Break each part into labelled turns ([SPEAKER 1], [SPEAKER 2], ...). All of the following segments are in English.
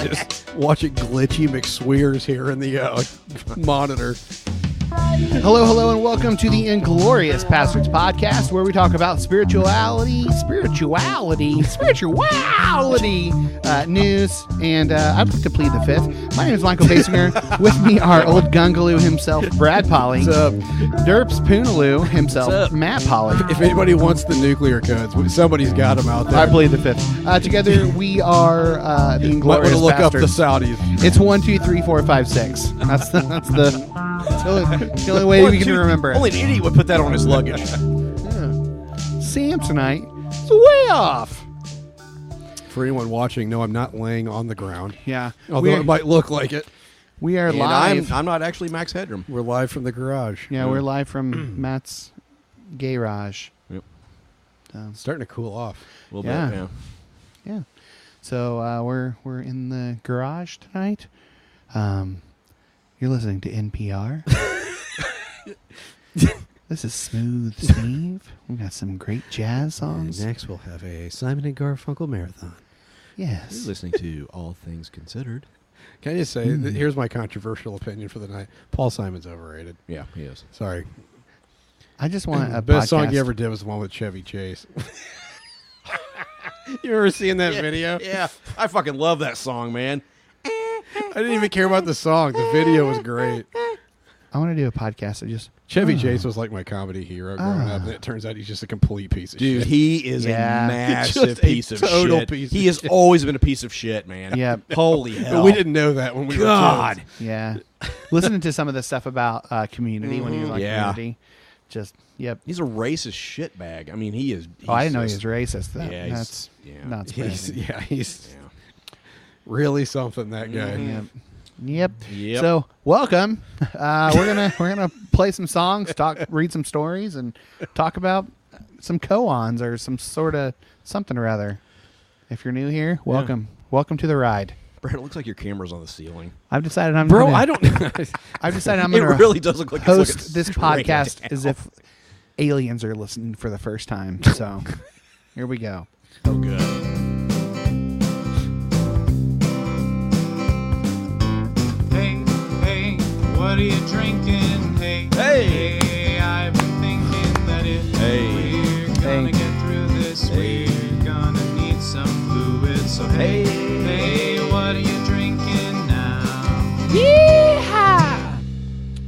[SPEAKER 1] Just watching glitchy McSweers here in the uh, monitor.
[SPEAKER 2] Hello, hello, and welcome to the Inglorious Pastors Podcast, where we talk about spirituality, spirituality, spirituality, uh, news, and uh, I'd like to plead the fifth. My name is Michael Basinger. With me are old Gungaloo himself, Brad Polly,
[SPEAKER 1] What's up?
[SPEAKER 2] Derps Poonaloo himself, Matt Polly.
[SPEAKER 1] If anybody wants the nuclear codes, somebody's got them out there.
[SPEAKER 2] I plead the fifth. Uh, together, we are uh,
[SPEAKER 1] Might want
[SPEAKER 2] the Inglorious
[SPEAKER 1] to look
[SPEAKER 2] Pastors.
[SPEAKER 1] up the Saudis.
[SPEAKER 2] It's one, two, three, four, five, six. That's the, that's the, that's the, only, the only way we can remember it.
[SPEAKER 3] Only an idiot would put that on his luggage.
[SPEAKER 2] Samsonite is way off.
[SPEAKER 1] For anyone watching, no, I'm not laying on the ground.
[SPEAKER 2] Yeah,
[SPEAKER 1] Although
[SPEAKER 2] we're,
[SPEAKER 1] it might look like it.
[SPEAKER 2] we are
[SPEAKER 3] and
[SPEAKER 2] live.
[SPEAKER 3] I'm, I'm not actually Max Headroom.
[SPEAKER 1] We're live from the garage.
[SPEAKER 2] yeah, we're live from Matt's garage.
[SPEAKER 1] It's starting to cool off.
[SPEAKER 3] A little
[SPEAKER 2] Yeah.
[SPEAKER 3] bit. Yeah.
[SPEAKER 2] Yeah, so uh, we're we're in the garage tonight. Um, you're listening to NPR. this is smooth Steve. We got some great jazz songs.
[SPEAKER 1] next, we'll have a Simon and Garfunkel marathon.
[SPEAKER 2] Yes.
[SPEAKER 3] listening to All Things Considered.
[SPEAKER 1] Can I just say,
[SPEAKER 2] Hmm.
[SPEAKER 1] that here's my controversial opinion for the night Paul Simon's overrated.
[SPEAKER 3] Yeah, he is.
[SPEAKER 1] Sorry.
[SPEAKER 2] I just want a
[SPEAKER 1] Mm, Best song
[SPEAKER 2] podcast-
[SPEAKER 1] he ever did was the one with Chevy Chase. you ever seen that video?
[SPEAKER 3] Yeah, I fucking love that song, man.
[SPEAKER 1] I didn't even care about the song. The video was great.
[SPEAKER 2] I want to do a podcast that just
[SPEAKER 1] Chevy Chase was like my comedy hero growing up, and it turns out he's just a complete piece of
[SPEAKER 3] Dude,
[SPEAKER 1] shit.
[SPEAKER 3] he is
[SPEAKER 2] Yeah.
[SPEAKER 3] a massive
[SPEAKER 1] Just a
[SPEAKER 3] piece of
[SPEAKER 1] total
[SPEAKER 3] shit.
[SPEAKER 1] piece
[SPEAKER 3] he
[SPEAKER 1] of
[SPEAKER 3] has
[SPEAKER 1] shit.
[SPEAKER 3] always been a piece of shit, man.
[SPEAKER 2] Yep.
[SPEAKER 3] Holy hell.
[SPEAKER 1] But we didn't know that when we were
[SPEAKER 3] God.
[SPEAKER 1] kids.
[SPEAKER 2] Yeah. Listening to some of the stuff about uh, community when he was on
[SPEAKER 3] Mm-hmm. Yeah.
[SPEAKER 2] community. Just yep.
[SPEAKER 3] He's a racist shitbag. I mean, he is.
[SPEAKER 2] Oh, I
[SPEAKER 3] he's
[SPEAKER 2] didn't know he was
[SPEAKER 3] just-
[SPEAKER 2] racist. That,
[SPEAKER 3] Yeah, he's-
[SPEAKER 2] that's
[SPEAKER 3] yeah.
[SPEAKER 2] not
[SPEAKER 1] He's,
[SPEAKER 2] surprising.
[SPEAKER 1] yeah, he's
[SPEAKER 3] Yeah.
[SPEAKER 1] really something. That guy.
[SPEAKER 2] Yep. Yep.
[SPEAKER 3] Yep.
[SPEAKER 2] So welcome. Uh, we're gonna we're gonna play some songs, talk, read some stories, and talk about some koans or some sort of something or other. If you're new here, welcome. Welcome to the ride.
[SPEAKER 3] Brad, it looks like your camera's on the ceiling.
[SPEAKER 2] I've decided I'm
[SPEAKER 3] Bro,
[SPEAKER 2] gonna-
[SPEAKER 3] I don't. it
[SPEAKER 2] I've decided I'm gonna
[SPEAKER 3] really does look like it's looking
[SPEAKER 2] host this
[SPEAKER 3] straight
[SPEAKER 2] podcast
[SPEAKER 3] down.
[SPEAKER 2] as if aliens are listening for the first time. So here we go.
[SPEAKER 3] Oh, good.
[SPEAKER 4] Hey, hey, what are you drinking? Hey,
[SPEAKER 3] Hey.
[SPEAKER 4] hey, I've been thinking that if
[SPEAKER 3] Hey.
[SPEAKER 4] we're gonna
[SPEAKER 2] Hey.
[SPEAKER 4] get through this,
[SPEAKER 3] Hey.
[SPEAKER 4] we're gonna need some fluid. So hey, hey, what are you drinking now?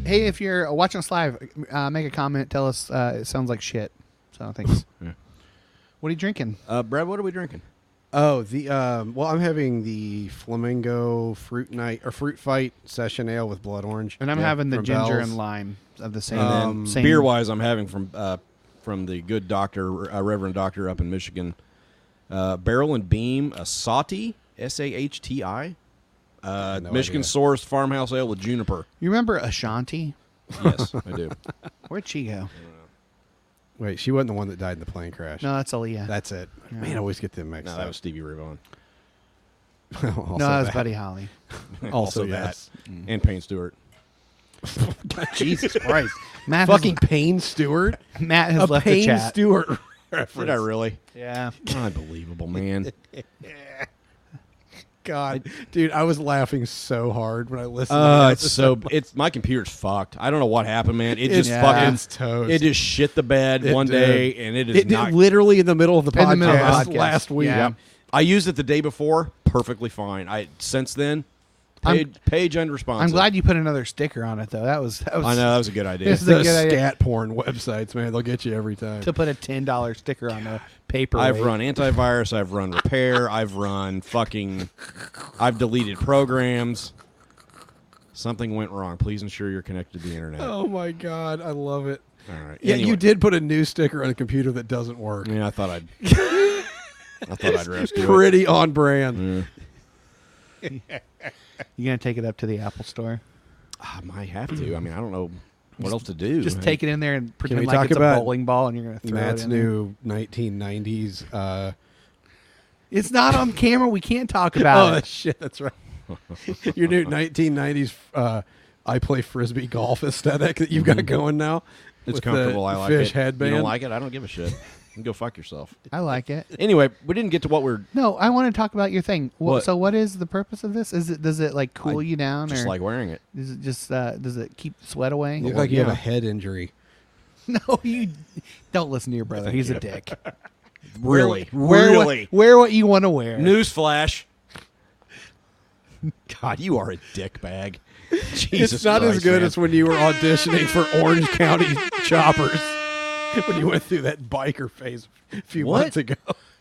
[SPEAKER 2] Hey, if you're watching us live, uh, make a comment. Tell us uh, it sounds like shit. So thanks.
[SPEAKER 3] Yeah.
[SPEAKER 2] What are you drinking?
[SPEAKER 3] Uh, Brad, what are we drinking?
[SPEAKER 1] Oh, the um, well, I'm having the flamingo fruit night or fruit fight session ale with blood orange,
[SPEAKER 2] And I'm
[SPEAKER 1] Yeah,
[SPEAKER 2] having the
[SPEAKER 1] from
[SPEAKER 2] ginger
[SPEAKER 1] Bell's.
[SPEAKER 2] and lime of the same.
[SPEAKER 3] And then
[SPEAKER 1] Um,
[SPEAKER 2] same
[SPEAKER 3] beer wise, I'm having from uh, from the good doctor, uh, Reverend Doctor up in Michigan, uh, Barrel and Beam, a Sati, S A H T I, uh,
[SPEAKER 1] no
[SPEAKER 3] Michigan
[SPEAKER 1] idea.
[SPEAKER 3] source farmhouse ale with juniper.
[SPEAKER 2] You remember Ashanti?
[SPEAKER 3] Yes, I do.
[SPEAKER 2] Where'd she go?
[SPEAKER 1] Wait, she wasn't the one that died in the plane crash.
[SPEAKER 2] No, that's Aaliyah.
[SPEAKER 1] That's it. Man, I always get them mixed
[SPEAKER 3] No,
[SPEAKER 1] up.
[SPEAKER 3] that was Stevie Ray Vaughan.
[SPEAKER 1] also
[SPEAKER 2] no, that was
[SPEAKER 1] that.
[SPEAKER 2] Buddy Holly.
[SPEAKER 1] Also
[SPEAKER 3] that, and Payne Stewart.
[SPEAKER 2] Jesus Christ, Matt has-
[SPEAKER 1] Fucking Payne Stewart.
[SPEAKER 2] Matt has
[SPEAKER 1] a
[SPEAKER 2] left the
[SPEAKER 1] Payne
[SPEAKER 2] chat.
[SPEAKER 1] Stewart
[SPEAKER 3] Did I
[SPEAKER 1] reference.
[SPEAKER 3] really?
[SPEAKER 2] yeah.
[SPEAKER 3] Unbelievable, man.
[SPEAKER 1] God, dude, I was laughing so hard when I listened.
[SPEAKER 3] Uh,
[SPEAKER 1] to
[SPEAKER 3] it's so it's my computer's fucked. I don't know what happened, man. It just
[SPEAKER 2] Yeah.
[SPEAKER 3] fucking
[SPEAKER 1] It's toast.
[SPEAKER 3] It just shit the bed
[SPEAKER 1] It
[SPEAKER 3] one
[SPEAKER 1] did.
[SPEAKER 3] day, and it is
[SPEAKER 1] it,
[SPEAKER 3] not
[SPEAKER 1] it literally in the middle of the podcast
[SPEAKER 2] In the middle of the podcast.
[SPEAKER 1] last week.
[SPEAKER 2] Yeah.
[SPEAKER 3] I used it the day before, perfectly fine. I since then,
[SPEAKER 2] I'm-
[SPEAKER 3] page, page unresponsive.
[SPEAKER 2] I'm glad you put another sticker on it though. That was that was
[SPEAKER 3] I know that was a good idea.
[SPEAKER 2] This is a
[SPEAKER 1] The
[SPEAKER 2] good idea.
[SPEAKER 1] scat porn websites, man, they'll get you every time.
[SPEAKER 2] to put a ten dollar sticker on the paper.
[SPEAKER 3] I've run antivirus. I've run repair. I've run fucking. I've deleted programs. Something went wrong. Please ensure you're connected to the internet.
[SPEAKER 1] Oh my god, I love it.
[SPEAKER 3] All right.
[SPEAKER 1] Yeah,
[SPEAKER 3] Anyway.
[SPEAKER 1] you did put a new sticker on a computer that doesn't work.
[SPEAKER 3] Yeah, I thought I'd. I thought I'd rescue it. Mm.
[SPEAKER 1] Pretty on brand.
[SPEAKER 2] You gonna take it up to the Apple store?
[SPEAKER 3] I might have to. I mean, I don't know what else to do.
[SPEAKER 2] Just take it in there and pretend
[SPEAKER 1] we
[SPEAKER 2] like
[SPEAKER 1] talk
[SPEAKER 2] it's a
[SPEAKER 1] about
[SPEAKER 2] bowling ball, and you're gonna throw
[SPEAKER 1] Matt's
[SPEAKER 2] it in there.
[SPEAKER 1] new 1990s. Uh,
[SPEAKER 2] It's not on camera. We can't talk about
[SPEAKER 1] oh
[SPEAKER 2] it.
[SPEAKER 1] shit, that's right. Your new 1990s. Uh, I play frisbee golf aesthetic that you've got going now.
[SPEAKER 3] Mm-hmm. It's
[SPEAKER 1] with the
[SPEAKER 3] comfortable. I like
[SPEAKER 1] fish
[SPEAKER 3] it.
[SPEAKER 1] headband.
[SPEAKER 3] You don't like it? I don't give a shit. and go fuck yourself.
[SPEAKER 2] I like it.
[SPEAKER 3] Anyway, we didn't get to what we're
[SPEAKER 2] No, I want to talk about your thing. Wha-
[SPEAKER 3] What?
[SPEAKER 2] So, what is the purpose of this? Is it does it like cool
[SPEAKER 3] I-
[SPEAKER 2] you down,
[SPEAKER 3] just
[SPEAKER 2] or
[SPEAKER 3] like wearing it.
[SPEAKER 2] is it just uh, does it keep sweat away?
[SPEAKER 1] You look like you have a head injury.
[SPEAKER 2] no, you don't listen to your brother. He's a dick.
[SPEAKER 3] Really,
[SPEAKER 2] Wear what-
[SPEAKER 3] really.
[SPEAKER 2] wear what you want to wear.
[SPEAKER 3] Newsflash. God, you are a dick bag. Jesus
[SPEAKER 1] it's not as
[SPEAKER 3] Christ,
[SPEAKER 1] good
[SPEAKER 3] man.
[SPEAKER 1] as when you were auditioning for Orange County Choppers when you went through that biker phase a few
[SPEAKER 3] What?
[SPEAKER 1] months ago.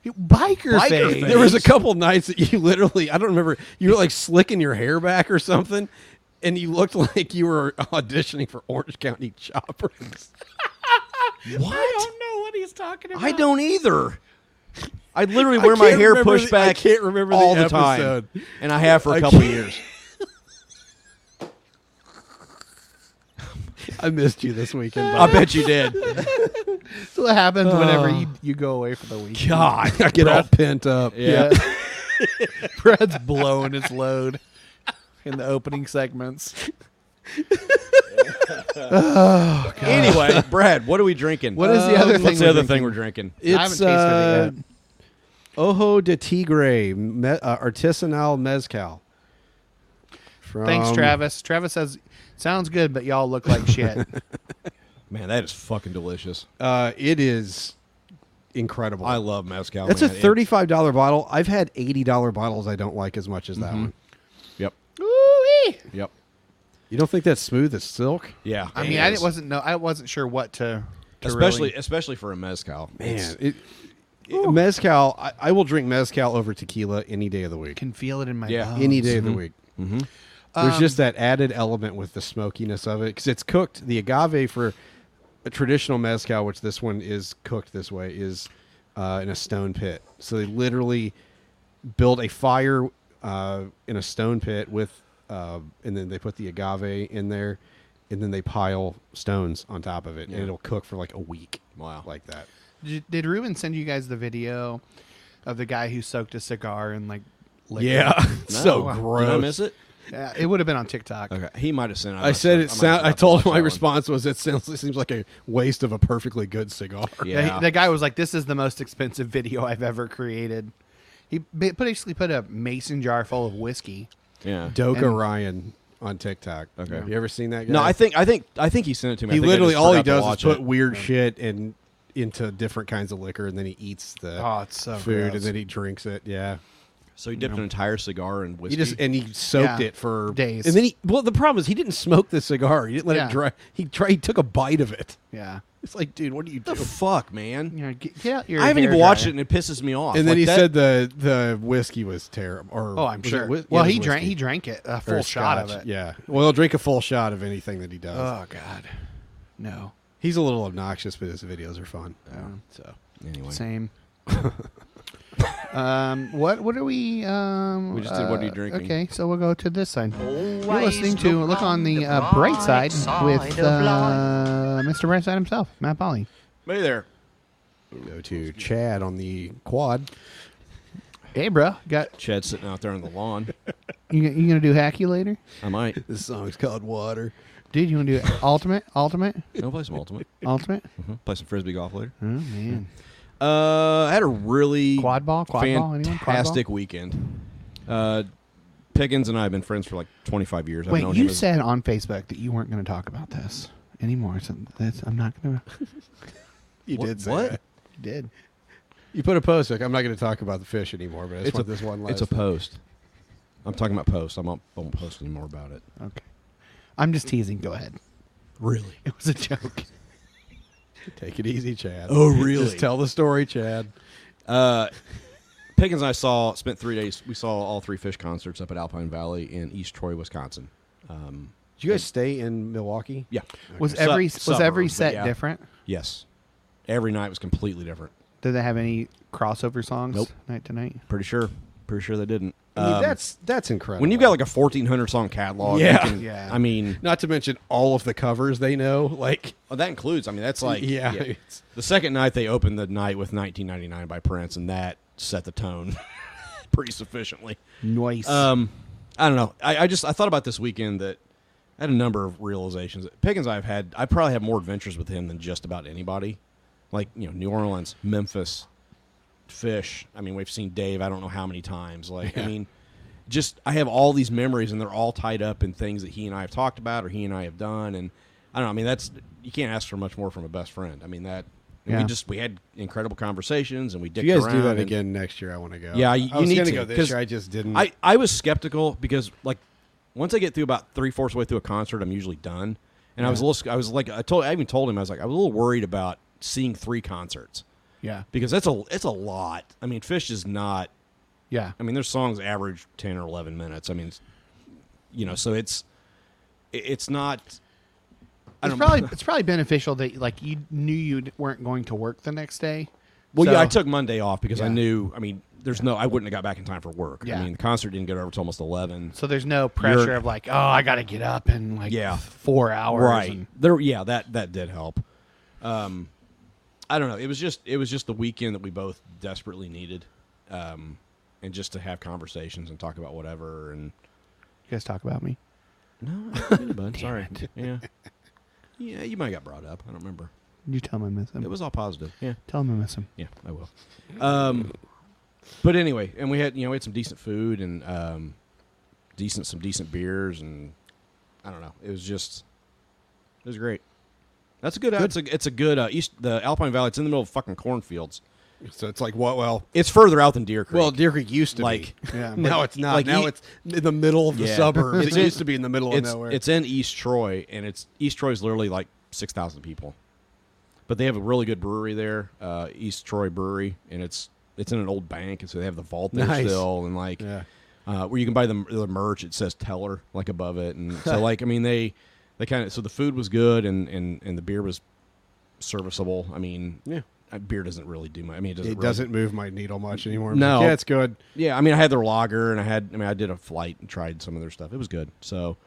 [SPEAKER 2] biker,
[SPEAKER 3] Biker
[SPEAKER 2] face.
[SPEAKER 3] face.
[SPEAKER 1] There was a couple nights that you literally, I don't remember, you were like slicking your hair back or something, and you looked like you were auditioning for Orange County Choppers.
[SPEAKER 3] what?
[SPEAKER 1] know what he's talking
[SPEAKER 3] I don't either. I literally wear my
[SPEAKER 1] can't
[SPEAKER 3] hair
[SPEAKER 1] remember
[SPEAKER 3] pushed
[SPEAKER 1] the- I
[SPEAKER 3] back.
[SPEAKER 1] can't remember the
[SPEAKER 3] all the,
[SPEAKER 1] episode.
[SPEAKER 3] time, and I have for
[SPEAKER 1] I
[SPEAKER 3] a couple
[SPEAKER 1] can't-
[SPEAKER 3] years.
[SPEAKER 1] I missed you this weekend.
[SPEAKER 3] I
[SPEAKER 1] buddy.
[SPEAKER 3] bet you did.
[SPEAKER 2] That's what happens whenever
[SPEAKER 1] Oh.
[SPEAKER 2] you, you go away for the week.
[SPEAKER 3] God,
[SPEAKER 1] I get all pent up.
[SPEAKER 3] Yeah.
[SPEAKER 2] Brad's blown his load in the opening segments.
[SPEAKER 3] Anyway, Brad, what are we drinking?
[SPEAKER 2] What is the other thing?
[SPEAKER 3] What's
[SPEAKER 2] we're
[SPEAKER 3] the other
[SPEAKER 2] drinking?
[SPEAKER 3] thing we're drinking?
[SPEAKER 2] I haven't
[SPEAKER 1] It's
[SPEAKER 2] tasted it
[SPEAKER 1] uh,
[SPEAKER 2] yet.
[SPEAKER 1] Ojo de Tigre me, uh, artisanal mezcal.
[SPEAKER 3] uh,
[SPEAKER 1] From
[SPEAKER 2] Thanks,
[SPEAKER 3] um,
[SPEAKER 2] Travis. Travis says, "Sounds good, but y'all look like shit."
[SPEAKER 3] Man, that is fucking delicious.
[SPEAKER 1] Uh, it is incredible.
[SPEAKER 3] I love mezcal.
[SPEAKER 1] That's
[SPEAKER 3] man.
[SPEAKER 1] a
[SPEAKER 3] It-
[SPEAKER 1] thirty-five dollar bottle. I've had eighty-dollar bottles. I don't like as much as that
[SPEAKER 3] Mm-hmm.
[SPEAKER 1] one.
[SPEAKER 3] Yep.
[SPEAKER 2] Ooh-wee.
[SPEAKER 3] Yep.
[SPEAKER 1] You don't think that's smooth as silk?
[SPEAKER 3] Yeah.
[SPEAKER 2] I
[SPEAKER 3] it
[SPEAKER 2] mean, I
[SPEAKER 3] is.
[SPEAKER 2] didn't- wasn't no, I wasn't sure what to. to
[SPEAKER 3] especially
[SPEAKER 2] really-
[SPEAKER 3] especially for a mezcal.
[SPEAKER 1] Man,
[SPEAKER 3] It's-
[SPEAKER 1] it, it- mezcal. I, I will drink mezcal over tequila any day of the week.
[SPEAKER 2] can feel it in my
[SPEAKER 3] Yeah.
[SPEAKER 2] bones.
[SPEAKER 1] Any day of
[SPEAKER 3] mm-hmm.
[SPEAKER 1] the week. There's just that added element with the smokiness of it because it's cooked. The agave for a traditional mezcal, which this one is cooked this way, is uh, in a stone pit. So they literally build a fire uh, in a stone pit with, uh, and then they put the agave in there, and then they pile stones on top of it, and it'll cook for like a week.
[SPEAKER 3] Wow.
[SPEAKER 1] like that.
[SPEAKER 2] Did, did Ruben send you guys the video of the guy who soaked a cigar and like? liquor?
[SPEAKER 3] No.
[SPEAKER 1] so
[SPEAKER 3] Did I
[SPEAKER 1] gross.
[SPEAKER 3] miss it?
[SPEAKER 2] Yeah, it would have been on TikTok.
[SPEAKER 3] Okay, he might have sent. it. I'm
[SPEAKER 1] I
[SPEAKER 3] not
[SPEAKER 1] said
[SPEAKER 3] sure.
[SPEAKER 1] it
[SPEAKER 3] might
[SPEAKER 1] sound.
[SPEAKER 3] have
[SPEAKER 1] I told him
[SPEAKER 3] watched
[SPEAKER 1] my
[SPEAKER 3] that one.
[SPEAKER 1] response was it sounds. It seems like a waste of a perfectly good cigar.
[SPEAKER 2] Yeah, he-
[SPEAKER 3] Yeah.
[SPEAKER 2] the guy was like, "This is the most expensive video I've ever created." He ba- basically put a mason jar full of whiskey.
[SPEAKER 3] yeah.
[SPEAKER 1] Doka
[SPEAKER 2] And-
[SPEAKER 1] Ryan on TikTok.
[SPEAKER 3] Okay.
[SPEAKER 1] Have you ever seen that guy?
[SPEAKER 3] No, I think I think I think he sent it to me. I
[SPEAKER 1] he
[SPEAKER 3] think I
[SPEAKER 1] literally
[SPEAKER 3] just
[SPEAKER 1] all he
[SPEAKER 3] forgot to
[SPEAKER 1] does is
[SPEAKER 3] watch
[SPEAKER 1] put
[SPEAKER 3] it.
[SPEAKER 1] weird shit and into different kinds of liquor, and then he eats the
[SPEAKER 2] Oh, it's so
[SPEAKER 1] food,
[SPEAKER 2] gross.
[SPEAKER 1] and then he drinks it. Yeah,
[SPEAKER 3] So he dipped an entire cigar in whiskey.
[SPEAKER 1] he just and he soaked
[SPEAKER 2] Yeah.
[SPEAKER 1] it for
[SPEAKER 2] Days.
[SPEAKER 1] And then he well, the problem is he didn't smoke the cigar. He didn't let
[SPEAKER 2] Yeah.
[SPEAKER 1] it dry. He tried. He took a bite of it.
[SPEAKER 2] Yeah,
[SPEAKER 1] It's like, dude, what do you do?
[SPEAKER 3] the fuck, man.
[SPEAKER 2] you know, get, get out your.
[SPEAKER 3] I haven't even
[SPEAKER 2] hairdryer.
[SPEAKER 3] watched it, and it pisses me off.
[SPEAKER 1] and then
[SPEAKER 3] Like
[SPEAKER 1] he
[SPEAKER 3] that-
[SPEAKER 1] said the the whiskey was terrible. Or
[SPEAKER 2] Oh, I'm
[SPEAKER 1] was it
[SPEAKER 2] sure.
[SPEAKER 1] whis- yeah,
[SPEAKER 2] well,
[SPEAKER 1] it was
[SPEAKER 2] he drank.
[SPEAKER 1] whiskey.
[SPEAKER 2] He drank it a
[SPEAKER 1] Or
[SPEAKER 2] full shot of
[SPEAKER 1] scotch.
[SPEAKER 2] it.
[SPEAKER 1] Yeah. Well, drink a full shot of anything that he does.
[SPEAKER 2] Oh God, no.
[SPEAKER 1] He's a little obnoxious, but his videos are fun. So
[SPEAKER 3] Anyway,
[SPEAKER 2] Same. um, what what are we? Um,
[SPEAKER 3] We just did what are you drinking?
[SPEAKER 2] Okay, so we'll go to this side. You're listening to look on the uh, bright side with uh, Mr. Brightside himself, Matt Polly.
[SPEAKER 3] hey there.
[SPEAKER 1] go to Chad on the quad.
[SPEAKER 2] Hey, bro, got
[SPEAKER 3] Chad sitting out there on the lawn.
[SPEAKER 2] you? You gonna do hacky later,
[SPEAKER 3] I might.
[SPEAKER 1] This song's called Water.
[SPEAKER 2] dude? You wanna do ultimate, ultimate,
[SPEAKER 3] I'll play some ultimate.
[SPEAKER 2] ultimate?
[SPEAKER 3] Mhm. Play some frisbee golf later.
[SPEAKER 2] Oh man,
[SPEAKER 3] Uh, I had a really
[SPEAKER 2] Quad ball? Quad ball? Anyone? Quad ball?
[SPEAKER 3] fantastic weekend. Uh, Pickens and I have been friends for like 25 years. I've
[SPEAKER 2] wait,
[SPEAKER 3] known
[SPEAKER 2] you
[SPEAKER 3] him as-
[SPEAKER 2] said on Facebook that you weren't gonna talk about this anymore. So that's I'm not gonna.
[SPEAKER 1] You
[SPEAKER 3] What-
[SPEAKER 1] did say
[SPEAKER 3] what?
[SPEAKER 1] that.
[SPEAKER 2] You did.
[SPEAKER 1] You put a post like, I'm not going to talk about the fish anymore, but I just
[SPEAKER 3] it's a
[SPEAKER 1] want this one last.
[SPEAKER 3] It's a post. I'm talking about post. I won't, I won't post any more about it.
[SPEAKER 2] Okay, I'm just teasing. Go ahead.
[SPEAKER 3] Really?
[SPEAKER 2] It was a joke.
[SPEAKER 1] Take it easy, Chad.
[SPEAKER 3] Oh, really?
[SPEAKER 1] Just tell the story, Chad.
[SPEAKER 3] Uh, Pickens and I saw spent three days. We saw all three fish concerts up at Alpine Valley in East Troy, Wisconsin. Um,
[SPEAKER 1] Did you guys stay in Milwaukee?
[SPEAKER 3] yeah.
[SPEAKER 2] Was
[SPEAKER 3] Sub-
[SPEAKER 2] every was every
[SPEAKER 3] suburbs, but
[SPEAKER 2] set
[SPEAKER 3] yeah.
[SPEAKER 2] different?
[SPEAKER 3] Yes. Every night was completely different.
[SPEAKER 2] Did they have any crossover songs
[SPEAKER 3] Nope.
[SPEAKER 2] night to night?
[SPEAKER 3] Pretty sure. Pretty sure they didn't.
[SPEAKER 1] I mean,
[SPEAKER 3] Um,
[SPEAKER 1] that's that's incredible.
[SPEAKER 3] when you've got like a 1400 song catalog. you
[SPEAKER 1] Yeah.
[SPEAKER 3] can-
[SPEAKER 2] Yeah.
[SPEAKER 3] I mean,
[SPEAKER 1] not to mention all of the covers they know, like
[SPEAKER 3] Well, Oh, that includes. I mean, that's like
[SPEAKER 1] Yeah, it's-
[SPEAKER 3] The second night they opened the night with 1999 by Prince, and that set the tone pretty sufficiently.
[SPEAKER 2] Noise.
[SPEAKER 3] Um, I don't know. I, I just I thought about this weekend that I had a number of realizations. Pickens, I've had. I probably have more adventures with him than just about anybody. like you know New Orleans, Memphis, fish. I mean, we've seen Dave. I don't know how many times. Like, I mean, just I have all these memories, and they're all tied up in things that he and I have talked about, or he and I have done. And I don't know. I mean, that's you can't ask for much more from a best friend. I mean that. and
[SPEAKER 2] Yeah.
[SPEAKER 3] We just we had incredible conversations, and we dicked
[SPEAKER 1] If you guys
[SPEAKER 3] around.
[SPEAKER 1] do that
[SPEAKER 3] and-
[SPEAKER 1] again next year, I want to go.
[SPEAKER 3] Yeah,
[SPEAKER 1] I
[SPEAKER 3] you- you
[SPEAKER 1] was
[SPEAKER 3] need
[SPEAKER 1] gonna
[SPEAKER 3] to,
[SPEAKER 1] go this
[SPEAKER 3] 'cause
[SPEAKER 1] year. I just didn't.
[SPEAKER 3] I, I was skeptical because like once I get through about three fourths way through a concert, I'm usually done. And I was a little, sc- I was like, I told, I even told him, I was like, I was a little worried about seeing three concerts
[SPEAKER 2] Yeah.
[SPEAKER 3] because that's a, it's a lot. I mean, Fish is not.
[SPEAKER 2] Yeah.
[SPEAKER 3] I mean, their songs average ten or eleven minutes. I mean, it's- you know, so it's, it- it's not. I
[SPEAKER 2] It's
[SPEAKER 3] don't
[SPEAKER 2] probably it's probably beneficial that like you knew you weren't going to work the next day.
[SPEAKER 3] Well, yeah, I
[SPEAKER 2] So-
[SPEAKER 3] took Monday off because I
[SPEAKER 2] Yeah.
[SPEAKER 3] knew. I mean, there's no, I wouldn't have got back in time for work.
[SPEAKER 2] Yeah.
[SPEAKER 3] I mean, the concert didn't get over till almost eleven.
[SPEAKER 2] So there's no pressure
[SPEAKER 3] You're-
[SPEAKER 2] of like, oh, I got to get up in like
[SPEAKER 3] Yeah.
[SPEAKER 2] four hours.
[SPEAKER 3] right
[SPEAKER 2] and-
[SPEAKER 3] there yeah that that did help um i don't know it was just it was just the weekend that we both desperately needed um and just to have conversations and talk about whatever and
[SPEAKER 2] you guys talk about me.
[SPEAKER 3] no I'm good, bud. sorry yeah yeah you might have got brought up i don't remember
[SPEAKER 2] You tell him I miss him.
[SPEAKER 3] it was all positive yeah
[SPEAKER 2] tell him I miss him.
[SPEAKER 3] yeah i will um but anyway and we had you know we had some decent food and um decent some decent beers and i don't know it was just It was great. That's a good. It's a it's a good uh, east the Alpine Valley. It's in the middle of fucking cornfields.
[SPEAKER 1] so it's like what? Well,
[SPEAKER 3] It's further out than Deer Creek.
[SPEAKER 1] well, Deer Creek used to
[SPEAKER 3] like
[SPEAKER 1] be.
[SPEAKER 2] Yeah.
[SPEAKER 1] Now it's not.
[SPEAKER 3] like
[SPEAKER 1] now
[SPEAKER 3] you-
[SPEAKER 1] it's in the middle of the
[SPEAKER 3] Yeah.
[SPEAKER 1] suburbs.
[SPEAKER 3] It's
[SPEAKER 1] It
[SPEAKER 3] in-
[SPEAKER 1] used to be in the middle of
[SPEAKER 3] it's
[SPEAKER 1] nowhere.
[SPEAKER 3] it's in East Troy, and it's East Troy's literally like six thousand people, but they have a really good brewery there, uh, East Troy Brewery, and it's it's in an old bank, and so they have the vault there
[SPEAKER 1] Nice.
[SPEAKER 3] still, and like
[SPEAKER 1] Yeah.
[SPEAKER 3] uh, where you can buy the, the merch. It says Teller like above it, and so like I mean they they kind of so the food was good, and and and the beer was serviceable. I mean
[SPEAKER 1] Yeah.
[SPEAKER 3] uh, Beer doesn't really do much. I mean, it doesn't.
[SPEAKER 1] it
[SPEAKER 3] really
[SPEAKER 1] doesn't move my needle much anymore. I'm
[SPEAKER 3] No.
[SPEAKER 1] like, yeah, it's good.
[SPEAKER 3] Yeah, I mean, I had their lager, and I had, I mean, I did a flight and tried some of their stuff. It was good. So,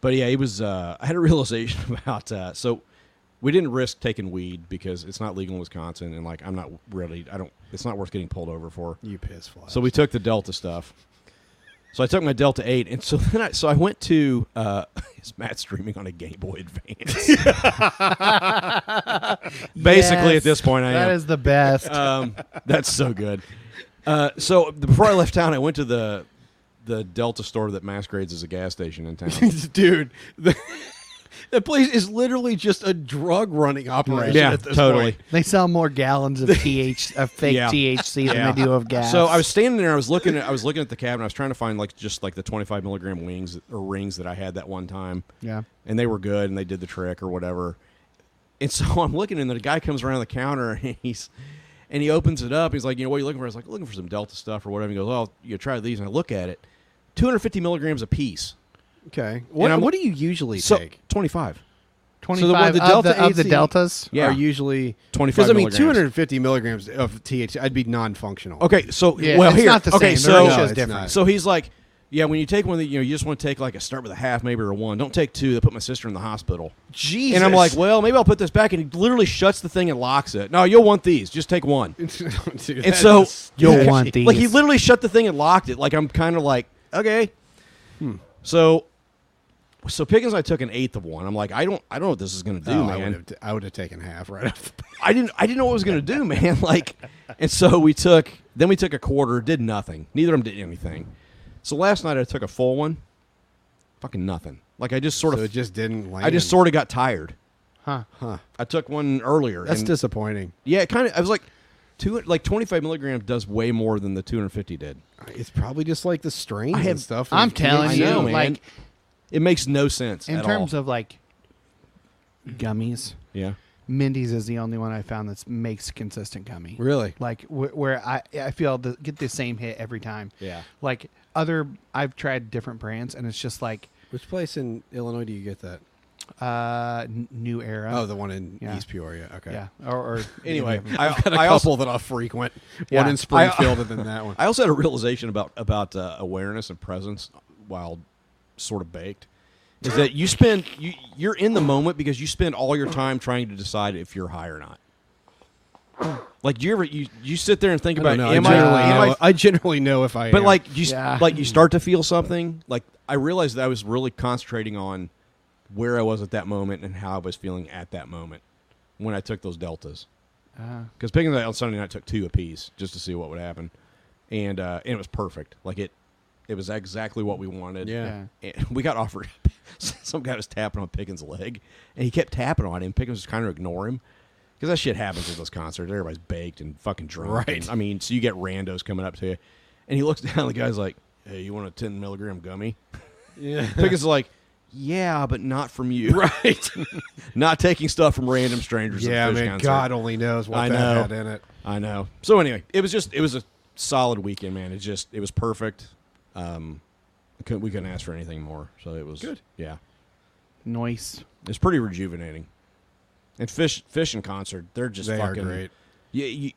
[SPEAKER 3] but yeah, it was. Uh, I had a realization about. Uh, so, we didn't risk taking weed because it's not legal in Wisconsin, and like, I'm not really. I don't. It's not worth getting pulled over for.
[SPEAKER 1] You piss fly.
[SPEAKER 3] So we took the Delta stuff. So I took my Delta Eight, and so then I so I went to. Uh, is Matt streaming on a Game Boy Advance? Basically,
[SPEAKER 2] Yes,
[SPEAKER 3] at this point, I
[SPEAKER 2] that
[SPEAKER 3] am.
[SPEAKER 2] is the best.
[SPEAKER 3] Um, that's so good. Uh, so before I left town, I went to the the Delta store that masquerades as a gas station in town.
[SPEAKER 1] dude. The, the place is literally just a drug running operation.
[SPEAKER 3] Yeah,
[SPEAKER 1] at this
[SPEAKER 3] totally.
[SPEAKER 1] point.
[SPEAKER 2] they sell more gallons of th of fake
[SPEAKER 3] Yeah.
[SPEAKER 2] THC than
[SPEAKER 3] Yeah.
[SPEAKER 2] they do of gas.
[SPEAKER 3] So I was standing there. I was looking. At, I was looking at the cab, and I was trying to find like just like the twenty five milligram wings or rings that I had that one time.
[SPEAKER 2] Yeah.
[SPEAKER 3] and they were good, and they did the trick or whatever. And so I'm looking, and then a guy comes around the counter, and he's and he opens it up. He's like, you know, what are you looking for? I was like, looking for some Delta stuff or whatever. He goes, oh, you try these, and I look at it, two hundred fifty milligrams a piece.
[SPEAKER 1] Okay. What,
[SPEAKER 3] I'm-
[SPEAKER 1] what do you usually
[SPEAKER 3] So
[SPEAKER 1] take?
[SPEAKER 3] twenty five.
[SPEAKER 2] twenty
[SPEAKER 1] one-
[SPEAKER 2] five
[SPEAKER 1] the
[SPEAKER 2] of, the,
[SPEAKER 1] Delta
[SPEAKER 2] of the
[SPEAKER 1] AC
[SPEAKER 2] deltas.
[SPEAKER 3] Yeah.
[SPEAKER 1] Are usually
[SPEAKER 3] 25
[SPEAKER 1] Because I mean,
[SPEAKER 3] milligrams.
[SPEAKER 1] 250 milligrams of THC, I'd be non-functional.
[SPEAKER 3] Okay, so
[SPEAKER 2] Yeah,
[SPEAKER 3] well
[SPEAKER 2] it's
[SPEAKER 3] here,
[SPEAKER 2] not the same.
[SPEAKER 3] okay,
[SPEAKER 2] The
[SPEAKER 3] so
[SPEAKER 2] ratio's
[SPEAKER 1] No, it's
[SPEAKER 2] different.
[SPEAKER 1] not.
[SPEAKER 3] so he's like, yeah, when you take one, of the, you know, you just want to take like a start with a half, maybe or a one. Don't take two. They put my sister in the hospital.
[SPEAKER 1] Jesus.
[SPEAKER 3] And I'm like, well, maybe I'll put this back, and he literally shuts the thing and locks it. No, you'll want these. Just take one.
[SPEAKER 1] Dude,
[SPEAKER 3] And
[SPEAKER 1] that's
[SPEAKER 3] so
[SPEAKER 1] just-
[SPEAKER 2] You'll want these.
[SPEAKER 3] Like he literally shut the thing and locked it. Like I'm kind of like, okay.
[SPEAKER 1] Hmm.
[SPEAKER 3] So, so Pickens, and I took an eighth of one. I'm like, I don't, I don't know what this is going to do,
[SPEAKER 1] Oh, I would
[SPEAKER 3] man.
[SPEAKER 1] have, I would have taken half right off. The
[SPEAKER 3] I didn't I didn't know what it was going to do, man. Like, and so we took then we took a quarter, did nothing. Neither of them did anything. So last night I took a full one, fucking nothing. Like I just sort
[SPEAKER 1] so
[SPEAKER 3] of
[SPEAKER 1] it just didn't land.
[SPEAKER 3] I just sort of got tired.
[SPEAKER 2] Huh.
[SPEAKER 1] Huh.
[SPEAKER 3] I took one earlier.
[SPEAKER 1] That's
[SPEAKER 3] and-
[SPEAKER 1] disappointing.
[SPEAKER 3] yeah. It kind of I was like two like twenty five milligrams does way more than the two hundred fifty did.
[SPEAKER 1] It's probably just like the strain
[SPEAKER 3] I have-
[SPEAKER 1] and stuff.
[SPEAKER 2] I'm
[SPEAKER 1] There's
[SPEAKER 2] telling
[SPEAKER 1] THC.
[SPEAKER 3] I
[SPEAKER 2] you,
[SPEAKER 3] know, man.
[SPEAKER 2] like
[SPEAKER 3] It makes no sense
[SPEAKER 2] in
[SPEAKER 3] at
[SPEAKER 2] terms
[SPEAKER 3] all.
[SPEAKER 2] of like gummies,
[SPEAKER 3] yeah.
[SPEAKER 2] Mindy's is the only one I found that makes consistent gummy.
[SPEAKER 1] Really?
[SPEAKER 2] Like wh- where I I feel the, get the same hit every time.
[SPEAKER 3] Yeah.
[SPEAKER 2] Like other I've tried different brands and it's just like
[SPEAKER 1] Which place in Illinois do you get that?
[SPEAKER 2] uh n- new era.
[SPEAKER 1] Oh, the one in
[SPEAKER 2] Yeah.
[SPEAKER 1] East Peoria. Okay.
[SPEAKER 2] yeah. Or, or
[SPEAKER 3] Anyway,
[SPEAKER 2] yeah.
[SPEAKER 3] I,
[SPEAKER 1] Got a
[SPEAKER 3] I also
[SPEAKER 1] couple that I'll frequent.
[SPEAKER 2] Yeah.
[SPEAKER 1] One in Springfield and then that one.
[SPEAKER 3] I also had a realization about about uh, awareness and presence while sort of baked is that you spend you you're in the moment because you spend all your time trying to decide if you're high or not. Like do you ever you, you sit there and think
[SPEAKER 1] I
[SPEAKER 3] about
[SPEAKER 1] don't know. I
[SPEAKER 3] am I,
[SPEAKER 1] generally,
[SPEAKER 3] am
[SPEAKER 1] know,
[SPEAKER 3] I
[SPEAKER 1] I generally know if I
[SPEAKER 3] but
[SPEAKER 1] am.
[SPEAKER 3] like you s-
[SPEAKER 2] Yeah.
[SPEAKER 3] like you start to feel something like I realized that I was really concentrating on where I was at that moment and how I was feeling at that moment when I took those deltas. Because picking that on Sunday night took two apiece just to see what would happen, and uh, and it was perfect. Like it, it was exactly what we wanted.
[SPEAKER 1] Yeah.
[SPEAKER 3] And we got offered. Some guy was tapping on Pickens' leg, and he kept tapping on him. Pickens was kind of ignore him because that shit happens at those concerts. Everybody's baked and fucking drunk.
[SPEAKER 1] Right.
[SPEAKER 3] and- I mean, so you get randos coming up to you, and he looks down. The guy's like, "Hey, you want a ten milligram gummy?"
[SPEAKER 1] Yeah.
[SPEAKER 3] Pickens is like, "Yeah, but not from you. Right. not taking stuff from random strangers. at a
[SPEAKER 1] Yeah,
[SPEAKER 3] fish
[SPEAKER 1] man.
[SPEAKER 3] concert.
[SPEAKER 1] God only knows what
[SPEAKER 3] I
[SPEAKER 1] that
[SPEAKER 3] know.
[SPEAKER 1] had in it.
[SPEAKER 3] I know. So anyway, it was just it was a solid weekend, man. It just it was perfect. Um, couldn't, we couldn't ask for anything more. So it was
[SPEAKER 1] Good.
[SPEAKER 3] Yeah,
[SPEAKER 2] Noise.
[SPEAKER 3] it's pretty rejuvenating. And fish fish in concert, they're just
[SPEAKER 1] They are
[SPEAKER 3] fucking
[SPEAKER 1] great.
[SPEAKER 3] Yeah, you,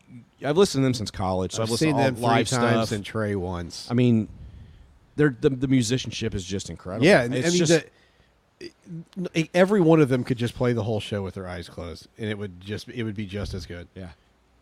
[SPEAKER 3] I've listened to them since college. So I've,
[SPEAKER 1] I've
[SPEAKER 3] listened
[SPEAKER 1] seen
[SPEAKER 3] to all
[SPEAKER 1] them three
[SPEAKER 3] live
[SPEAKER 1] times
[SPEAKER 3] stuff.
[SPEAKER 1] and Trey once.
[SPEAKER 3] I mean, they're the, the musicianship is just incredible.
[SPEAKER 1] yeah, and-
[SPEAKER 3] It's
[SPEAKER 1] I mean,
[SPEAKER 3] just-
[SPEAKER 1] the- e- every one of them could just play the whole show with their eyes closed, and it would just it would be just as good.
[SPEAKER 3] yeah,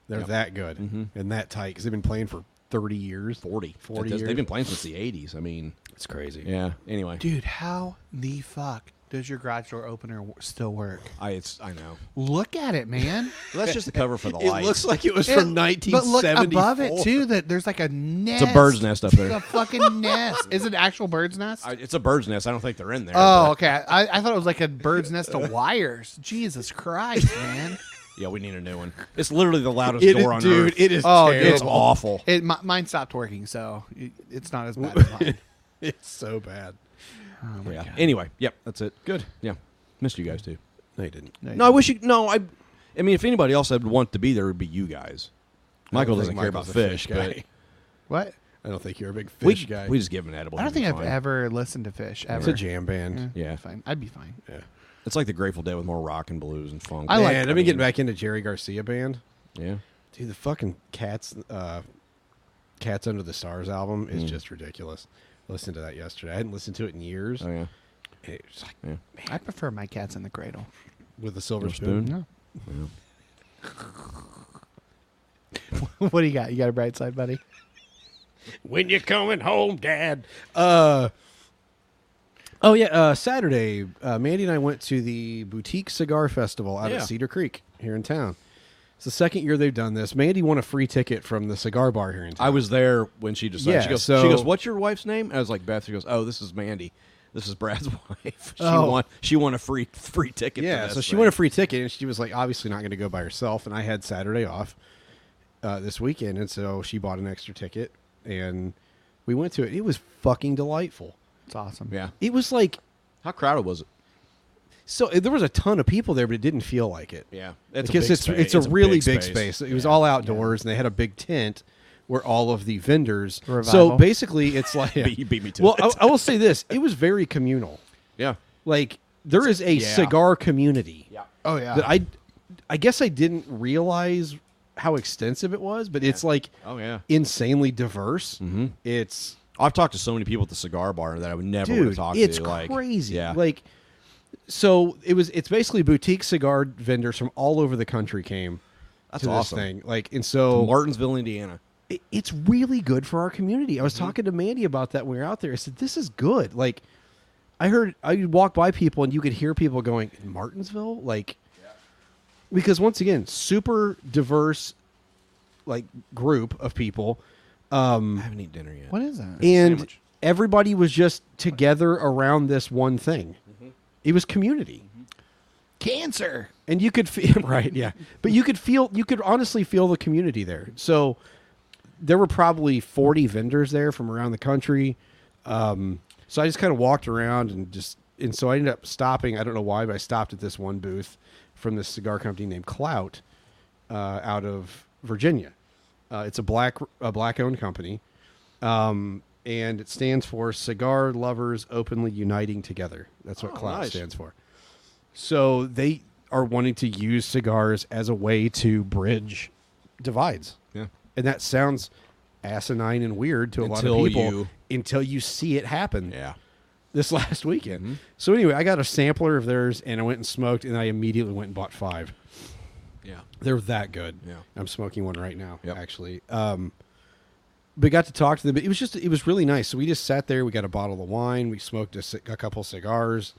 [SPEAKER 1] They're
[SPEAKER 3] Yep. Mm-hmm.
[SPEAKER 1] that good and that tight because they've been playing for thirty years.
[SPEAKER 3] 40.
[SPEAKER 1] 40
[SPEAKER 3] They've
[SPEAKER 1] years.
[SPEAKER 3] been playing since the 80s. I mean,
[SPEAKER 1] It's crazy.
[SPEAKER 3] yeah. Anyway,
[SPEAKER 2] Dude, how the fuck does your garage door opener w- still work?
[SPEAKER 3] I it's I know.
[SPEAKER 2] Look at it, man.
[SPEAKER 3] Well, that's just the cover for the
[SPEAKER 1] It
[SPEAKER 3] lights.
[SPEAKER 1] looks like it was
[SPEAKER 2] It-
[SPEAKER 1] from
[SPEAKER 2] But look
[SPEAKER 1] 1974.
[SPEAKER 2] above it too. That there's like a nest.
[SPEAKER 3] it's a bird's nest up there.
[SPEAKER 2] It's a fucking nest. Is it actual bird's nest?
[SPEAKER 3] I, it's a bird's nest. I don't think they're in there.
[SPEAKER 2] oh,
[SPEAKER 3] but-
[SPEAKER 2] okay. I, I thought it was like a bird's nest of wires. Jesus Christ, man.
[SPEAKER 3] yeah, we need a new one. It's literally the loudest
[SPEAKER 1] It is-
[SPEAKER 3] door on
[SPEAKER 1] dude,
[SPEAKER 3] earth.
[SPEAKER 1] it is
[SPEAKER 2] Oh, dude.
[SPEAKER 1] terrible.
[SPEAKER 3] it's awful.
[SPEAKER 2] It my, mine stopped working, so it, it's not as bad. as mine.
[SPEAKER 1] It's so bad.
[SPEAKER 3] yeah. Anyway, yep, that's it.
[SPEAKER 1] Good.
[SPEAKER 3] Yeah, missed you guys too.
[SPEAKER 1] They didn't.
[SPEAKER 3] No, I wish you. No, I. I mean, if anybody else would want to be there, it would be you guys.
[SPEAKER 1] I
[SPEAKER 3] Michael
[SPEAKER 1] don't
[SPEAKER 3] doesn't
[SPEAKER 1] think
[SPEAKER 3] care about
[SPEAKER 1] Michael's a
[SPEAKER 3] fish, but
[SPEAKER 1] guy.
[SPEAKER 2] What?
[SPEAKER 1] I don't think you're a big
[SPEAKER 3] we,
[SPEAKER 1] fish guy.
[SPEAKER 3] we just give him an edible.
[SPEAKER 2] I don't
[SPEAKER 3] He'll
[SPEAKER 2] think
[SPEAKER 3] be
[SPEAKER 2] I've
[SPEAKER 3] fine.
[SPEAKER 2] ever listened to Fish ever.
[SPEAKER 1] it's a jam band.
[SPEAKER 3] Yeah.
[SPEAKER 2] Fine. I'd be fine.
[SPEAKER 1] Yeah.
[SPEAKER 3] It's like the Grateful Dead with more rock and blues and funk.
[SPEAKER 2] I like-
[SPEAKER 1] Man, let me get back into Jerry Garcia band.
[SPEAKER 3] Yeah.
[SPEAKER 1] Dude, the fucking cats, uh, cats under the stars album
[SPEAKER 3] Mm.
[SPEAKER 1] is just ridiculous. Listened to that yesterday. I hadn't listened to it in years.
[SPEAKER 3] Oh yeah.
[SPEAKER 1] And it was like
[SPEAKER 3] Yeah.
[SPEAKER 2] I prefer my cats in the cradle.
[SPEAKER 1] with a silver
[SPEAKER 3] Little
[SPEAKER 1] spoon.
[SPEAKER 3] spoon.
[SPEAKER 2] No. what do you got? You got a bright side, buddy?
[SPEAKER 1] When you're coming home, Dad. Uh. Oh yeah, uh, Saturday, uh, Mandy and I went to the Boutique Cigar Festival out
[SPEAKER 3] Yeah.
[SPEAKER 1] at Cedar Creek here in town. It's the second year they've done this. Mandy won a free ticket from the cigar bar here in town.
[SPEAKER 3] I was there when she decided.
[SPEAKER 1] Yeah,
[SPEAKER 3] she goes,
[SPEAKER 1] so-
[SPEAKER 3] she goes, "What's your wife's name?" I was like, "Beth." She goes, "Oh, this is Mandy. This is Brad's wife. She
[SPEAKER 2] Oh.
[SPEAKER 3] won. She won a free free ticket. to
[SPEAKER 1] Yeah,
[SPEAKER 3] this
[SPEAKER 1] so she
[SPEAKER 3] thing.
[SPEAKER 1] won a free ticket, and she was like, obviously not going to go by herself. And I had Saturday off uh, this weekend, and so she bought an extra ticket, and we went to it. It was fucking delightful.
[SPEAKER 2] It's awesome.
[SPEAKER 3] Yeah.
[SPEAKER 1] It was like
[SPEAKER 3] How crowded was it?
[SPEAKER 1] so uh, there was a ton of people there, but it didn't feel like it.
[SPEAKER 3] Yeah, it's a
[SPEAKER 1] because
[SPEAKER 3] big
[SPEAKER 1] it's
[SPEAKER 3] space.
[SPEAKER 1] it's a
[SPEAKER 3] It's a
[SPEAKER 1] really
[SPEAKER 3] big
[SPEAKER 1] big
[SPEAKER 3] space.
[SPEAKER 1] space. It was all outdoors, and they had a big tent where all of the vendors.
[SPEAKER 2] Revival.
[SPEAKER 1] So basically, it's like
[SPEAKER 3] Beat- you beat me to
[SPEAKER 1] well,
[SPEAKER 3] it.
[SPEAKER 1] I, I will say this: it was very communal.
[SPEAKER 3] Yeah,
[SPEAKER 1] Like there is a
[SPEAKER 3] Yeah.
[SPEAKER 1] cigar community.
[SPEAKER 2] Oh yeah.
[SPEAKER 1] that I I guess I didn't realize how extensive it was, but it's like
[SPEAKER 3] Oh yeah. Mm-hmm.
[SPEAKER 1] insanely diverse. It's
[SPEAKER 3] I've talked to so many people at the cigar bar that I would never would have
[SPEAKER 1] dude,
[SPEAKER 3] talked
[SPEAKER 1] it's
[SPEAKER 3] to. Like
[SPEAKER 1] crazy.
[SPEAKER 3] Yeah.
[SPEAKER 1] Like so it was it's basically boutique cigar vendors from all over the country came
[SPEAKER 3] That's
[SPEAKER 1] to
[SPEAKER 3] awesome.
[SPEAKER 1] this thing. Like and so
[SPEAKER 3] Martinsville, Indiana.
[SPEAKER 1] it- it's really good for our community. I was talking to Mandy about that when we were out there. I said, "This is good." Like, I heard I would walk by people and you could hear people going, "Martinsville," like, because once again, super diverse, like group of people,
[SPEAKER 3] I haven't eaten dinner yet.
[SPEAKER 2] what is that?
[SPEAKER 1] and
[SPEAKER 3] Sandwich.
[SPEAKER 1] everybody was just together around this one thing. It was community,
[SPEAKER 2] Cancer.
[SPEAKER 1] and you could feel right, yeah. But you could feel, you could honestly feel the community there. So. there were probably 40 vendors there from around the country. Um, so I just kind of walked around and just, and so I ended up stopping. I don't know why, but I stopped at this one booth from this cigar company named Clout uh, out of Virginia. Uh, it's a black, a black owned company. Um, and it stands for Cigar Lovers Openly Uniting Together. That's what
[SPEAKER 3] Oh,
[SPEAKER 1] Clout
[SPEAKER 3] nice.
[SPEAKER 1] stands for. So they are wanting to use cigars as a way to bridge divides
[SPEAKER 3] Yeah.
[SPEAKER 1] and that sounds asinine and weird to a lot
[SPEAKER 3] Until
[SPEAKER 1] of people
[SPEAKER 3] you-
[SPEAKER 1] until you see it happen
[SPEAKER 3] Yeah. Mm-hmm.
[SPEAKER 1] this last weekend. So anyway, I got a sampler of theirs and I went and smoked and I immediately went and bought five.
[SPEAKER 3] Yeah.
[SPEAKER 1] They're that good.
[SPEAKER 3] Yeah.
[SPEAKER 1] I'm smoking one right now,
[SPEAKER 3] Yep.
[SPEAKER 1] actually. Um, but got to talk to them. But it was just, it was really nice. So we just sat there. We got a bottle of wine. We smoked a, ci- a couple cigars,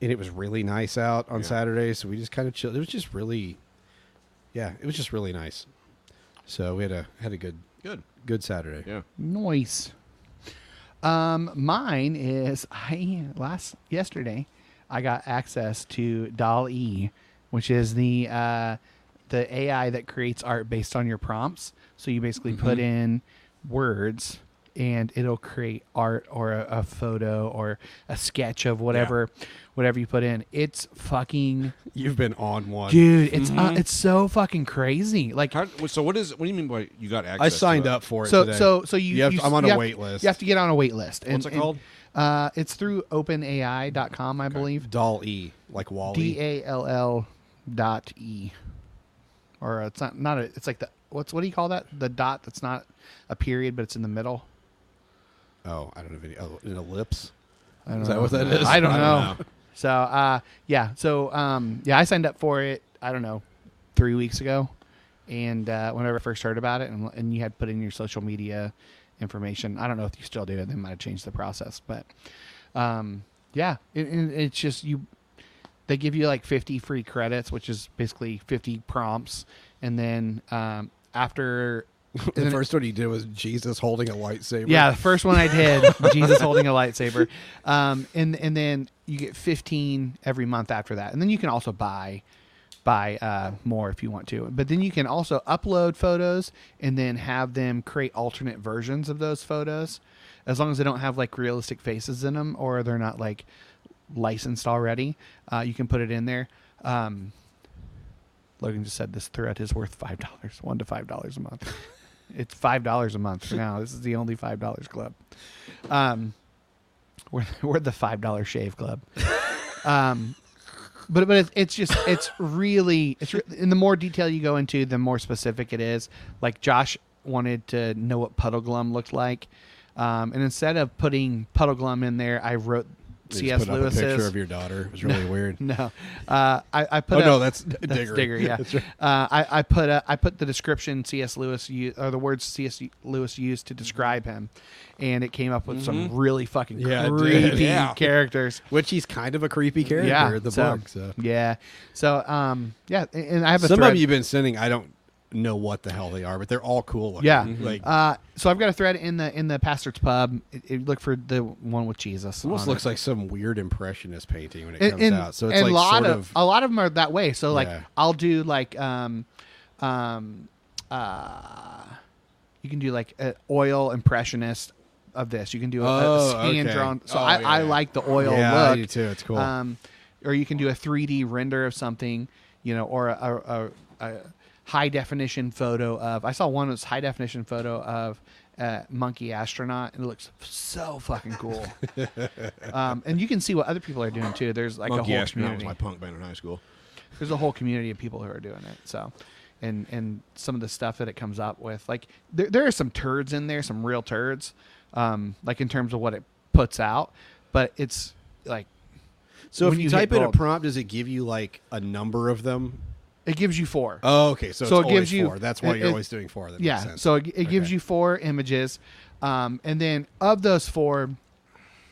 [SPEAKER 1] and it was really nice out on Saturday. So we just kind of chilled. It was just really, yeah, it was just really nice. So we had a had a good
[SPEAKER 3] Good.
[SPEAKER 1] good Saturday.
[SPEAKER 3] Yeah.
[SPEAKER 2] Noise. Um, mine is I last yesterday I got access to Doll E, which is the uh, the AI that creates art based on your prompts. So you basically put in words and it'll create art or a, a photo or a sketch of whatever whatever you put in. It's fucking
[SPEAKER 1] You've been on one.
[SPEAKER 2] dude, it's uh, it's so fucking crazy. Like
[SPEAKER 3] How, so what is? What do you mean by you got access?
[SPEAKER 1] I signed
[SPEAKER 3] to it?
[SPEAKER 1] up for it.
[SPEAKER 2] so
[SPEAKER 1] today.
[SPEAKER 2] so so you,
[SPEAKER 1] You have
[SPEAKER 2] you
[SPEAKER 1] to- I'm on a
[SPEAKER 2] you have-
[SPEAKER 1] wait list.
[SPEAKER 2] You have to get on a wait list. And,
[SPEAKER 3] What's it
[SPEAKER 2] and,
[SPEAKER 3] called?
[SPEAKER 2] uh, it's through OpenAI.com, I believe.
[SPEAKER 1] Doll E like Wally.
[SPEAKER 2] D A L L dot E, or it's not not a, it's like the what's what do you call that? The dot that's not a period, but it's in the middle.
[SPEAKER 1] oh, I don't have any. Oh, an ellipse.
[SPEAKER 2] I don't
[SPEAKER 1] Is
[SPEAKER 2] know.
[SPEAKER 1] that what that is?
[SPEAKER 2] I don't
[SPEAKER 1] I
[SPEAKER 2] know.
[SPEAKER 1] don't know.
[SPEAKER 2] So uh, yeah, so um, yeah, I signed up for it. I don't know, three weeks ago, and uh, whenever I first heard about it, and, and you had put in your social media information. I don't know if you still do it. They might have changed the process, but um, yeah, it, it, it's just you. They give you like 50 free credits, which is basically 50 prompts, and then um, after
[SPEAKER 1] The first one he did was Jesus holding a lightsaber.
[SPEAKER 2] yeah, the first one I did, Jesus holding a lightsaber, um, and and then you get fifteen every month after that, and then you can also buy buy uh, more if you want to. But then you can also upload photos and then have them create alternate versions of those photos, as long as they don't have like realistic faces in them or they're not like licensed already. Uh, you can put it in there. Um, Logan just said this thread is worth five dollars, one to five dollars a month. it's five dollars a month for now. This is the only five dollars club. Um, we're we're the five dollar shave club. Um, but but it's, it's just it's really it's re- and the more detail you go into, the more specific it is. Like Josh wanted to know what puddle glum looked like, um, and instead of putting puddle glum in there, I wrote
[SPEAKER 1] You just
[SPEAKER 2] C.S.
[SPEAKER 1] put up a
[SPEAKER 2] Lewis's.
[SPEAKER 1] picture of your daughter. It was really weird.
[SPEAKER 2] No, uh, I, I put.
[SPEAKER 1] Oh,
[SPEAKER 2] up,
[SPEAKER 1] no, that's D- Diggory.
[SPEAKER 2] yeah.
[SPEAKER 1] That's right.
[SPEAKER 2] uh, I, I put a, I put the description C.S. Lewis u- or the words C.S. Lewis used
[SPEAKER 1] Mm-hmm.
[SPEAKER 2] to describe him, and it came up with some really fucking
[SPEAKER 1] Yeah, it did.
[SPEAKER 2] creepy
[SPEAKER 3] Yeah.
[SPEAKER 2] characters.
[SPEAKER 1] Which he's kind of a creepy character
[SPEAKER 2] yeah,
[SPEAKER 1] in the
[SPEAKER 2] so,
[SPEAKER 1] book. So.
[SPEAKER 2] yeah, so um, yeah, and- and I have a
[SPEAKER 1] Some
[SPEAKER 2] thread.
[SPEAKER 1] of you've been sending, I don't know what the hell they are, but they're all cool. Looking.
[SPEAKER 2] yeah,
[SPEAKER 1] Like,
[SPEAKER 2] uh, so I've got a thread in the in the pastor's pub. It, it- look for the one with Jesus.
[SPEAKER 1] almost
[SPEAKER 2] on it.
[SPEAKER 1] looks like some weird impressionist painting when it
[SPEAKER 2] and,
[SPEAKER 1] comes
[SPEAKER 2] and-
[SPEAKER 1] out. So it's like
[SPEAKER 2] and a lot
[SPEAKER 1] sort of,
[SPEAKER 2] a lot of them are that way. So like
[SPEAKER 1] Yeah.
[SPEAKER 2] I'll do like um, um, uh, you can do like an oil impressionist of this. You can do a,
[SPEAKER 1] Oh, okay.
[SPEAKER 2] hand drawn. So
[SPEAKER 1] Oh,
[SPEAKER 2] I, I
[SPEAKER 1] yeah.
[SPEAKER 2] like the oil
[SPEAKER 1] yeah,
[SPEAKER 2] look.
[SPEAKER 1] I do too. It's cool.
[SPEAKER 2] Um, or you can do a 3D render of something, you know, or a, a, a, a high definition photo of. I saw one that was high definition photo of a monkey astronaut, and it looks so fucking cool. um, and you can see what other people are doing too. There's like
[SPEAKER 3] Monkey
[SPEAKER 2] a whole
[SPEAKER 3] astronaut was
[SPEAKER 2] community.
[SPEAKER 3] my punk band in high school.
[SPEAKER 2] There's a whole community of people who are doing it. So. And, and some of the stuff that it comes up with, like there, there are some turds in there, some real turds, um, like in terms of what it puts out, but it's like
[SPEAKER 1] so if
[SPEAKER 2] when
[SPEAKER 1] you,
[SPEAKER 2] you hit
[SPEAKER 1] type in a
[SPEAKER 2] gold-
[SPEAKER 1] prompt, does it give you like a number of them?
[SPEAKER 2] it gives you four.
[SPEAKER 1] Oh, okay. So,
[SPEAKER 2] So
[SPEAKER 1] it's
[SPEAKER 2] it gives
[SPEAKER 1] always
[SPEAKER 2] you-
[SPEAKER 1] four. That's why
[SPEAKER 2] it-
[SPEAKER 1] you're
[SPEAKER 2] it-
[SPEAKER 1] always doing four. That makes
[SPEAKER 2] yeah
[SPEAKER 1] sense.
[SPEAKER 2] so it, it gives
[SPEAKER 1] Okay.
[SPEAKER 2] you four images um, and then of those four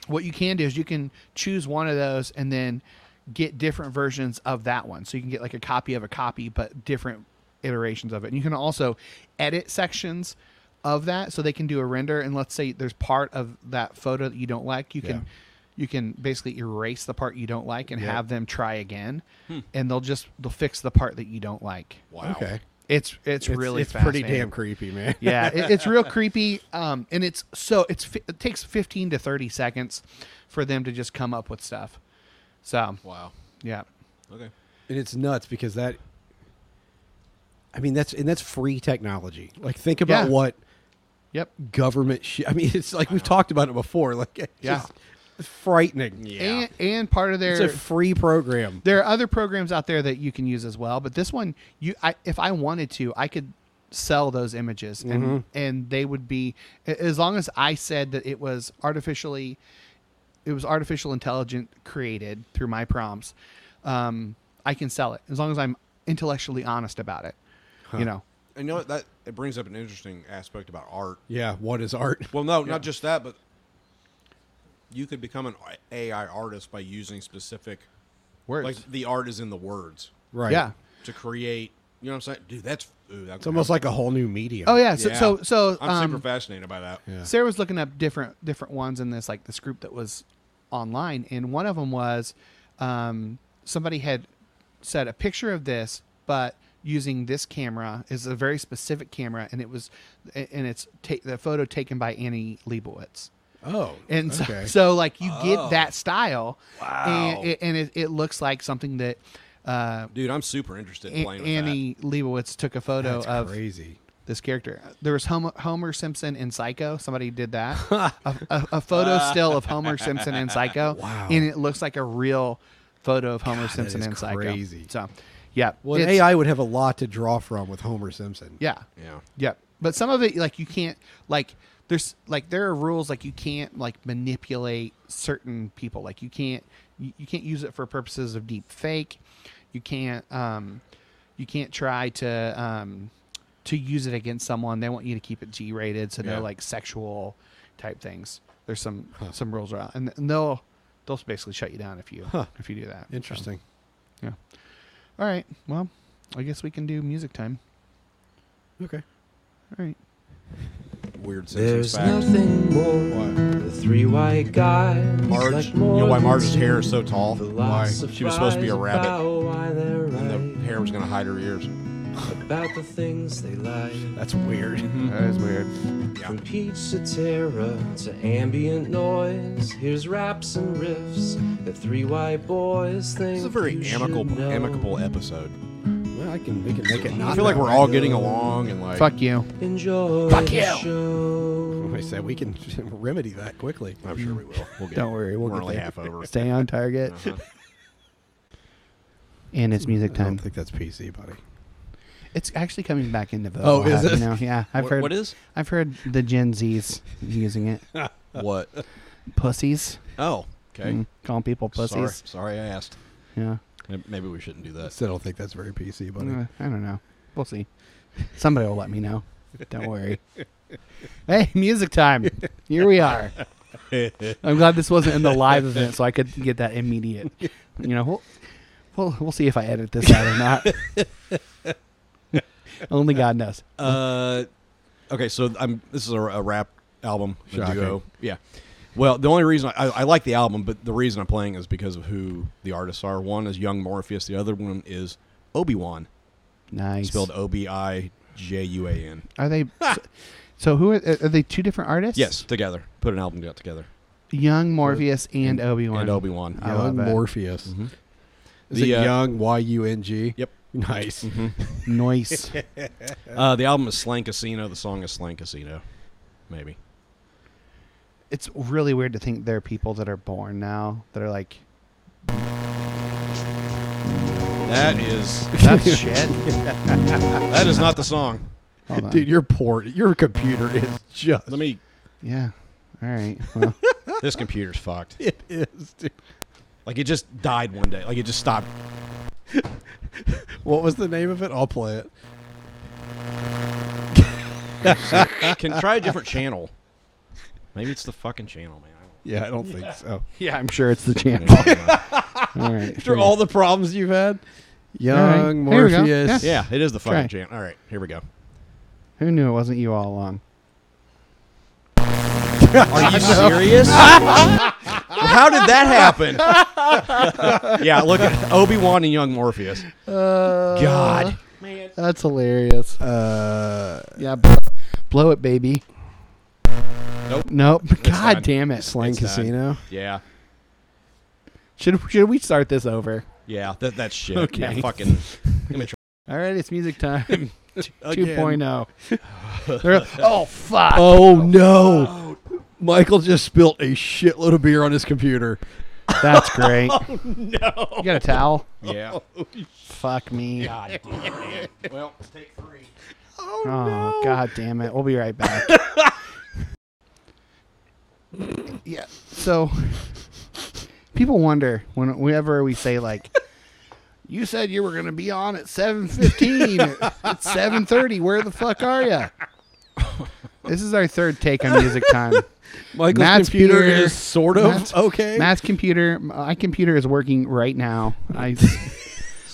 [SPEAKER 2] what you can do is you can choose one of those and then get different versions of that one so you can get like a copy of a copy but different iterations of it and you can also edit sections of that so they can do a render and let's say there's part of that photo that you don't like you can
[SPEAKER 1] Yeah.
[SPEAKER 2] you can basically erase the part you don't like and
[SPEAKER 1] Yep.
[SPEAKER 2] have them try again
[SPEAKER 1] Hmm.
[SPEAKER 2] and they'll just they'll fix the part that you don't like
[SPEAKER 3] Wow.
[SPEAKER 1] Okay.
[SPEAKER 2] it's
[SPEAKER 1] It's,
[SPEAKER 2] it's, really
[SPEAKER 1] it's pretty
[SPEAKER 2] fascinating
[SPEAKER 1] damn creepy, man.
[SPEAKER 2] yeah it, it's real creepy um and it's so it's fi- it takes 15 to 30 seconds for them to just come up with stuff so
[SPEAKER 3] Wow.
[SPEAKER 2] yeah
[SPEAKER 3] Okay.
[SPEAKER 1] and it's nuts because that i mean that's and that's free technology like think about
[SPEAKER 2] Yeah.
[SPEAKER 1] what
[SPEAKER 2] yep
[SPEAKER 1] government sh- i mean it's like we've talked about it before like it's
[SPEAKER 2] Yeah.
[SPEAKER 1] just it's frightening
[SPEAKER 3] Yeah.
[SPEAKER 2] and, and part of
[SPEAKER 1] it's
[SPEAKER 2] their
[SPEAKER 1] a free program
[SPEAKER 2] there are other programs out there that you can use as well but this one you I, if i wanted to i could sell those images and and they would be a- as long as i said that it was artificially it was artificial intelligence created through my prompts um i can sell it as long as i'm intellectually honest about it you know
[SPEAKER 3] And you know what? That it brings up an interesting aspect about art.
[SPEAKER 1] yeah what is art
[SPEAKER 3] Well, no, not just that, but you could become an AI artist by using specific
[SPEAKER 2] words
[SPEAKER 3] like the art is in the words
[SPEAKER 1] right
[SPEAKER 2] yeah
[SPEAKER 3] to create You know what I'm saying, dude? That's food.
[SPEAKER 1] It's almost like a whole new medium.
[SPEAKER 2] Oh yeah. So so, so
[SPEAKER 3] I'm
[SPEAKER 2] um,
[SPEAKER 3] super fascinated by that.
[SPEAKER 1] Yeah.
[SPEAKER 2] Sarah was looking up different different ones in this like this group that was online, and one of them was um, somebody had said a picture of this, but using this camera is a very specific camera, and it was and it's ta- the photo taken by Annie Leibovitz.
[SPEAKER 1] Oh,
[SPEAKER 2] And so,
[SPEAKER 1] okay. Oh.
[SPEAKER 2] so like you get that style,
[SPEAKER 3] Wow.
[SPEAKER 2] and, it, and it, it looks like something that uh,
[SPEAKER 3] Dude, I'm super interested in
[SPEAKER 2] A-
[SPEAKER 3] playing with
[SPEAKER 2] Annie Leibovitz took a photo
[SPEAKER 1] that's
[SPEAKER 2] of
[SPEAKER 1] crazy.
[SPEAKER 2] this character. There was Homer, Homer Simpson in Psycho. Somebody did that. a, a, a photo still of Homer Simpson in Psycho.
[SPEAKER 1] Wow.
[SPEAKER 2] And it looks like a real photo of Homer
[SPEAKER 1] that
[SPEAKER 2] Simpson
[SPEAKER 1] is
[SPEAKER 2] in Psycho.
[SPEAKER 1] crazy.
[SPEAKER 2] So, yeah.
[SPEAKER 1] Well, an
[SPEAKER 2] it's-
[SPEAKER 1] AI would have a lot to draw from with Homer Simpson.
[SPEAKER 2] Yeah.
[SPEAKER 3] that. Yeah.
[SPEAKER 2] Yep. But some of it, like you can't, like there's like there are rules, like you can't like manipulate certain people, like you can't you, you can't use it for purposes of deep fake, you can't um you can't try to um to use it against someone. They want you to keep it G rated, so
[SPEAKER 3] Yeah.
[SPEAKER 2] no like sexual type things. There's some some rules around, and, and they'll they'll basically shut you down if you
[SPEAKER 1] Huh.
[SPEAKER 2] if you do that. So,
[SPEAKER 1] Interesting.
[SPEAKER 2] yeah. All right. Well, I guess we can do music time.
[SPEAKER 1] Okay.
[SPEAKER 2] All right.
[SPEAKER 3] Weird Simpsons
[SPEAKER 5] There's
[SPEAKER 3] fact.
[SPEAKER 5] nothing more.
[SPEAKER 1] What?
[SPEAKER 5] The three white guys.
[SPEAKER 3] Marge,
[SPEAKER 5] like
[SPEAKER 3] you know why
[SPEAKER 5] Morgan
[SPEAKER 3] Marge's hair is
[SPEAKER 5] Stanley.
[SPEAKER 3] so tall?
[SPEAKER 5] Why?
[SPEAKER 3] She was supposed to be a rabbit,
[SPEAKER 5] About why they're
[SPEAKER 3] and the
[SPEAKER 5] right.
[SPEAKER 3] hair was going to hide her ears.
[SPEAKER 5] About the things they like.
[SPEAKER 1] That's weird.
[SPEAKER 2] That is weird.
[SPEAKER 3] Yeah.
[SPEAKER 5] From peach to terra to ambient noise. Here's raps and riffs that three white boys think.
[SPEAKER 3] This is a very
[SPEAKER 5] you should
[SPEAKER 3] amicable,
[SPEAKER 5] know.
[SPEAKER 3] amicable episode.
[SPEAKER 1] Well, I can. We can make it
[SPEAKER 3] I
[SPEAKER 1] not.
[SPEAKER 3] feel like
[SPEAKER 1] that
[SPEAKER 3] we're
[SPEAKER 1] way.
[SPEAKER 3] all getting along and like.
[SPEAKER 2] Fuck you.
[SPEAKER 5] Enjoy
[SPEAKER 2] Fuck
[SPEAKER 5] the
[SPEAKER 2] you.
[SPEAKER 5] show.
[SPEAKER 1] I said we can remedy that quickly.
[SPEAKER 3] I'm sure we will. We'll get
[SPEAKER 2] Don't worry, we'll
[SPEAKER 3] we're
[SPEAKER 2] get
[SPEAKER 3] only
[SPEAKER 2] there.
[SPEAKER 3] half over.
[SPEAKER 2] Stay on target.
[SPEAKER 3] Uh-huh.
[SPEAKER 2] And it's music
[SPEAKER 1] I don't
[SPEAKER 2] time.
[SPEAKER 1] think that's PC, buddy.
[SPEAKER 2] It's actually coming back into vogue. uh,
[SPEAKER 1] Oh, is
[SPEAKER 2] you
[SPEAKER 1] it?
[SPEAKER 2] know, yeah, I've
[SPEAKER 3] What-
[SPEAKER 2] heard.
[SPEAKER 3] what is?
[SPEAKER 2] I've heard the Gen Zs using it.
[SPEAKER 3] What?
[SPEAKER 2] Pussies.
[SPEAKER 3] Oh, okay.
[SPEAKER 2] Mm, calling people
[SPEAKER 3] Sorry,
[SPEAKER 2] pussies.
[SPEAKER 3] sorry, I asked.
[SPEAKER 2] Yeah.
[SPEAKER 3] Maybe we shouldn't do that.
[SPEAKER 1] I still don't think that's very PC, buddy.
[SPEAKER 2] Uh, I don't know. We'll see. Somebody will let me know. Don't worry. Hey, music time. Here we are. I'm glad this wasn't in the live event so I could get that immediate. You know, we'll, we'll, we'll see if I edit this out or not. Only God knows.
[SPEAKER 3] Uh, okay, so I'm. This is a, a rap album, a
[SPEAKER 1] Shocking.
[SPEAKER 3] duo. Yeah. Well, the only reason I, I like the album, but the reason I'm playing is because of who the artists are. One is Young Morpheus. The other one is Obi Wan,
[SPEAKER 2] Nice.
[SPEAKER 3] spelled O B I J U A N.
[SPEAKER 2] Are they? so, so who are, are they? Two different artists?
[SPEAKER 3] Yes, together. Put an album out together.
[SPEAKER 2] Young Morpheus and, Obi Wan.
[SPEAKER 3] And Mm-hmm. Obi Wan.
[SPEAKER 2] I
[SPEAKER 1] Young
[SPEAKER 2] love it.
[SPEAKER 1] Morpheus. Is
[SPEAKER 3] The,
[SPEAKER 1] it
[SPEAKER 3] uh,
[SPEAKER 1] Young Y U N G?
[SPEAKER 3] Yep.
[SPEAKER 1] Nice.
[SPEAKER 2] Noise.
[SPEAKER 3] Uh, the album is Slang Casino. The song is Slang Casino. Maybe.
[SPEAKER 2] it's really weird to think there are people that are born now that are like
[SPEAKER 3] That is
[SPEAKER 2] that's shit.
[SPEAKER 3] that is not the song.
[SPEAKER 2] Hold on.
[SPEAKER 1] Dude, your port, your computer is just.
[SPEAKER 3] Let me.
[SPEAKER 2] Yeah. All right. Well,
[SPEAKER 3] This computer's fucked.
[SPEAKER 1] It is, dude.
[SPEAKER 3] Like it just died one day. Like it just stopped.
[SPEAKER 1] What was the name of it? I'll play it.
[SPEAKER 3] Can try a different channel. Maybe it's the fucking channel, man.
[SPEAKER 1] Yeah, I don't think so.
[SPEAKER 2] yeah, I'm sure it's the channel.
[SPEAKER 3] I don't know.
[SPEAKER 2] All right.
[SPEAKER 1] After all the problems you've had, Young
[SPEAKER 2] Young There we go.
[SPEAKER 1] Morpheus.
[SPEAKER 3] yeah, it is the
[SPEAKER 2] Try.
[SPEAKER 3] fucking channel. All right, here we go.
[SPEAKER 2] Who knew it wasn't you all along?
[SPEAKER 3] Are you serious? How did that happen? yeah, look at Obi Wan and Young Morpheus.
[SPEAKER 2] Uh,
[SPEAKER 3] God,
[SPEAKER 2] That's hilarious.
[SPEAKER 1] Uh,
[SPEAKER 2] yeah. Blow, blow it, baby.
[SPEAKER 3] Nope.
[SPEAKER 2] Nope. God
[SPEAKER 3] done.
[SPEAKER 2] damn it.
[SPEAKER 1] Slang
[SPEAKER 3] It's done.
[SPEAKER 1] Casino.
[SPEAKER 3] yeah,
[SPEAKER 2] Should should we start this over?
[SPEAKER 3] yeah, that that's shit.
[SPEAKER 2] Okay.
[SPEAKER 3] Yeah, fucking.
[SPEAKER 2] All right, it's music time.
[SPEAKER 1] Again.
[SPEAKER 2] 2.0. oh. They're- oh fuck.
[SPEAKER 1] Oh no! Oh. Michael just spilt a shitload of beer on his computer.
[SPEAKER 2] That's great. no. You got a towel?
[SPEAKER 3] Yeah.
[SPEAKER 2] Fuck me.
[SPEAKER 3] God damn it. Oh. Well, take three.
[SPEAKER 2] oh god damn it. We'll be right back. yeah. So people wonder when whenever we say like you said you were going to be on at 7:15. it's 7:30. Where the fuck are you? This is our third take on music time.
[SPEAKER 1] Michael's
[SPEAKER 2] Matt's
[SPEAKER 1] computer
[SPEAKER 2] beer.
[SPEAKER 1] is sort of
[SPEAKER 2] Matt's-
[SPEAKER 1] okay.
[SPEAKER 2] Matt's computer, my computer is working right now. I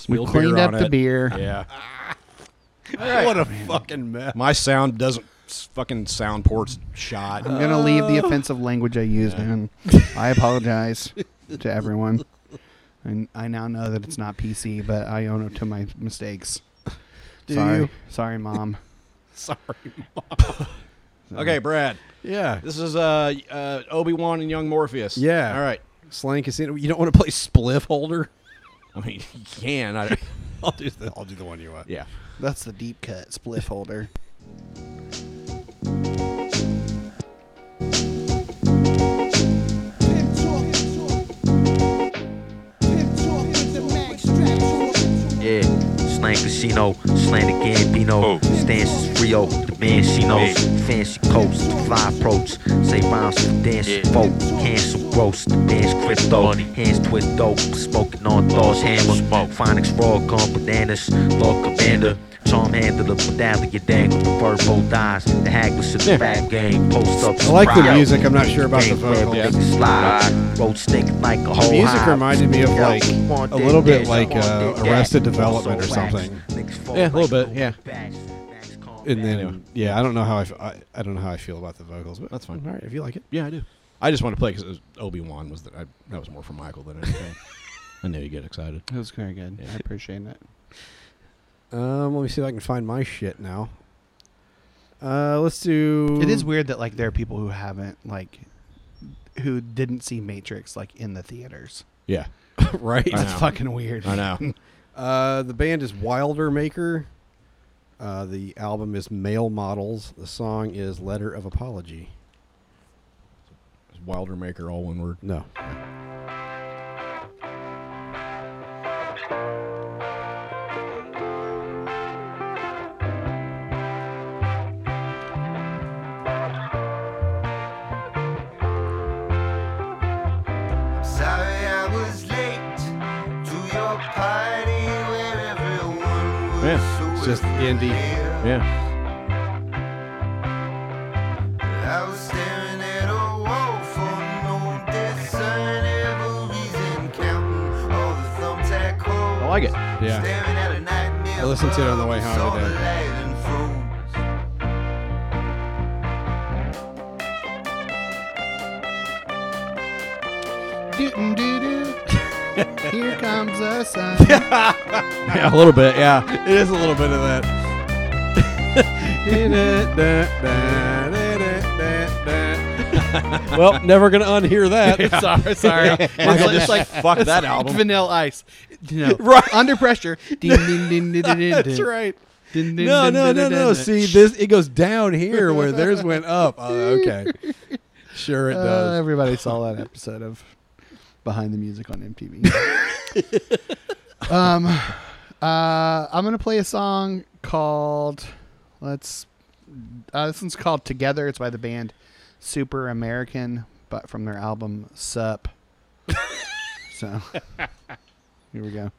[SPEAKER 2] we
[SPEAKER 3] beer
[SPEAKER 2] cleaned up
[SPEAKER 3] on
[SPEAKER 2] the
[SPEAKER 3] it.
[SPEAKER 2] beer.
[SPEAKER 3] Yeah.
[SPEAKER 1] What a fucking mess.
[SPEAKER 3] My sound doesn't s- fucking sound ports shot.
[SPEAKER 2] I'm gonna leave the offensive language I used, man. I apologize to everyone. And I now know that it's not PC, but I own up to my mistakes.
[SPEAKER 1] Do
[SPEAKER 2] Sorry,
[SPEAKER 1] you?
[SPEAKER 2] sorry, mom.
[SPEAKER 1] Sorry.
[SPEAKER 3] okay, Brad.
[SPEAKER 1] Yeah.
[SPEAKER 3] This is uh, uh Obi Wan and Young Morpheus.
[SPEAKER 1] Yeah.
[SPEAKER 3] All right.
[SPEAKER 1] Slang casino. You don't want to play spliff holder?
[SPEAKER 3] I mean, you can. I,
[SPEAKER 1] I'll do the I'll do the one you want.
[SPEAKER 3] yeah.
[SPEAKER 2] That's the deep cut spliff holder.
[SPEAKER 6] Yeah, slang casino, slang the Gambino, stances Rio, the Mancino, fancy coats, the five pros, say rhymes for dance folk, cancel gross, the band's crypto, hands twist dope, smoking on Thor's hammer, phonics frog gone bananas, Lord Commander. Charm handle the medallion dangle, the verbal dies, the haggles of the rap game, post up.
[SPEAKER 1] I like the
[SPEAKER 6] sprout.
[SPEAKER 1] music, I'm not sure about the
[SPEAKER 6] Gang rap,
[SPEAKER 1] vocals.
[SPEAKER 6] niggas slide, road stick like a whole
[SPEAKER 1] The music
[SPEAKER 6] hive.
[SPEAKER 1] reminded me of
[SPEAKER 6] Yo,
[SPEAKER 1] like
[SPEAKER 6] want
[SPEAKER 1] a
[SPEAKER 6] that
[SPEAKER 1] little bit
[SPEAKER 6] dick,
[SPEAKER 1] like
[SPEAKER 6] want
[SPEAKER 1] uh,
[SPEAKER 6] that
[SPEAKER 1] Arrested
[SPEAKER 6] dick.
[SPEAKER 1] Development or
[SPEAKER 6] Also
[SPEAKER 1] something.
[SPEAKER 6] wax.
[SPEAKER 3] Yeah, a little bit, yeah.
[SPEAKER 1] And then yeah, I don't know how I, f- I I don't know how I feel about the vocals, but that's fine. All right, if you like it.
[SPEAKER 3] Yeah, I do. I just want to play because Obi Wan was the, I, that was more for Michael than anything. I know you get excited.
[SPEAKER 2] That was very good. I appreciate it.
[SPEAKER 1] Um, let me see if I can find my shit now. Uh, let's do.
[SPEAKER 2] It is weird that like there are people who haven't like who didn't see Matrix like in the theaters.
[SPEAKER 3] Yeah,
[SPEAKER 1] right.
[SPEAKER 3] I
[SPEAKER 2] That's
[SPEAKER 3] know.
[SPEAKER 2] fucking weird.
[SPEAKER 3] I know.
[SPEAKER 1] Uh, the band is Wilder Maker. Uh, the album is Male Models. The song is Letter of Apology.
[SPEAKER 3] Wilder Maker, all one word.
[SPEAKER 1] No.
[SPEAKER 7] Sorry I was late to your party where everyone was
[SPEAKER 3] Yeah,
[SPEAKER 7] so
[SPEAKER 1] It's just indie.
[SPEAKER 7] familiar.
[SPEAKER 3] Yeah,
[SPEAKER 7] I was staring at a wall for no discernible reason, counting all the thumbtack holes.
[SPEAKER 3] I like it.
[SPEAKER 1] Yeah.
[SPEAKER 7] Staring at a nightmare.
[SPEAKER 1] I listened to it on the way
[SPEAKER 7] above,
[SPEAKER 1] home
[SPEAKER 7] saw the
[SPEAKER 1] today.
[SPEAKER 7] light and froze.
[SPEAKER 2] Doo doo. Here comes the sun.
[SPEAKER 3] yeah, a little bit. Yeah,
[SPEAKER 1] It is a little bit of that. well, never gonna unhear that.
[SPEAKER 2] sorry, sorry.
[SPEAKER 3] Michael just like fuck that album.
[SPEAKER 2] Vanilla Ice. You know,
[SPEAKER 1] Right.
[SPEAKER 2] Under pressure. That's
[SPEAKER 1] That's right. No, no, no, no. See this? It goes down here where theirs went up. Oh, okay. Sure it
[SPEAKER 2] Uh,
[SPEAKER 1] does.
[SPEAKER 2] everybody saw that episode of Behind the Music on MTV. um, uh, I'm gonna play a song called. Let's. Uh, this one's called "Together." It's by the band Super American, but from their album Sup. so here we go.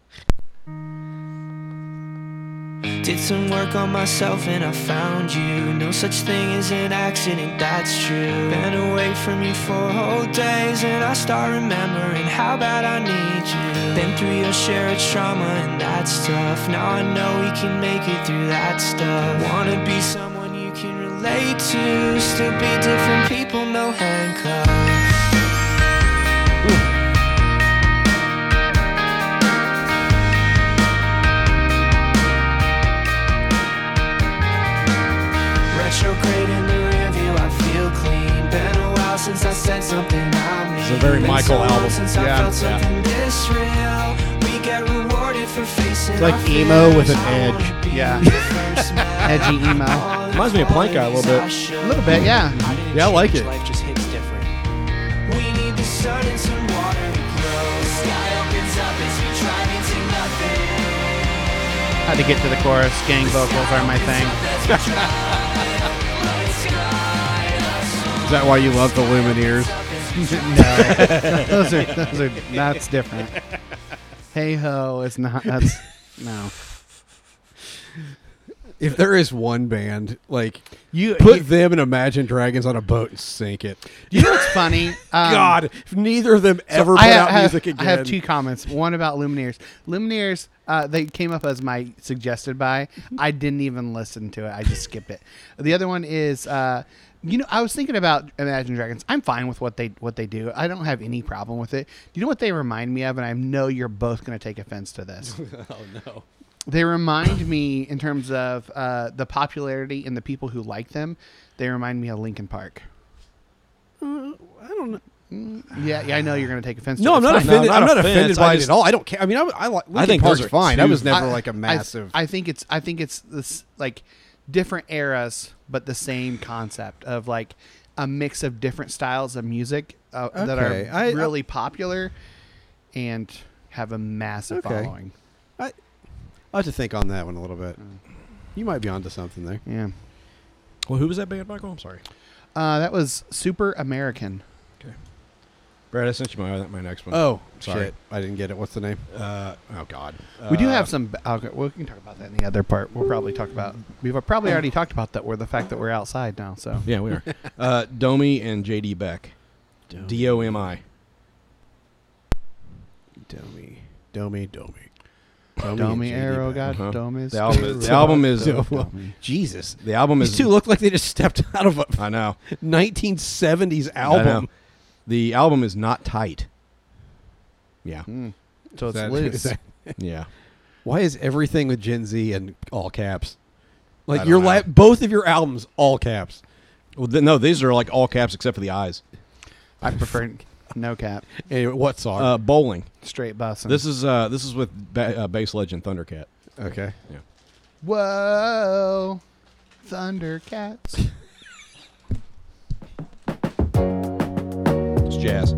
[SPEAKER 8] Did some work on myself and I found you. No such thing as an accident, that's true. Been away from you for whole days and I start remembering how bad I need you. Been through your share of trauma and that's tough. Now I know we can make it through that stuff. Wanna be someone you can relate to. Still be different people, no handcuffs. Retrograde in the rear view, I feel clean. Been a while since I said something I mean.
[SPEAKER 3] It's a very
[SPEAKER 8] Been
[SPEAKER 3] Michael
[SPEAKER 8] so long
[SPEAKER 3] album.
[SPEAKER 8] Since
[SPEAKER 2] Yeah.
[SPEAKER 8] I felt
[SPEAKER 3] Yeah.
[SPEAKER 8] something this real. We get rewarded for facing
[SPEAKER 1] like
[SPEAKER 8] our
[SPEAKER 1] emo with an
[SPEAKER 8] fears. I wanna
[SPEAKER 1] edge.
[SPEAKER 8] be
[SPEAKER 2] Yeah.
[SPEAKER 8] the first man.
[SPEAKER 2] Edgy emo.
[SPEAKER 8] All the
[SPEAKER 3] Reminds me of Planka a little bit.
[SPEAKER 8] qualities I
[SPEAKER 2] A little bit, yeah.
[SPEAKER 8] showed.
[SPEAKER 1] Yeah, I like it.
[SPEAKER 8] Life just hits different. We need the sun and some water to grow. Sky opens up as we drive into nothing.
[SPEAKER 2] Had to get to the chorus. Gang vocals are my thing.
[SPEAKER 1] Is that why you love the Lumineers?
[SPEAKER 2] no, those are those are that's different. Hey ho, it's not. That's no.
[SPEAKER 1] If there is one band, like
[SPEAKER 2] You-
[SPEAKER 1] put
[SPEAKER 2] you-
[SPEAKER 1] them and Imagine Dragons on a boat and sink it.
[SPEAKER 2] Do you know what's funny? Um,
[SPEAKER 1] God, if neither of them ever put
[SPEAKER 2] I have,
[SPEAKER 1] out
[SPEAKER 2] I have-
[SPEAKER 1] music again.
[SPEAKER 2] I have two comments. One about Lumineers. Lumineers, uh, they came up as my suggested by. I didn't even listen to it. I just skipped it. The other one is, uh, you know, I was thinking about Imagine Dragons. I'm fine with what they what they do. I don't have any problem with it. Do you know what they remind me of? And I know you're both going to take offense to this. they remind me in terms of uh, the popularity and the people who like them. They remind me of Linkin Park.
[SPEAKER 1] Uh,
[SPEAKER 2] I don't know. Yeah, yeah, I know you're going to take offense.
[SPEAKER 1] No, I'm
[SPEAKER 2] to it.
[SPEAKER 1] not
[SPEAKER 2] It's fine.
[SPEAKER 1] offended.
[SPEAKER 3] not
[SPEAKER 1] I'm not
[SPEAKER 3] offense.
[SPEAKER 1] offended
[SPEAKER 3] I
[SPEAKER 1] by
[SPEAKER 3] just-
[SPEAKER 1] it at all. I don't care. I mean, I, I, like- Linkin
[SPEAKER 3] think those
[SPEAKER 1] Park's
[SPEAKER 3] are
[SPEAKER 1] fine. I
[SPEAKER 3] two-
[SPEAKER 1] was never
[SPEAKER 2] I-
[SPEAKER 1] like a massive.
[SPEAKER 2] I, I think it's I think it's this like different eras, but the same concept of like a mix of different styles of music uh, that
[SPEAKER 1] Okay,
[SPEAKER 2] are
[SPEAKER 1] I-
[SPEAKER 2] really popular and have a massive
[SPEAKER 1] Okay.
[SPEAKER 2] following.
[SPEAKER 1] I have to think on that one a little bit. You might be onto something there.
[SPEAKER 2] Yeah,
[SPEAKER 3] Well, who was that band, Michael? I'm sorry.
[SPEAKER 2] uh, that was super American.
[SPEAKER 3] Brad, I sent you my, my next one.
[SPEAKER 1] Oh,
[SPEAKER 3] Sorry.
[SPEAKER 1] shit. I didn't get it. What's the name?
[SPEAKER 3] Uh, oh, God.
[SPEAKER 2] we do
[SPEAKER 1] Uh,
[SPEAKER 2] have some. Okay, well, we can talk about that in the other part. We'll probably talk about. We've probably already talked about that. Where the fact that we're outside now. So
[SPEAKER 3] Yeah, we are. uh, Domi and JD Beck. D O M I.
[SPEAKER 1] Domi. Domi. Domi. Domi,
[SPEAKER 2] Domi
[SPEAKER 1] and JD
[SPEAKER 2] Arrow
[SPEAKER 1] Beck.
[SPEAKER 2] got
[SPEAKER 3] Uh-huh.
[SPEAKER 2] Domi.
[SPEAKER 3] The album, the album is.
[SPEAKER 1] Jesus.
[SPEAKER 3] The album
[SPEAKER 1] These
[SPEAKER 3] is.
[SPEAKER 1] two look like they just stepped out of a
[SPEAKER 3] I know.
[SPEAKER 1] 1970s
[SPEAKER 3] I know.
[SPEAKER 1] album.
[SPEAKER 3] The album is not tight. Yeah.
[SPEAKER 2] so it's
[SPEAKER 1] That-
[SPEAKER 2] loose.
[SPEAKER 1] that-
[SPEAKER 3] Yeah.
[SPEAKER 1] why is everything with Gen Z in all caps?
[SPEAKER 3] I
[SPEAKER 1] Like
[SPEAKER 3] don't
[SPEAKER 1] your
[SPEAKER 3] know.
[SPEAKER 1] la- both of your albums all caps.
[SPEAKER 3] Well, th- no, these are like all caps except for the eyes.
[SPEAKER 2] I prefer no cap,
[SPEAKER 1] Anyway, what song?
[SPEAKER 3] Uh, bowling.
[SPEAKER 2] straight bussin'.
[SPEAKER 3] This is uh, this is with ba- uh, bass legend Thundercat.
[SPEAKER 1] Uh, okay.
[SPEAKER 2] Whoa, Oh, Thundercats.
[SPEAKER 3] It's jazz.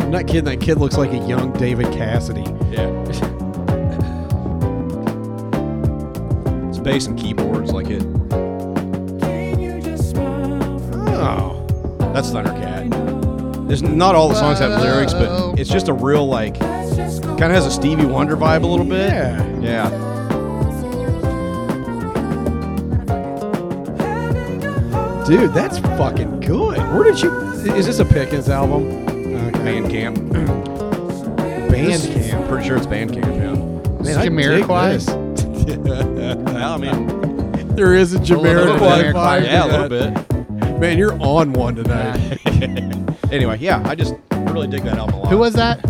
[SPEAKER 1] I'm not kidding. That kid looks like a young David Cassidy.
[SPEAKER 3] Yeah. it's bass and keyboards, like it. Oh, that's Thundercat. There's not all the songs have lyrics, but it's just a real like, kind of has a Stevie Wonder vibe a little bit.
[SPEAKER 1] Yeah.
[SPEAKER 3] Yeah.
[SPEAKER 1] Dude, that's fucking good. Where did you? Is this a Pickens album?
[SPEAKER 3] Band camp. Band camp. Pretty sure it's band camp. Yeah.
[SPEAKER 2] This is Jamiroquai?
[SPEAKER 3] Well, I mean,
[SPEAKER 1] There is a
[SPEAKER 2] little
[SPEAKER 1] Jamiroquai
[SPEAKER 2] bit of
[SPEAKER 1] vibe.
[SPEAKER 2] Jamiroquai.
[SPEAKER 1] to
[SPEAKER 3] yeah, a little
[SPEAKER 1] that.
[SPEAKER 3] bit.
[SPEAKER 1] Man, you're on one tonight.
[SPEAKER 3] Anyway, yeah, I just I really dig that album a lot.
[SPEAKER 2] Who was that?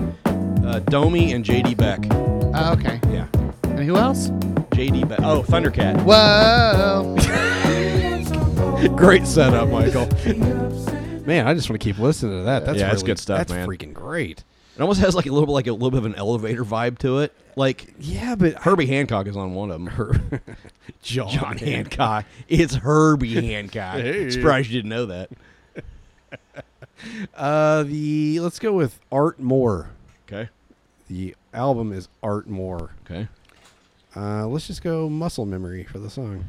[SPEAKER 3] uh, Domi and JD Beck?
[SPEAKER 2] Oh, okay.
[SPEAKER 3] Yeah,
[SPEAKER 2] And who else?
[SPEAKER 3] JD Beck. Oh, Thundercat.
[SPEAKER 2] Whoa.
[SPEAKER 1] great setup, Michael. man, I just want to keep listening to that. That's
[SPEAKER 3] Yeah,
[SPEAKER 1] really,
[SPEAKER 3] that's good stuff,
[SPEAKER 1] That's
[SPEAKER 3] man.
[SPEAKER 1] freaking great.
[SPEAKER 3] It almost has like a little bit like a little bit of an elevator vibe to it. Like
[SPEAKER 1] Yeah, but
[SPEAKER 3] Herbie Hancock is on one of them.
[SPEAKER 1] John,
[SPEAKER 3] John Hancock. It's Herbie Hancock.
[SPEAKER 1] Hey.
[SPEAKER 3] Surprised you didn't know that.
[SPEAKER 1] Uh, the let's go with Art Moore.
[SPEAKER 3] Okay.
[SPEAKER 1] The album is Art Moore.
[SPEAKER 3] Okay.
[SPEAKER 1] Uh, let's just go Muscle Memory for the song.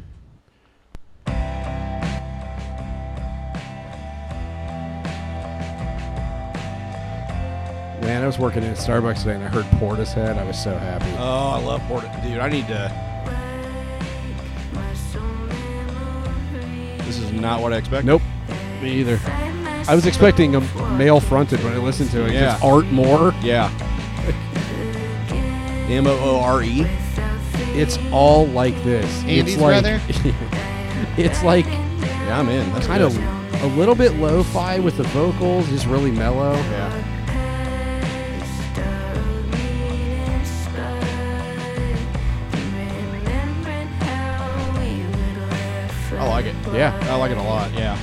[SPEAKER 1] Man, I was working at Starbucks today and I heard Portishead. I was so happy.
[SPEAKER 3] Oh, I love Portishead, dude. I need to. This is not what I expected.
[SPEAKER 1] nope, me either. I was expecting a male fronted when I listened to it.
[SPEAKER 3] Yeah.
[SPEAKER 1] Just Art Moore.
[SPEAKER 3] Yeah. M O O R E.
[SPEAKER 1] It's all like this.
[SPEAKER 2] Andy's
[SPEAKER 1] it's like,
[SPEAKER 2] brother?
[SPEAKER 1] it's like
[SPEAKER 3] Yeah, I'm in. That's
[SPEAKER 1] kind of
[SPEAKER 3] good.
[SPEAKER 1] a little bit lo-fi with the vocals, just really mellow.
[SPEAKER 3] Yeah. I like it.
[SPEAKER 1] Yeah,
[SPEAKER 3] I like it a lot. Yeah.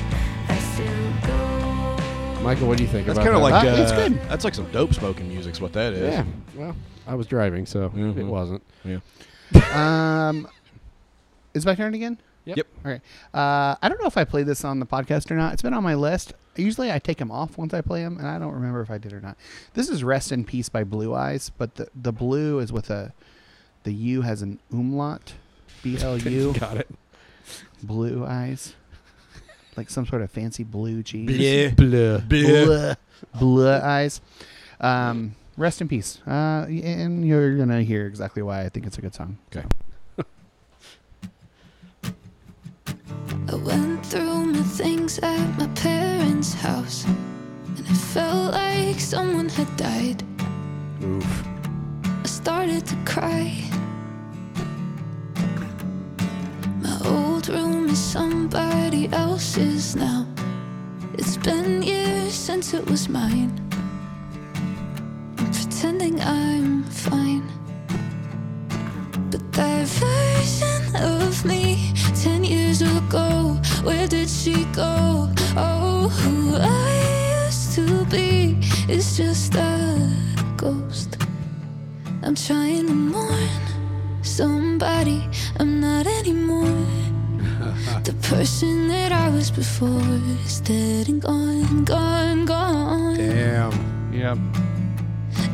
[SPEAKER 1] Michael, what do you think
[SPEAKER 3] That's
[SPEAKER 1] about
[SPEAKER 3] kind of
[SPEAKER 1] that?
[SPEAKER 3] like
[SPEAKER 2] Uh,
[SPEAKER 3] uh,
[SPEAKER 2] it's good.
[SPEAKER 3] That's like some dope smoking music's what that is.
[SPEAKER 1] Yeah. Well, I was driving, so it
[SPEAKER 2] Mm-hmm.
[SPEAKER 3] Mhm.
[SPEAKER 1] wasn't.
[SPEAKER 3] Yeah.
[SPEAKER 2] Um, is it my turn again?
[SPEAKER 1] Yep.
[SPEAKER 3] Yep.
[SPEAKER 2] Okay. Uh, I don't know if I played this on the podcast or not. It's been on my list. Usually I take them off once I play them, and I don't remember if I did or not. This is Rest in Peace by Blue Eyes, but the, the blue is with a. The U has an umlaut. B L U.
[SPEAKER 1] Got it.
[SPEAKER 2] Blue Eyes. Like some sort of fancy blue cheese.
[SPEAKER 3] Yeah.
[SPEAKER 1] Blah.
[SPEAKER 2] Blue, blue eyes. Um, Rest in peace. Uh, and you're gonna hear exactly why I think it's a good song.
[SPEAKER 1] Okay.
[SPEAKER 9] I went through my things at my parents' house, and I felt like someone had died.
[SPEAKER 1] Oof.
[SPEAKER 9] I started to cry. My old room is somebody else's now. It's been years since it was mine. I'm pretending I'm fine. But that version of me, ten years ago, where did she go? Oh, who I used to be is just a ghost. I'm trying to mourn somebody I'm not anymore. the person that I was before is dead and gone, gone, gone.
[SPEAKER 1] Damn.
[SPEAKER 2] Yep.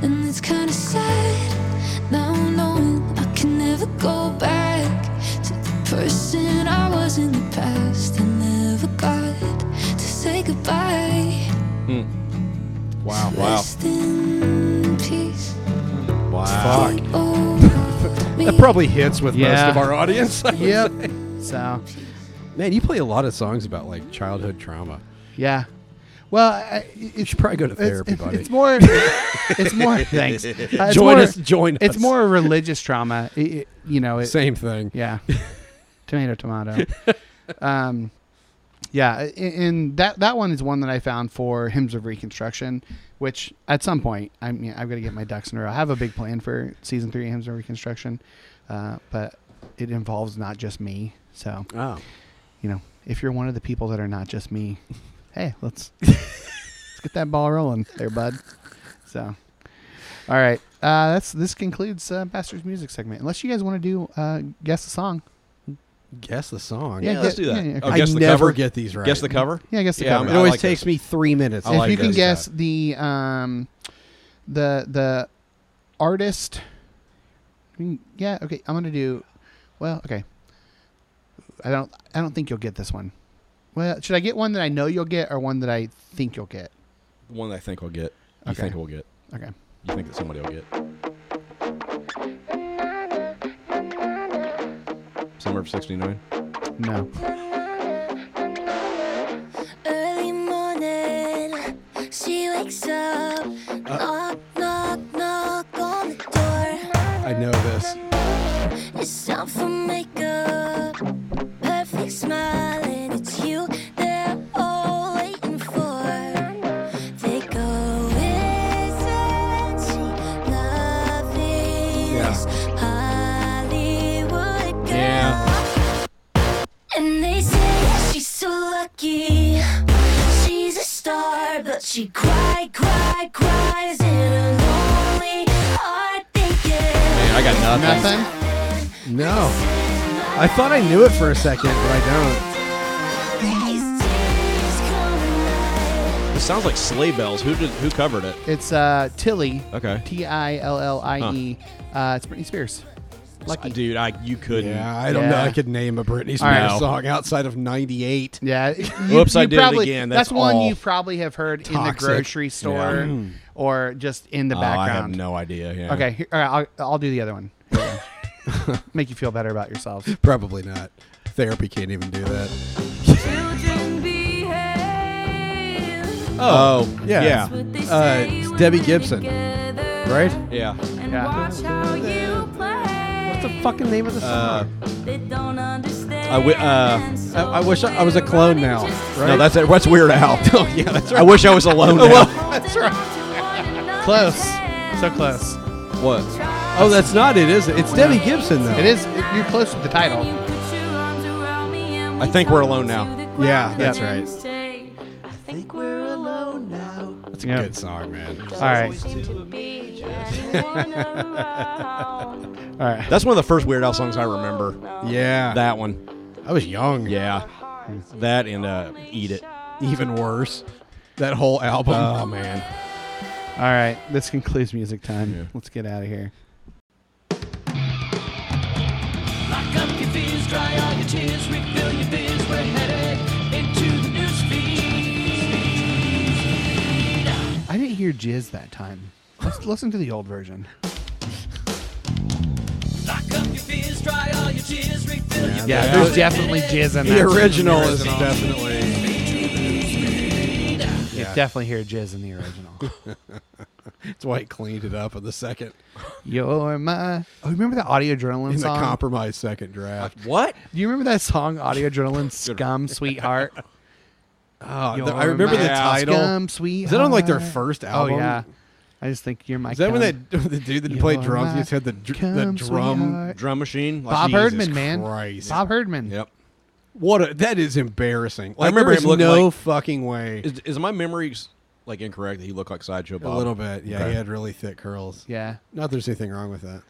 [SPEAKER 9] And it's kinda sad now knowing I can never go back to the person I was in the past. I never got to say goodbye.
[SPEAKER 1] Wow.
[SPEAKER 9] Rest in peace.
[SPEAKER 1] Wow. Fuck.
[SPEAKER 9] Oh,
[SPEAKER 1] That probably hits with
[SPEAKER 2] Yeah.
[SPEAKER 1] most of our audience.
[SPEAKER 2] Yep. so,
[SPEAKER 1] Man, you play a lot of songs about like childhood trauma.
[SPEAKER 2] yeah. Well, I,
[SPEAKER 1] You should probably go to
[SPEAKER 2] it's,
[SPEAKER 1] therapy, buddy.
[SPEAKER 2] it's more. It's more. thanks. Uh, it's
[SPEAKER 1] join
[SPEAKER 2] more-
[SPEAKER 1] us. Join us.
[SPEAKER 2] It's more religious trauma. It- it- you know. It,
[SPEAKER 1] Same thing.
[SPEAKER 2] Yeah. tomato, tomato. um, yeah, a- and that that one is one that I found for hymns of reconstruction, which at some point I mean I've got to get my ducks in a row. I have a big plan for season three of hymns of reconstruction, uh, but it involves not just me. So
[SPEAKER 1] Oh.
[SPEAKER 2] you know, if you're one of the people that are not just me, hey, let's let's get that ball rolling there, bud. So, all right, uh, that's this concludes uh, Pastor's music segment. Unless you guys want to do uh, guess the song.
[SPEAKER 1] Guess the song.
[SPEAKER 2] Yeah,
[SPEAKER 3] Yeah, let's
[SPEAKER 2] get-
[SPEAKER 3] do that.
[SPEAKER 2] yeah, yeah.
[SPEAKER 3] Oh,
[SPEAKER 1] I
[SPEAKER 3] guess the
[SPEAKER 1] never
[SPEAKER 3] cover.
[SPEAKER 1] get these right.
[SPEAKER 3] Guess the cover.
[SPEAKER 2] Yeah, I guess the
[SPEAKER 3] Yeah,
[SPEAKER 2] cover.
[SPEAKER 1] It
[SPEAKER 3] I
[SPEAKER 1] always
[SPEAKER 3] like
[SPEAKER 1] takes
[SPEAKER 3] this.
[SPEAKER 1] me three minutes.
[SPEAKER 3] I
[SPEAKER 2] if
[SPEAKER 3] like
[SPEAKER 2] you can
[SPEAKER 3] this.
[SPEAKER 2] guess the um, the the artist, I mean, yeah, okay, I'm gonna do. Well, okay. I don't. I don't think you'll get this one. Well, should I get one that I know you'll get, or one that I think you'll get?
[SPEAKER 3] One that I think we'll get. You
[SPEAKER 2] Okay.
[SPEAKER 3] think we'll get.
[SPEAKER 2] Okay.
[SPEAKER 3] You think that somebody will get. Summer of '69.
[SPEAKER 2] No.
[SPEAKER 9] Early morning, she wakes up.
[SPEAKER 1] Uh.
[SPEAKER 9] Knock, knock, knock on the door.
[SPEAKER 1] I know this.
[SPEAKER 9] It's time for makeup. Perfect smile, and it's you they're all waiting for. They go, isn't she lovely? This Hollywood girl. And they say she's so lucky. She's a star, but she cry, cry, cries in a lonely heart thinking.
[SPEAKER 3] Man, I got nothing.
[SPEAKER 2] Nothing.
[SPEAKER 1] No. I thought I knew it for a second, but I
[SPEAKER 9] These tears come alive.
[SPEAKER 3] It sounds like sleigh bells. Who did? Who covered it?
[SPEAKER 2] It's uh, Tilly.
[SPEAKER 3] Okay.
[SPEAKER 2] T I L L I E. Uh, it's Britney Spears. Lucky.
[SPEAKER 3] Dude, I you
[SPEAKER 1] don't.
[SPEAKER 3] couldn't.
[SPEAKER 1] Yeah, I don't know.
[SPEAKER 2] Yeah.
[SPEAKER 1] I could name a Britney Spears
[SPEAKER 2] right.
[SPEAKER 1] song outside of '98.
[SPEAKER 2] Yeah. you-
[SPEAKER 3] Whoops, I did it
[SPEAKER 2] probably-
[SPEAKER 3] again. That's
[SPEAKER 2] one
[SPEAKER 3] all. Mm.
[SPEAKER 2] you probably have heard in the
[SPEAKER 1] Toxic.
[SPEAKER 2] grocery store or just in the
[SPEAKER 3] Oh, I have
[SPEAKER 2] background.
[SPEAKER 3] no idea. Yeah.
[SPEAKER 2] Okay, here, all right, I'll, I'll do the other one. Here we go. Make you feel better about yourself.
[SPEAKER 1] Probably not. Therapy can't even do that.
[SPEAKER 9] Children behave.
[SPEAKER 3] Oh,
[SPEAKER 1] yeah.
[SPEAKER 3] yeah.
[SPEAKER 9] What they
[SPEAKER 1] Uh,
[SPEAKER 9] say
[SPEAKER 1] it's
[SPEAKER 9] when
[SPEAKER 1] Debbie
[SPEAKER 9] we're
[SPEAKER 1] Gibson,
[SPEAKER 9] together.
[SPEAKER 1] Right?
[SPEAKER 3] Yeah.
[SPEAKER 9] And
[SPEAKER 2] Yeah.
[SPEAKER 9] watch how you play.
[SPEAKER 1] What's the fucking name of the
[SPEAKER 3] Uh,
[SPEAKER 1] song?
[SPEAKER 9] They don't understand.
[SPEAKER 3] I wi- uh,
[SPEAKER 9] and so
[SPEAKER 1] I, I wish I, I was a
[SPEAKER 9] we're
[SPEAKER 1] clone
[SPEAKER 9] running
[SPEAKER 1] now.
[SPEAKER 9] just
[SPEAKER 1] Right?
[SPEAKER 3] No, that's it. What's Weird Al? oh, yeah, that's right. I wish I was alone. now.
[SPEAKER 9] That's right.
[SPEAKER 2] Close. So close.
[SPEAKER 3] What?
[SPEAKER 1] oh, that's not it, is it? It's Debbie Gibson though.
[SPEAKER 2] It is. You're close with the title.
[SPEAKER 9] I
[SPEAKER 3] I think we're alone now.
[SPEAKER 1] Yeah, that's
[SPEAKER 9] right. I think we're alone now.
[SPEAKER 1] It's a
[SPEAKER 2] Yeah.
[SPEAKER 1] good song, man.
[SPEAKER 2] All right.
[SPEAKER 9] Seem to be anyone around.
[SPEAKER 2] All right.
[SPEAKER 3] That's one of the first Weird Al songs I remember.
[SPEAKER 1] Yeah,
[SPEAKER 3] That one.
[SPEAKER 1] I was young.
[SPEAKER 3] Yeah. That and uh, Eat It.
[SPEAKER 1] even worse. That whole album.
[SPEAKER 3] Oh man.
[SPEAKER 2] All right. This concludes music time. Let's get out of here.
[SPEAKER 8] Lock up your fears, dry all your tears, refill your beers. We're headed into the news feed.
[SPEAKER 2] I didn't hear jizz that time. Let's listen to the old version. Yeah, there's definitely jizz in
[SPEAKER 3] The
[SPEAKER 2] that.
[SPEAKER 3] original is definitely.
[SPEAKER 2] You definitely hear jizz in the original.
[SPEAKER 1] That's why he cleaned it up in the second,
[SPEAKER 2] You're my. Oh, remember that audio adrenaline
[SPEAKER 1] in the
[SPEAKER 2] song?
[SPEAKER 1] compromise second draft.
[SPEAKER 3] Uh, What?
[SPEAKER 2] Do you remember that song, Audio Adrenaline Scum Sweetheart?
[SPEAKER 1] Oh,
[SPEAKER 2] You're
[SPEAKER 1] the- I remember
[SPEAKER 2] my
[SPEAKER 1] the title.
[SPEAKER 2] Scum Sweetheart.
[SPEAKER 1] Is that on like their first album?
[SPEAKER 2] Oh, yeah. I just think you're my.
[SPEAKER 1] Is that when
[SPEAKER 2] cum.
[SPEAKER 1] that the dude that
[SPEAKER 2] You're
[SPEAKER 1] played drums
[SPEAKER 2] my
[SPEAKER 1] just had the dr- the
[SPEAKER 2] cum,
[SPEAKER 1] drum?
[SPEAKER 2] sweetheart.
[SPEAKER 3] Drum machine? Like,
[SPEAKER 2] Bob
[SPEAKER 3] Jesus
[SPEAKER 2] Herdman, man.
[SPEAKER 1] Christ.
[SPEAKER 2] Bob Herdman.
[SPEAKER 3] Yep.
[SPEAKER 1] What a, that is embarrassing. Like,
[SPEAKER 3] remember
[SPEAKER 1] there's
[SPEAKER 3] him looking
[SPEAKER 1] no
[SPEAKER 3] like-
[SPEAKER 1] fucking way.
[SPEAKER 3] Is, is my memory like incorrect that he looked like Sideshow Bob?
[SPEAKER 1] A little bit. Yeah,
[SPEAKER 3] Okay.
[SPEAKER 1] he had really thick curls.
[SPEAKER 2] Yeah.
[SPEAKER 1] Not there's anything wrong with that.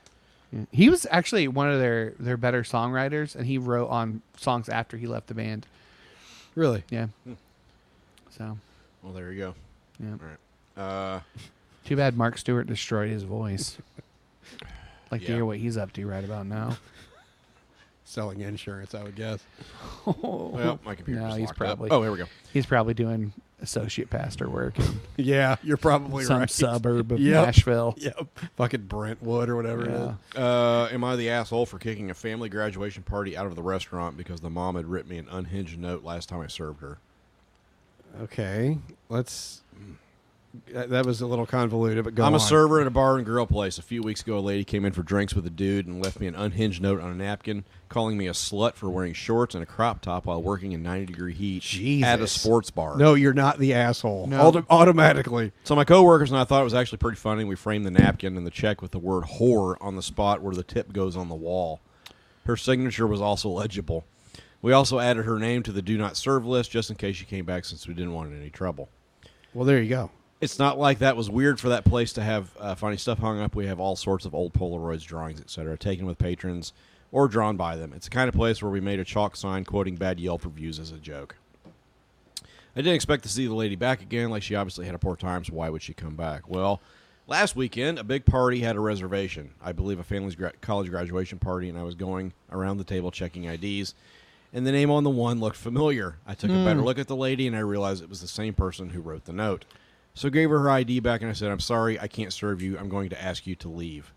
[SPEAKER 2] He was actually one of their their better songwriters, and he wrote on songs after he left the band.
[SPEAKER 1] Really.
[SPEAKER 2] Yeah. So
[SPEAKER 3] Well, there you go.
[SPEAKER 2] Yeah.
[SPEAKER 3] All right. Uh,
[SPEAKER 2] too bad Mark Stewart destroyed his voice. Like to
[SPEAKER 3] Yeah.
[SPEAKER 2] hear what he's up to right about now.
[SPEAKER 1] Selling insurance, I would guess.
[SPEAKER 3] well, my computer
[SPEAKER 2] No,
[SPEAKER 3] just
[SPEAKER 2] he's
[SPEAKER 3] locked
[SPEAKER 2] probably-
[SPEAKER 3] up. Oh, here we go.
[SPEAKER 2] He's probably doing associate pastor work in
[SPEAKER 1] Yeah, you're probably
[SPEAKER 2] some
[SPEAKER 1] right.
[SPEAKER 2] suburb of
[SPEAKER 1] Yep.
[SPEAKER 2] Nashville.
[SPEAKER 1] Yep. Fucking Brentwood or whatever it
[SPEAKER 2] Yeah.
[SPEAKER 1] is.
[SPEAKER 3] Uh, am I the asshole for kicking a family graduation party out of the restaurant because the mom had written me an unhinged note last time I served her?
[SPEAKER 1] Okay, let's. That, that was a little convoluted, but go
[SPEAKER 3] I'm a
[SPEAKER 1] on.
[SPEAKER 3] server at a bar and grill place. A few weeks ago, a lady came in for drinks with a dude and left me an unhinged note on a napkin, calling me a slut for wearing shorts and a crop top while working in 90 degree heat at a
[SPEAKER 1] Jesus.
[SPEAKER 3] sports bar.
[SPEAKER 1] No, you're not the asshole.
[SPEAKER 2] No.
[SPEAKER 1] Auto- automatically.
[SPEAKER 3] So my coworkers and I thought it was actually pretty funny. We framed the napkin and the check with the word "whore" on the spot where the tip goes on the wall. Her signature was also legible. We also added her name to the do not serve list just in case she came back since we didn't want any trouble.
[SPEAKER 1] Well, there you go.
[SPEAKER 3] It's not like that was weird for that place to have uh, funny stuff hung up. We have all sorts of old Polaroids, drawings, etc., taken with patrons or drawn by them. It's the kind of place where we made a chalk sign quoting bad Yelp reviews as a joke. I didn't expect to see the lady back again. Like she obviously had a poor time, so why would she come back? Well, last weekend a big party had a reservation. I believe a family's gra- college graduation party, and I was going around the table checking IDs, and the name on the one looked familiar. I took a better look at the lady, and I realized it was the same person who wrote the note. So I gave her her ID back, and I said, "I'm sorry, I can't serve you. I'm going to ask you to leave."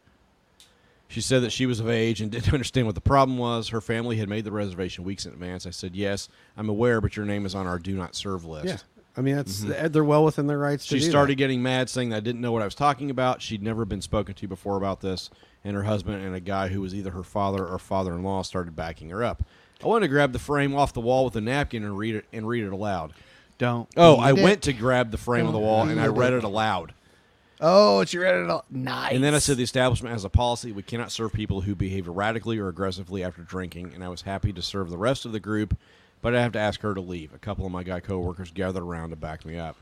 [SPEAKER 3] She said that she was of age and didn't understand what the problem was. Her family had made the reservation weeks in advance. I said, "Yes, I'm aware, but your name is on our do not serve list."
[SPEAKER 1] Yeah. I mean, that's they're well within their rights. to
[SPEAKER 3] She
[SPEAKER 1] do that.
[SPEAKER 3] started getting mad, saying that I didn't know what I was talking about. She'd never been spoken to before about this, and her husband and a guy who was either her father or father-in-law started backing her up. I wanted to grab the frame off the wall with a napkin and read it and read it aloud.
[SPEAKER 2] Don't.
[SPEAKER 3] Oh,
[SPEAKER 2] beat
[SPEAKER 3] I
[SPEAKER 2] it.
[SPEAKER 3] went to grab the frame of the wall and I read it aloud.
[SPEAKER 2] Oh, she read it all. Nice.
[SPEAKER 3] And then I said the establishment has a policy we cannot serve people who behave erratically or aggressively after drinking, and I was happy to serve the rest of the group, but I have to ask her to leave. A couple of my guy coworkers gathered around to back me up.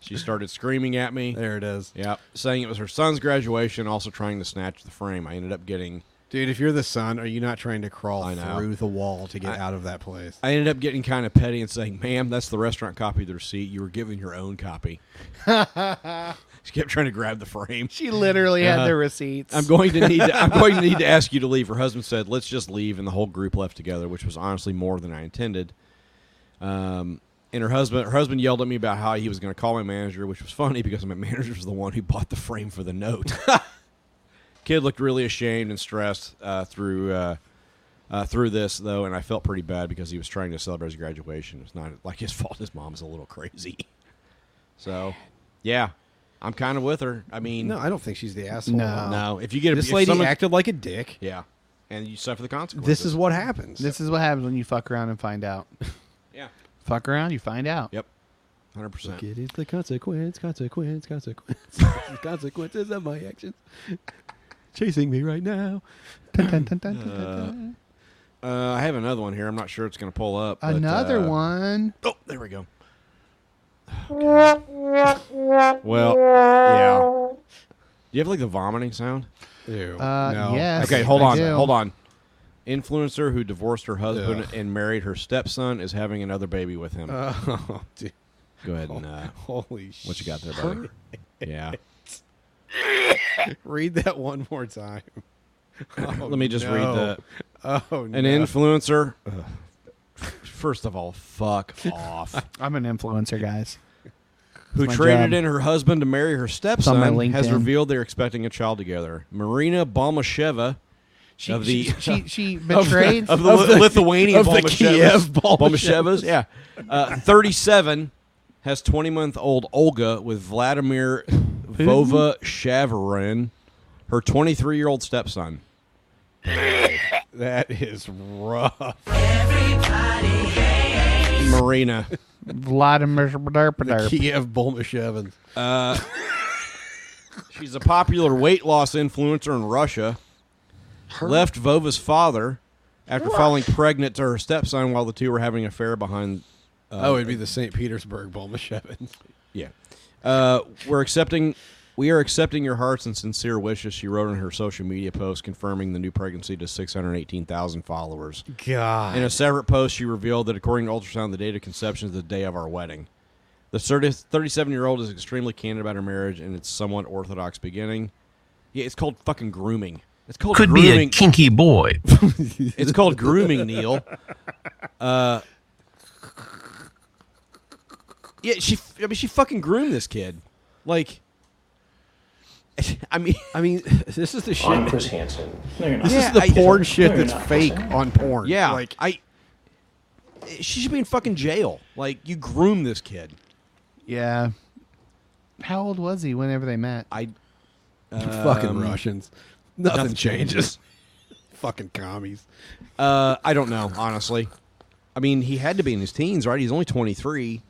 [SPEAKER 3] she started screaming at me.
[SPEAKER 1] There it is,
[SPEAKER 3] Yep, saying it was her son's graduation, also trying to snatch the frame. I ended up getting
[SPEAKER 1] dude. If you're the son, are you not trying to crawl
[SPEAKER 3] I know.
[SPEAKER 1] through the wall to get
[SPEAKER 3] I-
[SPEAKER 1] out of that place?
[SPEAKER 3] I ended up getting kind of petty and saying, "Ma'am, that's the restaurant copy of the receipt. You were given your own copy." she kept trying to grab the frame.
[SPEAKER 2] she literally had the receipts.
[SPEAKER 3] I'm going to need to, I'm going to need to ask you to leave. Her husband said, "Let's just leave," and the whole group left together, which was honestly more than I intended. Um, and her husband her husband yelled at me about how he was going to call my manager, which was funny because my manager was the one who bought the frame for the note. Kid looked really ashamed and stressed uh, through uh, uh, through this though, and I felt pretty bad because he was trying to celebrate his graduation. It's not like his fault. His mom's a little crazy, so yeah, I'm kind of with her. I mean,
[SPEAKER 1] No, I don't think she's the asshole.
[SPEAKER 2] No.
[SPEAKER 3] no, if you get a,
[SPEAKER 1] This
[SPEAKER 3] if
[SPEAKER 1] lady
[SPEAKER 3] someone-
[SPEAKER 1] acted like a dick.
[SPEAKER 3] yeah, and you suffer the consequences.
[SPEAKER 1] This is what happens.
[SPEAKER 2] This is what happens when you fuck around and find out.
[SPEAKER 3] yeah,
[SPEAKER 2] fuck around, you find out.
[SPEAKER 3] yep, hundred percent.
[SPEAKER 1] It is the consequence, consequence, consequence, consequences of my actions. Chasing me right now.
[SPEAKER 2] Dun, dun, dun, dun, dun, dun, dun.
[SPEAKER 3] Uh, I have another one here. I'm not sure it's going to pull up. but,
[SPEAKER 2] Another
[SPEAKER 3] uh,
[SPEAKER 2] one.
[SPEAKER 3] Oh, there we go. well, yeah. Do you have like the vomiting sound?
[SPEAKER 1] Ew.
[SPEAKER 2] Uh,
[SPEAKER 1] no.
[SPEAKER 2] yes.
[SPEAKER 3] Okay, hold
[SPEAKER 2] I
[SPEAKER 3] on.
[SPEAKER 2] do.
[SPEAKER 3] Hold on. Influencer who divorced her husband
[SPEAKER 1] Ugh.
[SPEAKER 3] and married her stepson is having another baby with him.
[SPEAKER 1] Oh, dude.
[SPEAKER 3] go ahead and uh,
[SPEAKER 1] Holy shit.
[SPEAKER 3] what you got there, buddy? Yeah.
[SPEAKER 1] Read that one more time.
[SPEAKER 3] Let me just read
[SPEAKER 1] no.
[SPEAKER 3] the
[SPEAKER 1] Oh, no.
[SPEAKER 3] an influencer. First of all, fuck off.
[SPEAKER 2] I'm an influencer, guys.
[SPEAKER 3] who
[SPEAKER 2] my
[SPEAKER 3] traded
[SPEAKER 2] job.
[SPEAKER 3] in her husband to marry her
[SPEAKER 2] on my
[SPEAKER 3] stepson, has
[SPEAKER 2] LinkedIn.
[SPEAKER 3] revealed they're expecting a child together. Marina Balmasheva
[SPEAKER 2] She,
[SPEAKER 3] of the
[SPEAKER 2] she, she, she
[SPEAKER 3] of the-
[SPEAKER 2] betrayed.
[SPEAKER 3] of the, Li- Lithuanian
[SPEAKER 1] of the
[SPEAKER 3] Balmashevas.
[SPEAKER 1] Kiev
[SPEAKER 3] Balmashevas, Yeah, uh, thirty-seven has twenty-month-old Olga with Vladimir Vova Shavarin, her twenty-three-year-old stepson.
[SPEAKER 1] That is rough.
[SPEAKER 3] Marina.
[SPEAKER 2] Vladimir Derp-derp.
[SPEAKER 1] Kiev Bolmashevin.
[SPEAKER 3] She's a popular weight loss influencer in Russia. Left Vova's father after falling pregnant to her stepson while the two were having an affair behind.
[SPEAKER 1] oh, it'd be the St. Petersburg Bolmashevin.
[SPEAKER 3] Yeah. Uh, we're accepting. We are accepting your hearts and sincere wishes, she wrote in her social media post confirming the new pregnancy to 618,000 followers.
[SPEAKER 1] God.
[SPEAKER 3] In a separate post, she revealed that according to ultrasound, the date of conception is the day of our wedding. The 30 37-year-old is extremely candid about her marriage and its somewhat orthodox beginning. Yeah, it's called fucking grooming. It's called
[SPEAKER 10] Could be a
[SPEAKER 3] grooming.
[SPEAKER 10] kinky boy.
[SPEAKER 3] it's called grooming, Neil. Uh, yeah, she. I mean, she fucking groomed this kid. Like, I mean,
[SPEAKER 1] I mean, this is the shit.
[SPEAKER 5] I'm Chris Hansen. No, you're not.
[SPEAKER 1] This
[SPEAKER 3] Yeah,
[SPEAKER 1] is the
[SPEAKER 3] I-
[SPEAKER 1] porn shit that's
[SPEAKER 5] not
[SPEAKER 1] fake
[SPEAKER 5] listening.
[SPEAKER 1] on porn.
[SPEAKER 3] yeah,
[SPEAKER 1] Like,
[SPEAKER 3] like I. She should be in fucking jail. Like, you groomed this kid.
[SPEAKER 2] Yeah. How old was he whenever they met?
[SPEAKER 3] I
[SPEAKER 1] fucking Russians. um, Nothing,
[SPEAKER 3] nothing
[SPEAKER 1] changes. fucking commies.
[SPEAKER 3] Uh, I don't know, honestly. I mean, he had to be in his teens, right? He's only 23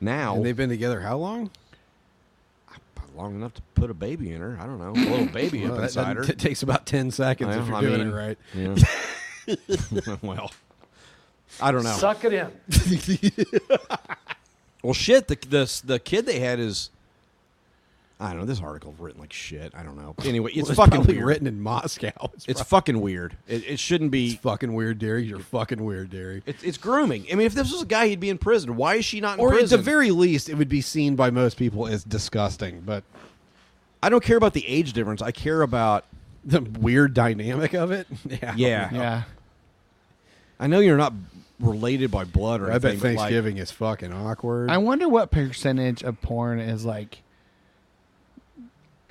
[SPEAKER 3] now.
[SPEAKER 1] And they've been together how long?
[SPEAKER 3] long enough to put a baby in her. I don't know. A little baby
[SPEAKER 1] Well,
[SPEAKER 3] up
[SPEAKER 1] Uh, that-
[SPEAKER 3] inside
[SPEAKER 1] that,
[SPEAKER 3] her.
[SPEAKER 1] t- takes about 10 seconds if you're
[SPEAKER 3] I
[SPEAKER 1] doing
[SPEAKER 3] mean,
[SPEAKER 1] it right.
[SPEAKER 3] Yeah. well, I don't know.
[SPEAKER 5] Suck it in.
[SPEAKER 3] Well, shit. The, the the kid they had is. I don't know. This article written like shit. I don't know. Anyway, it's,
[SPEAKER 1] Well,
[SPEAKER 3] fucking
[SPEAKER 1] probably
[SPEAKER 3] weird.
[SPEAKER 1] written in Moscow. It's,
[SPEAKER 3] It's
[SPEAKER 1] prob-
[SPEAKER 3] fucking weird. It, it shouldn't be.
[SPEAKER 1] it's fucking weird, Derry. You're fucking weird, Derry.
[SPEAKER 3] It's, it's grooming. I mean, if this was a guy, he'd be in prison. Why is she not in
[SPEAKER 1] Or at
[SPEAKER 3] prison?
[SPEAKER 1] the very least, it would be seen by most people as disgusting. But
[SPEAKER 3] I don't care about the age difference. I care about.
[SPEAKER 1] the weird dynamic of it, yeah,
[SPEAKER 3] Yeah.
[SPEAKER 2] yeah.
[SPEAKER 3] I know you're not related by blood or
[SPEAKER 1] I bet
[SPEAKER 3] anything. but, like,
[SPEAKER 1] Thanksgiving is fucking awkward.
[SPEAKER 2] I wonder what percentage of porn is like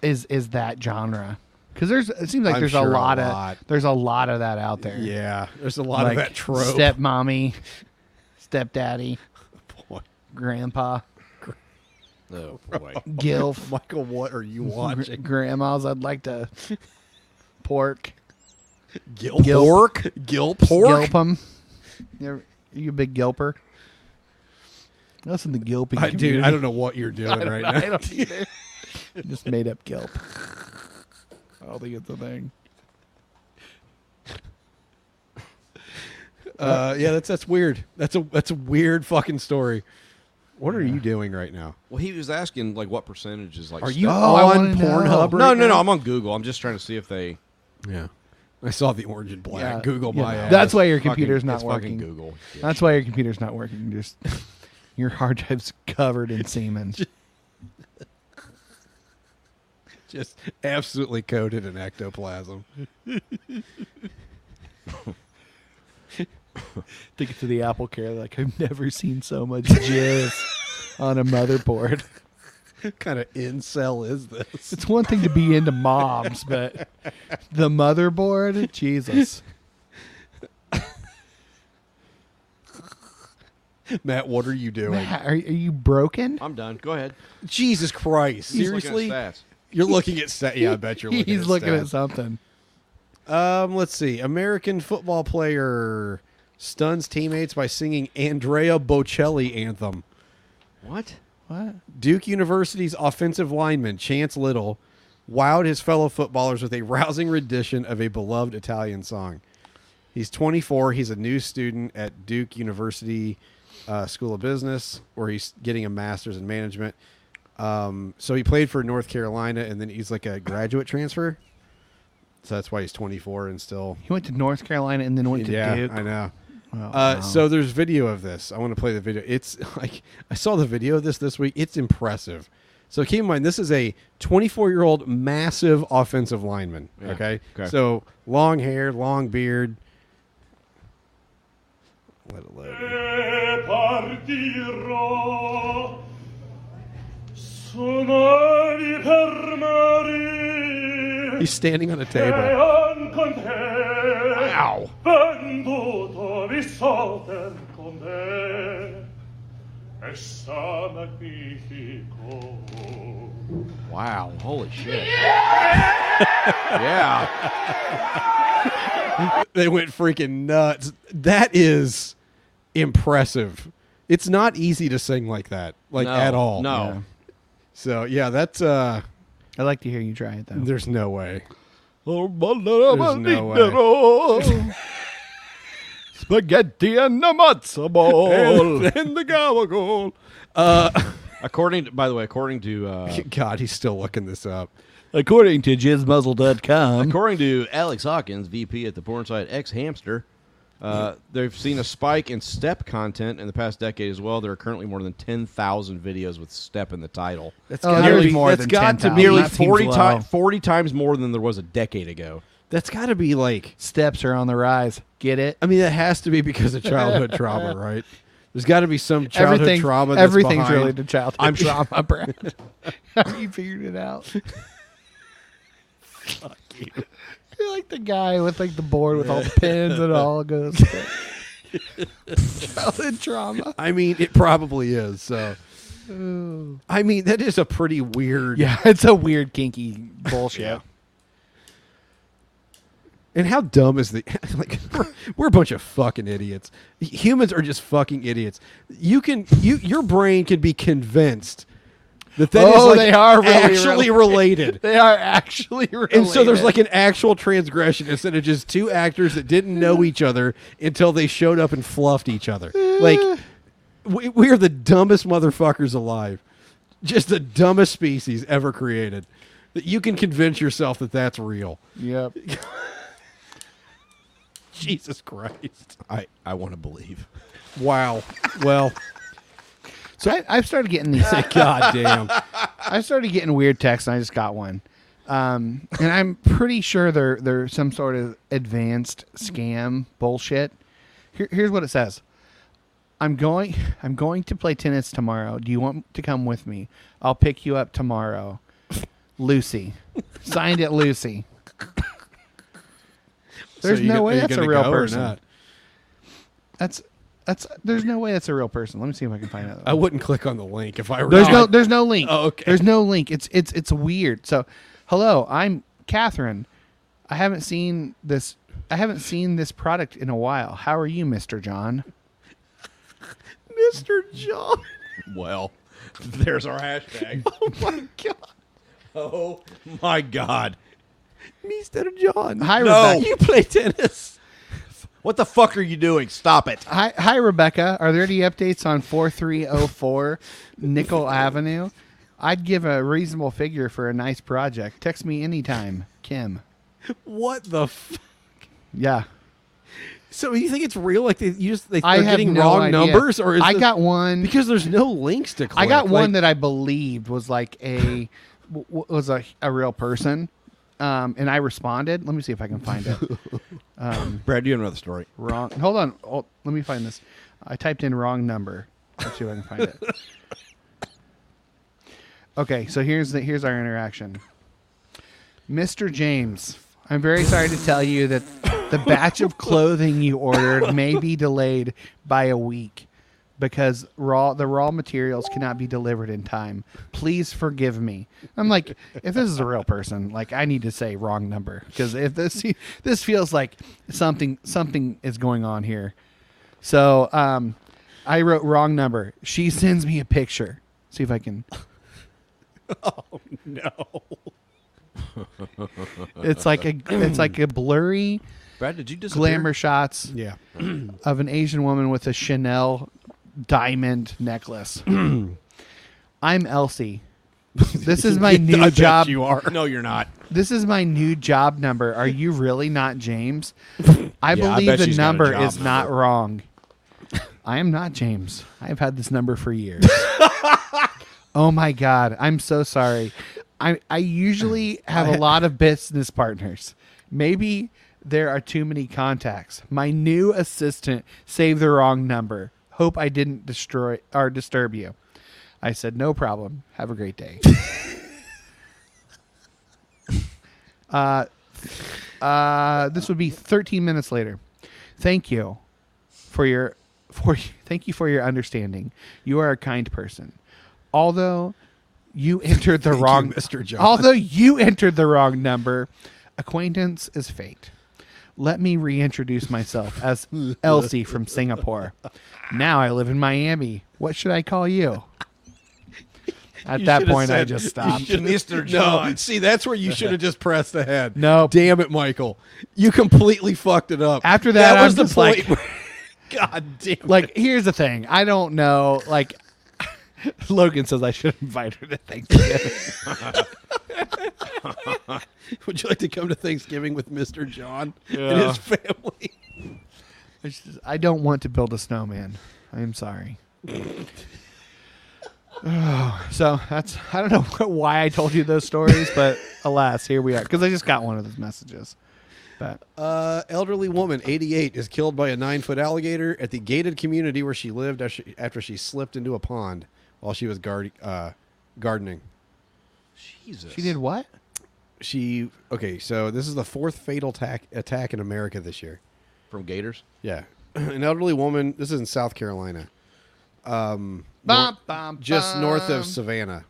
[SPEAKER 2] is is that genre? Because there's it seems like
[SPEAKER 1] I'm
[SPEAKER 2] there's
[SPEAKER 1] sure
[SPEAKER 2] a
[SPEAKER 1] a
[SPEAKER 2] lot of
[SPEAKER 1] lot.
[SPEAKER 2] there's a lot of that out there.
[SPEAKER 1] yeah, there's a lot
[SPEAKER 2] like
[SPEAKER 1] of that trope.
[SPEAKER 2] stepmommy, stepdaddy,
[SPEAKER 1] Boy.
[SPEAKER 2] grandpa,
[SPEAKER 3] Oh, boy.
[SPEAKER 2] gilf,
[SPEAKER 1] Michael, what are you
[SPEAKER 2] gr-
[SPEAKER 1] watching?
[SPEAKER 2] grandmas. I'd like to pork,
[SPEAKER 1] Gil
[SPEAKER 2] Gilp.
[SPEAKER 1] pork, Gil pork.
[SPEAKER 2] gilp 'em. You ever- you a big gilper? Listen to gilping.
[SPEAKER 1] I, dude, I don't know what you're doing right now.
[SPEAKER 2] I don't either. Just made up Gilp. I don't think it's a thing.
[SPEAKER 1] Uh, yeah, that's that's weird. That's a that's a weird fucking story. What are you doing right now?
[SPEAKER 3] Well, he was asking like what percentage is like.
[SPEAKER 1] Are you
[SPEAKER 3] stuff-
[SPEAKER 2] Oh, I
[SPEAKER 1] on
[SPEAKER 2] wanna
[SPEAKER 1] Pornhub?
[SPEAKER 2] know.
[SPEAKER 1] Right
[SPEAKER 3] no, no, no.
[SPEAKER 1] now?
[SPEAKER 3] I'm on Google. I'm just trying to see if they.
[SPEAKER 1] Yeah, I saw the orange and black.
[SPEAKER 2] Yeah,
[SPEAKER 1] Google
[SPEAKER 2] yeah.
[SPEAKER 1] my. ass.
[SPEAKER 2] That's why your
[SPEAKER 3] Fucking-
[SPEAKER 2] computer's not
[SPEAKER 3] it's
[SPEAKER 2] working.
[SPEAKER 3] Fucking Google.
[SPEAKER 2] That's why your computer's not working. Just your hard drive's covered in semen.
[SPEAKER 1] just absolutely coated in ectoplasm.
[SPEAKER 2] Take it to the Apple Care. Like I've never seen so much jizz on a motherboard.
[SPEAKER 1] what kind of incel is this?
[SPEAKER 2] It's one thing to be into moms, but the motherboard, Jesus.
[SPEAKER 1] Matt, what are you doing?
[SPEAKER 2] Matt, Are, are you broken?
[SPEAKER 3] I'm done. Go ahead.
[SPEAKER 1] Jesus Christ!
[SPEAKER 3] He's looking at
[SPEAKER 1] Seriously,
[SPEAKER 3] stats.
[SPEAKER 1] you're looking at stats. Yeah, I bet you're looking.
[SPEAKER 2] He's
[SPEAKER 1] at
[SPEAKER 2] looking
[SPEAKER 1] stats.
[SPEAKER 2] at something.
[SPEAKER 1] Um, let's see. American football player stuns teammates by singing Andrea Bocelli anthem.
[SPEAKER 3] What?
[SPEAKER 2] What?
[SPEAKER 1] Duke University's offensive lineman Chance Little wowed his fellow footballers with a rousing rendition of a beloved Italian song. He's 24. He's a new student at Duke University uh, School of Business, where he's getting a master's in management. Um, so he played for North Carolina, and then he's like a graduate transfer. So that's why he's 24 and still
[SPEAKER 2] He went to North Carolina and then went to
[SPEAKER 1] yeah,
[SPEAKER 2] Duke.
[SPEAKER 1] I know.
[SPEAKER 2] Wow.
[SPEAKER 1] Uh, So there's video of this. I want to play the video. It's like I saw the video of this this week. It's impressive. So keep in mind, this is a 24 year old massive offensive lineman.
[SPEAKER 3] Yeah,
[SPEAKER 1] Okay?
[SPEAKER 3] okay.
[SPEAKER 1] so long hair, long beard. Let it load. He's standing on a table.
[SPEAKER 3] Ow.
[SPEAKER 10] Venduto vi solter con me. E sa magnifico.
[SPEAKER 3] Wow. Holy shit. yeah.
[SPEAKER 1] they went freaking nuts. That is impressive. It's not easy to sing like that, like
[SPEAKER 3] No,
[SPEAKER 1] at all.
[SPEAKER 3] No.
[SPEAKER 1] So yeah, that's uh
[SPEAKER 2] I'd like to hear you try it though.
[SPEAKER 1] there's no way.
[SPEAKER 3] There's
[SPEAKER 1] no way.
[SPEAKER 3] way. Spaghetti and a matzo ball.
[SPEAKER 1] And the gobble.
[SPEAKER 3] Uh, according to, by the way, according to uh,
[SPEAKER 1] God, he's still looking this up.
[SPEAKER 3] according to jizzmuzzle.com, according to Alex Hawkins, VP at the porn site X Hamster, uh, they've seen a spike in step content in the past decade as well. There are currently more than ten thousand videos with step in the title.
[SPEAKER 2] That's
[SPEAKER 1] Oh,
[SPEAKER 2] gotta
[SPEAKER 1] nearly-
[SPEAKER 2] be more
[SPEAKER 1] that's
[SPEAKER 2] than
[SPEAKER 1] got to
[SPEAKER 2] 10,000.
[SPEAKER 1] nearly
[SPEAKER 2] That seems
[SPEAKER 3] forty
[SPEAKER 2] low.
[SPEAKER 3] times forty times more than there was a decade ago.
[SPEAKER 1] That's gotta be like
[SPEAKER 2] Steps are on the rise. Get it?
[SPEAKER 1] I mean, that has to be because of childhood trauma, right? There's got to be some childhood
[SPEAKER 2] Everything-
[SPEAKER 1] trauma. That's
[SPEAKER 2] Everything's
[SPEAKER 1] behind.
[SPEAKER 2] related to childhood.
[SPEAKER 1] I'm sure-
[SPEAKER 2] trauma, Brad. you figured it out. Fuck you. You're like the guy with like the board with all the pins and it all goes. childhood trauma.
[SPEAKER 1] I mean, it probably is. So, I mean, that is a pretty weird.
[SPEAKER 2] Yeah, it's a weird kinky bullshit.
[SPEAKER 1] And how dumb is the like? We're, we're a bunch of fucking idiots. Humans are just fucking idiots. You can you your brain can be convinced that that is
[SPEAKER 2] Oh,
[SPEAKER 1] like
[SPEAKER 2] they are really
[SPEAKER 1] actually related.
[SPEAKER 2] They are actually related.
[SPEAKER 1] And so there's like an actual transgression instead of just two actors that didn't know each other until they showed up and fluffed each other. Like, we, we are the dumbest motherfuckers alive. Just the dumbest species ever created. That you can convince yourself that that's real.
[SPEAKER 2] Yep.
[SPEAKER 1] Jesus Christ.
[SPEAKER 3] I I want to believe.
[SPEAKER 1] Wow. Well,
[SPEAKER 2] So I, I've started getting these
[SPEAKER 1] goddamn.
[SPEAKER 2] I started getting weird texts, and I just got one. Um, and I'm pretty sure they're they're some sort of advanced scam bullshit. Here, here's what it says: I'm going I'm going to play tennis tomorrow. Do you want to come with me? I'll pick you up tomorrow. Lucy, signed it, Lucy. There's
[SPEAKER 1] So you
[SPEAKER 2] no
[SPEAKER 1] go- are
[SPEAKER 2] way
[SPEAKER 1] you
[SPEAKER 2] that's a
[SPEAKER 1] gonna
[SPEAKER 2] real
[SPEAKER 1] go or
[SPEAKER 2] person.
[SPEAKER 1] not?
[SPEAKER 2] That's that's there's no way that's a real person. Let me see if I can find out.
[SPEAKER 1] I wouldn't click on the link if I were
[SPEAKER 2] There's
[SPEAKER 1] you.
[SPEAKER 2] no there's no link.
[SPEAKER 1] Oh, okay.
[SPEAKER 2] There's no link. It's it's it's weird. So, hello, I'm Catherine. I haven't seen this. I haven't seen this product in a while. How are you, Mister John?
[SPEAKER 1] Mr. John.
[SPEAKER 3] Well, there's our hashtag.
[SPEAKER 1] Oh my God.
[SPEAKER 3] oh my god.
[SPEAKER 1] Mr. John.
[SPEAKER 2] Hi,
[SPEAKER 3] No.
[SPEAKER 2] Rebecca.
[SPEAKER 1] You play tennis.
[SPEAKER 3] What the fuck are you doing? Stop it.
[SPEAKER 2] Hi, hi, Rebecca. Are there any updates on four three zero four Nickel Avenue? I'd give a reasonable figure for a nice project. Text me anytime, Kim.
[SPEAKER 1] What the f-
[SPEAKER 2] Yeah,
[SPEAKER 1] So you think it's real? Like they you just they,
[SPEAKER 2] I
[SPEAKER 1] they're
[SPEAKER 2] have
[SPEAKER 1] getting
[SPEAKER 2] no
[SPEAKER 1] wrong
[SPEAKER 2] idea.
[SPEAKER 1] numbers, or is
[SPEAKER 2] I
[SPEAKER 1] this-
[SPEAKER 2] got one
[SPEAKER 1] because there's no links to. Click.
[SPEAKER 2] I got one
[SPEAKER 1] Like,
[SPEAKER 2] that I believed was like a w- w- was a, a real person, um, and I responded. Let me see if I can find it.
[SPEAKER 3] Brad, do you have another story?
[SPEAKER 2] wrong. Hold on. Hold, let me find this. I typed in wrong number. Let's see if I can find it. Okay, so here's the here's our interaction. Mr. James, I'm very sorry to tell you that the batch of clothing you ordered may be delayed by a week because raw the raw materials cannot be delivered in time. Please forgive me. I'm like, if this is a real person, like I need to say wrong number because if this this feels like something something is going on here. So um, I wrote wrong number. She sends me a picture. See if I can. oh no! it's like a it's like a blurry
[SPEAKER 3] Brad, did you disappear?
[SPEAKER 2] glamour shots
[SPEAKER 1] yeah,
[SPEAKER 2] of an Asian woman with a Chanel diamond necklace. I'm Elsie. This is my new
[SPEAKER 1] I bet
[SPEAKER 2] job.
[SPEAKER 1] you are.
[SPEAKER 3] No, you're not.
[SPEAKER 2] This is my new job number. Are you really not James? I
[SPEAKER 3] Yeah, I
[SPEAKER 2] believe
[SPEAKER 3] bet
[SPEAKER 2] the
[SPEAKER 3] she's got a
[SPEAKER 2] number
[SPEAKER 3] job
[SPEAKER 2] is not
[SPEAKER 3] number.
[SPEAKER 2] wrong. I am not James. I've had this number for years. oh my god, I'm so sorry. I I usually have a lot of business partners. Maybe there are too many contacts. My new assistant saved the wrong number. Hope I didn't destroy or disturb you. I said, no problem. Have a great day. uh, uh, this would be 13 minutes later. Thank you for your for thank you for your understanding. You are a kind person. Although you entered the
[SPEAKER 1] Thank you,
[SPEAKER 2] wrong
[SPEAKER 1] Mr. John.
[SPEAKER 2] Although you entered the wrong number, acquaintance is fate. Let me reintroduce myself as Elsie from Singapore. Now I live in Miami. What should I call you? At that point, I just stopped.
[SPEAKER 3] Mr.
[SPEAKER 1] No,
[SPEAKER 3] John.
[SPEAKER 1] see, that's where you should have just pressed ahead.
[SPEAKER 2] Nope.
[SPEAKER 1] Damn it, Michael. You completely fucked it up.
[SPEAKER 2] After that,
[SPEAKER 1] that was
[SPEAKER 2] I'm
[SPEAKER 1] the
[SPEAKER 2] just
[SPEAKER 1] point.
[SPEAKER 2] like-
[SPEAKER 1] where- God damn it.
[SPEAKER 2] Like, here's the thing. I don't know. Like, Logan says I should invite her to Thanksgiving.
[SPEAKER 1] Would you like to come to Thanksgiving with Mr. John and
[SPEAKER 3] Yeah.
[SPEAKER 1] his family?
[SPEAKER 2] I just- I don't want to build a snowman. I am sorry. Oh, so that's I don't know why I told you those stories, but alas, here we are. Because I just got one of those messages. But
[SPEAKER 1] Uh, elderly woman, 88, is killed by a nine foot alligator at the gated community where she lived after she, after she slipped into a pond while she was guard, uh, gardening.
[SPEAKER 3] Jesus.
[SPEAKER 2] she did what?
[SPEAKER 1] She, okay, so this is the fourth fatal attack, attack in America this year.
[SPEAKER 3] From Gators?
[SPEAKER 1] Yeah. An elderly woman, this is in South Carolina,
[SPEAKER 2] Bum, bum,
[SPEAKER 1] just
[SPEAKER 2] bum.
[SPEAKER 1] north of Savannah.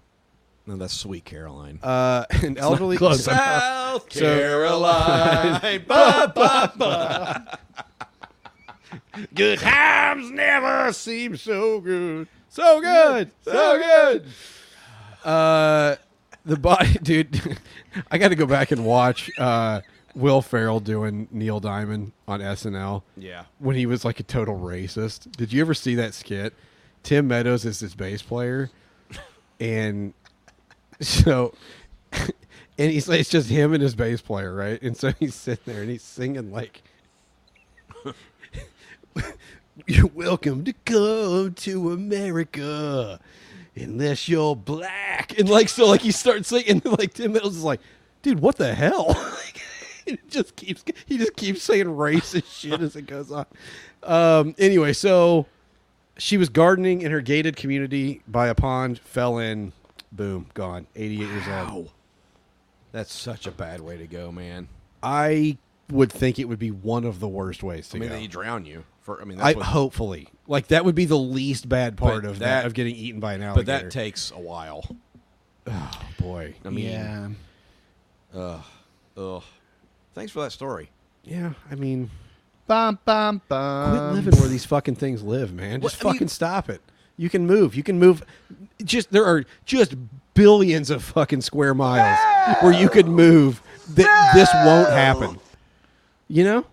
[SPEAKER 3] No, that's Sweet Caroline.
[SPEAKER 1] Uh, an elderly.
[SPEAKER 2] close enough.
[SPEAKER 3] South
[SPEAKER 1] So-
[SPEAKER 3] Caroline. ba, ba, ba. Good times never
[SPEAKER 1] seems so good. So good. So good. Uh the body dude I got to go back and watch uh Will Ferrell doing Neil Diamond on SNL.
[SPEAKER 3] Yeah.
[SPEAKER 1] When he was like a total racist. Did you ever see that skit? Tim Meadows is his bass player and so and he's like it's just him and his bass player, right? And so he's sitting there and he's singing like You're welcome to come to America unless you're black. And like so like he starts singing and like Tim Meadows is like, dude, what the hell? Like, it just keeps he just keeps saying racist shit as it goes on. Um anyway, so she was gardening in her gated community by a pond, fell in, boom, gone. 88 years old.
[SPEAKER 3] That's such a bad way to go, man.
[SPEAKER 1] I would think it would be one of the worst ways to
[SPEAKER 3] I mean,
[SPEAKER 1] go.
[SPEAKER 3] they drown you. For I mean,
[SPEAKER 1] I
[SPEAKER 3] that's what,
[SPEAKER 1] hopefully like that would be the least bad part
[SPEAKER 3] But
[SPEAKER 1] of that,
[SPEAKER 3] that-
[SPEAKER 1] of getting eaten by an alligator.
[SPEAKER 3] but that takes a while.
[SPEAKER 1] boy,
[SPEAKER 3] I mean,
[SPEAKER 2] yeah.
[SPEAKER 3] ugh. Thanks for that story.
[SPEAKER 1] yeah. I mean,
[SPEAKER 2] Bum bum bum.
[SPEAKER 1] quit living where these fucking things live, man. Just
[SPEAKER 3] I mean-
[SPEAKER 1] fucking stop it. You can move. You can move. Just there are just billions of fucking square miles where you could move. That this won't happen. You know,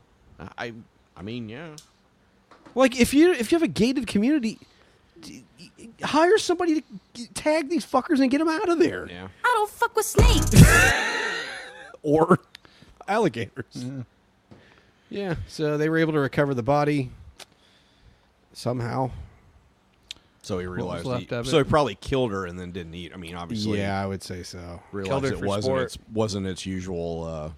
[SPEAKER 3] I, I mean, yeah.
[SPEAKER 1] like if you if you have a gated community, d- y- hire somebody to g- tag these fuckers and get them out of there.
[SPEAKER 3] Yeah.
[SPEAKER 9] I don't fuck with snakes.
[SPEAKER 1] or alligators. Yeah. So they were able to recover the body somehow.
[SPEAKER 3] So he realized.
[SPEAKER 2] left
[SPEAKER 3] he,
[SPEAKER 2] of
[SPEAKER 3] so
[SPEAKER 2] it?
[SPEAKER 3] he probably killed her and then didn't eat. I mean, obviously,
[SPEAKER 1] yeah, I would say so.
[SPEAKER 3] realized
[SPEAKER 11] her
[SPEAKER 3] it
[SPEAKER 11] for
[SPEAKER 3] wasn't
[SPEAKER 11] sport.
[SPEAKER 3] its wasn't its usual uh,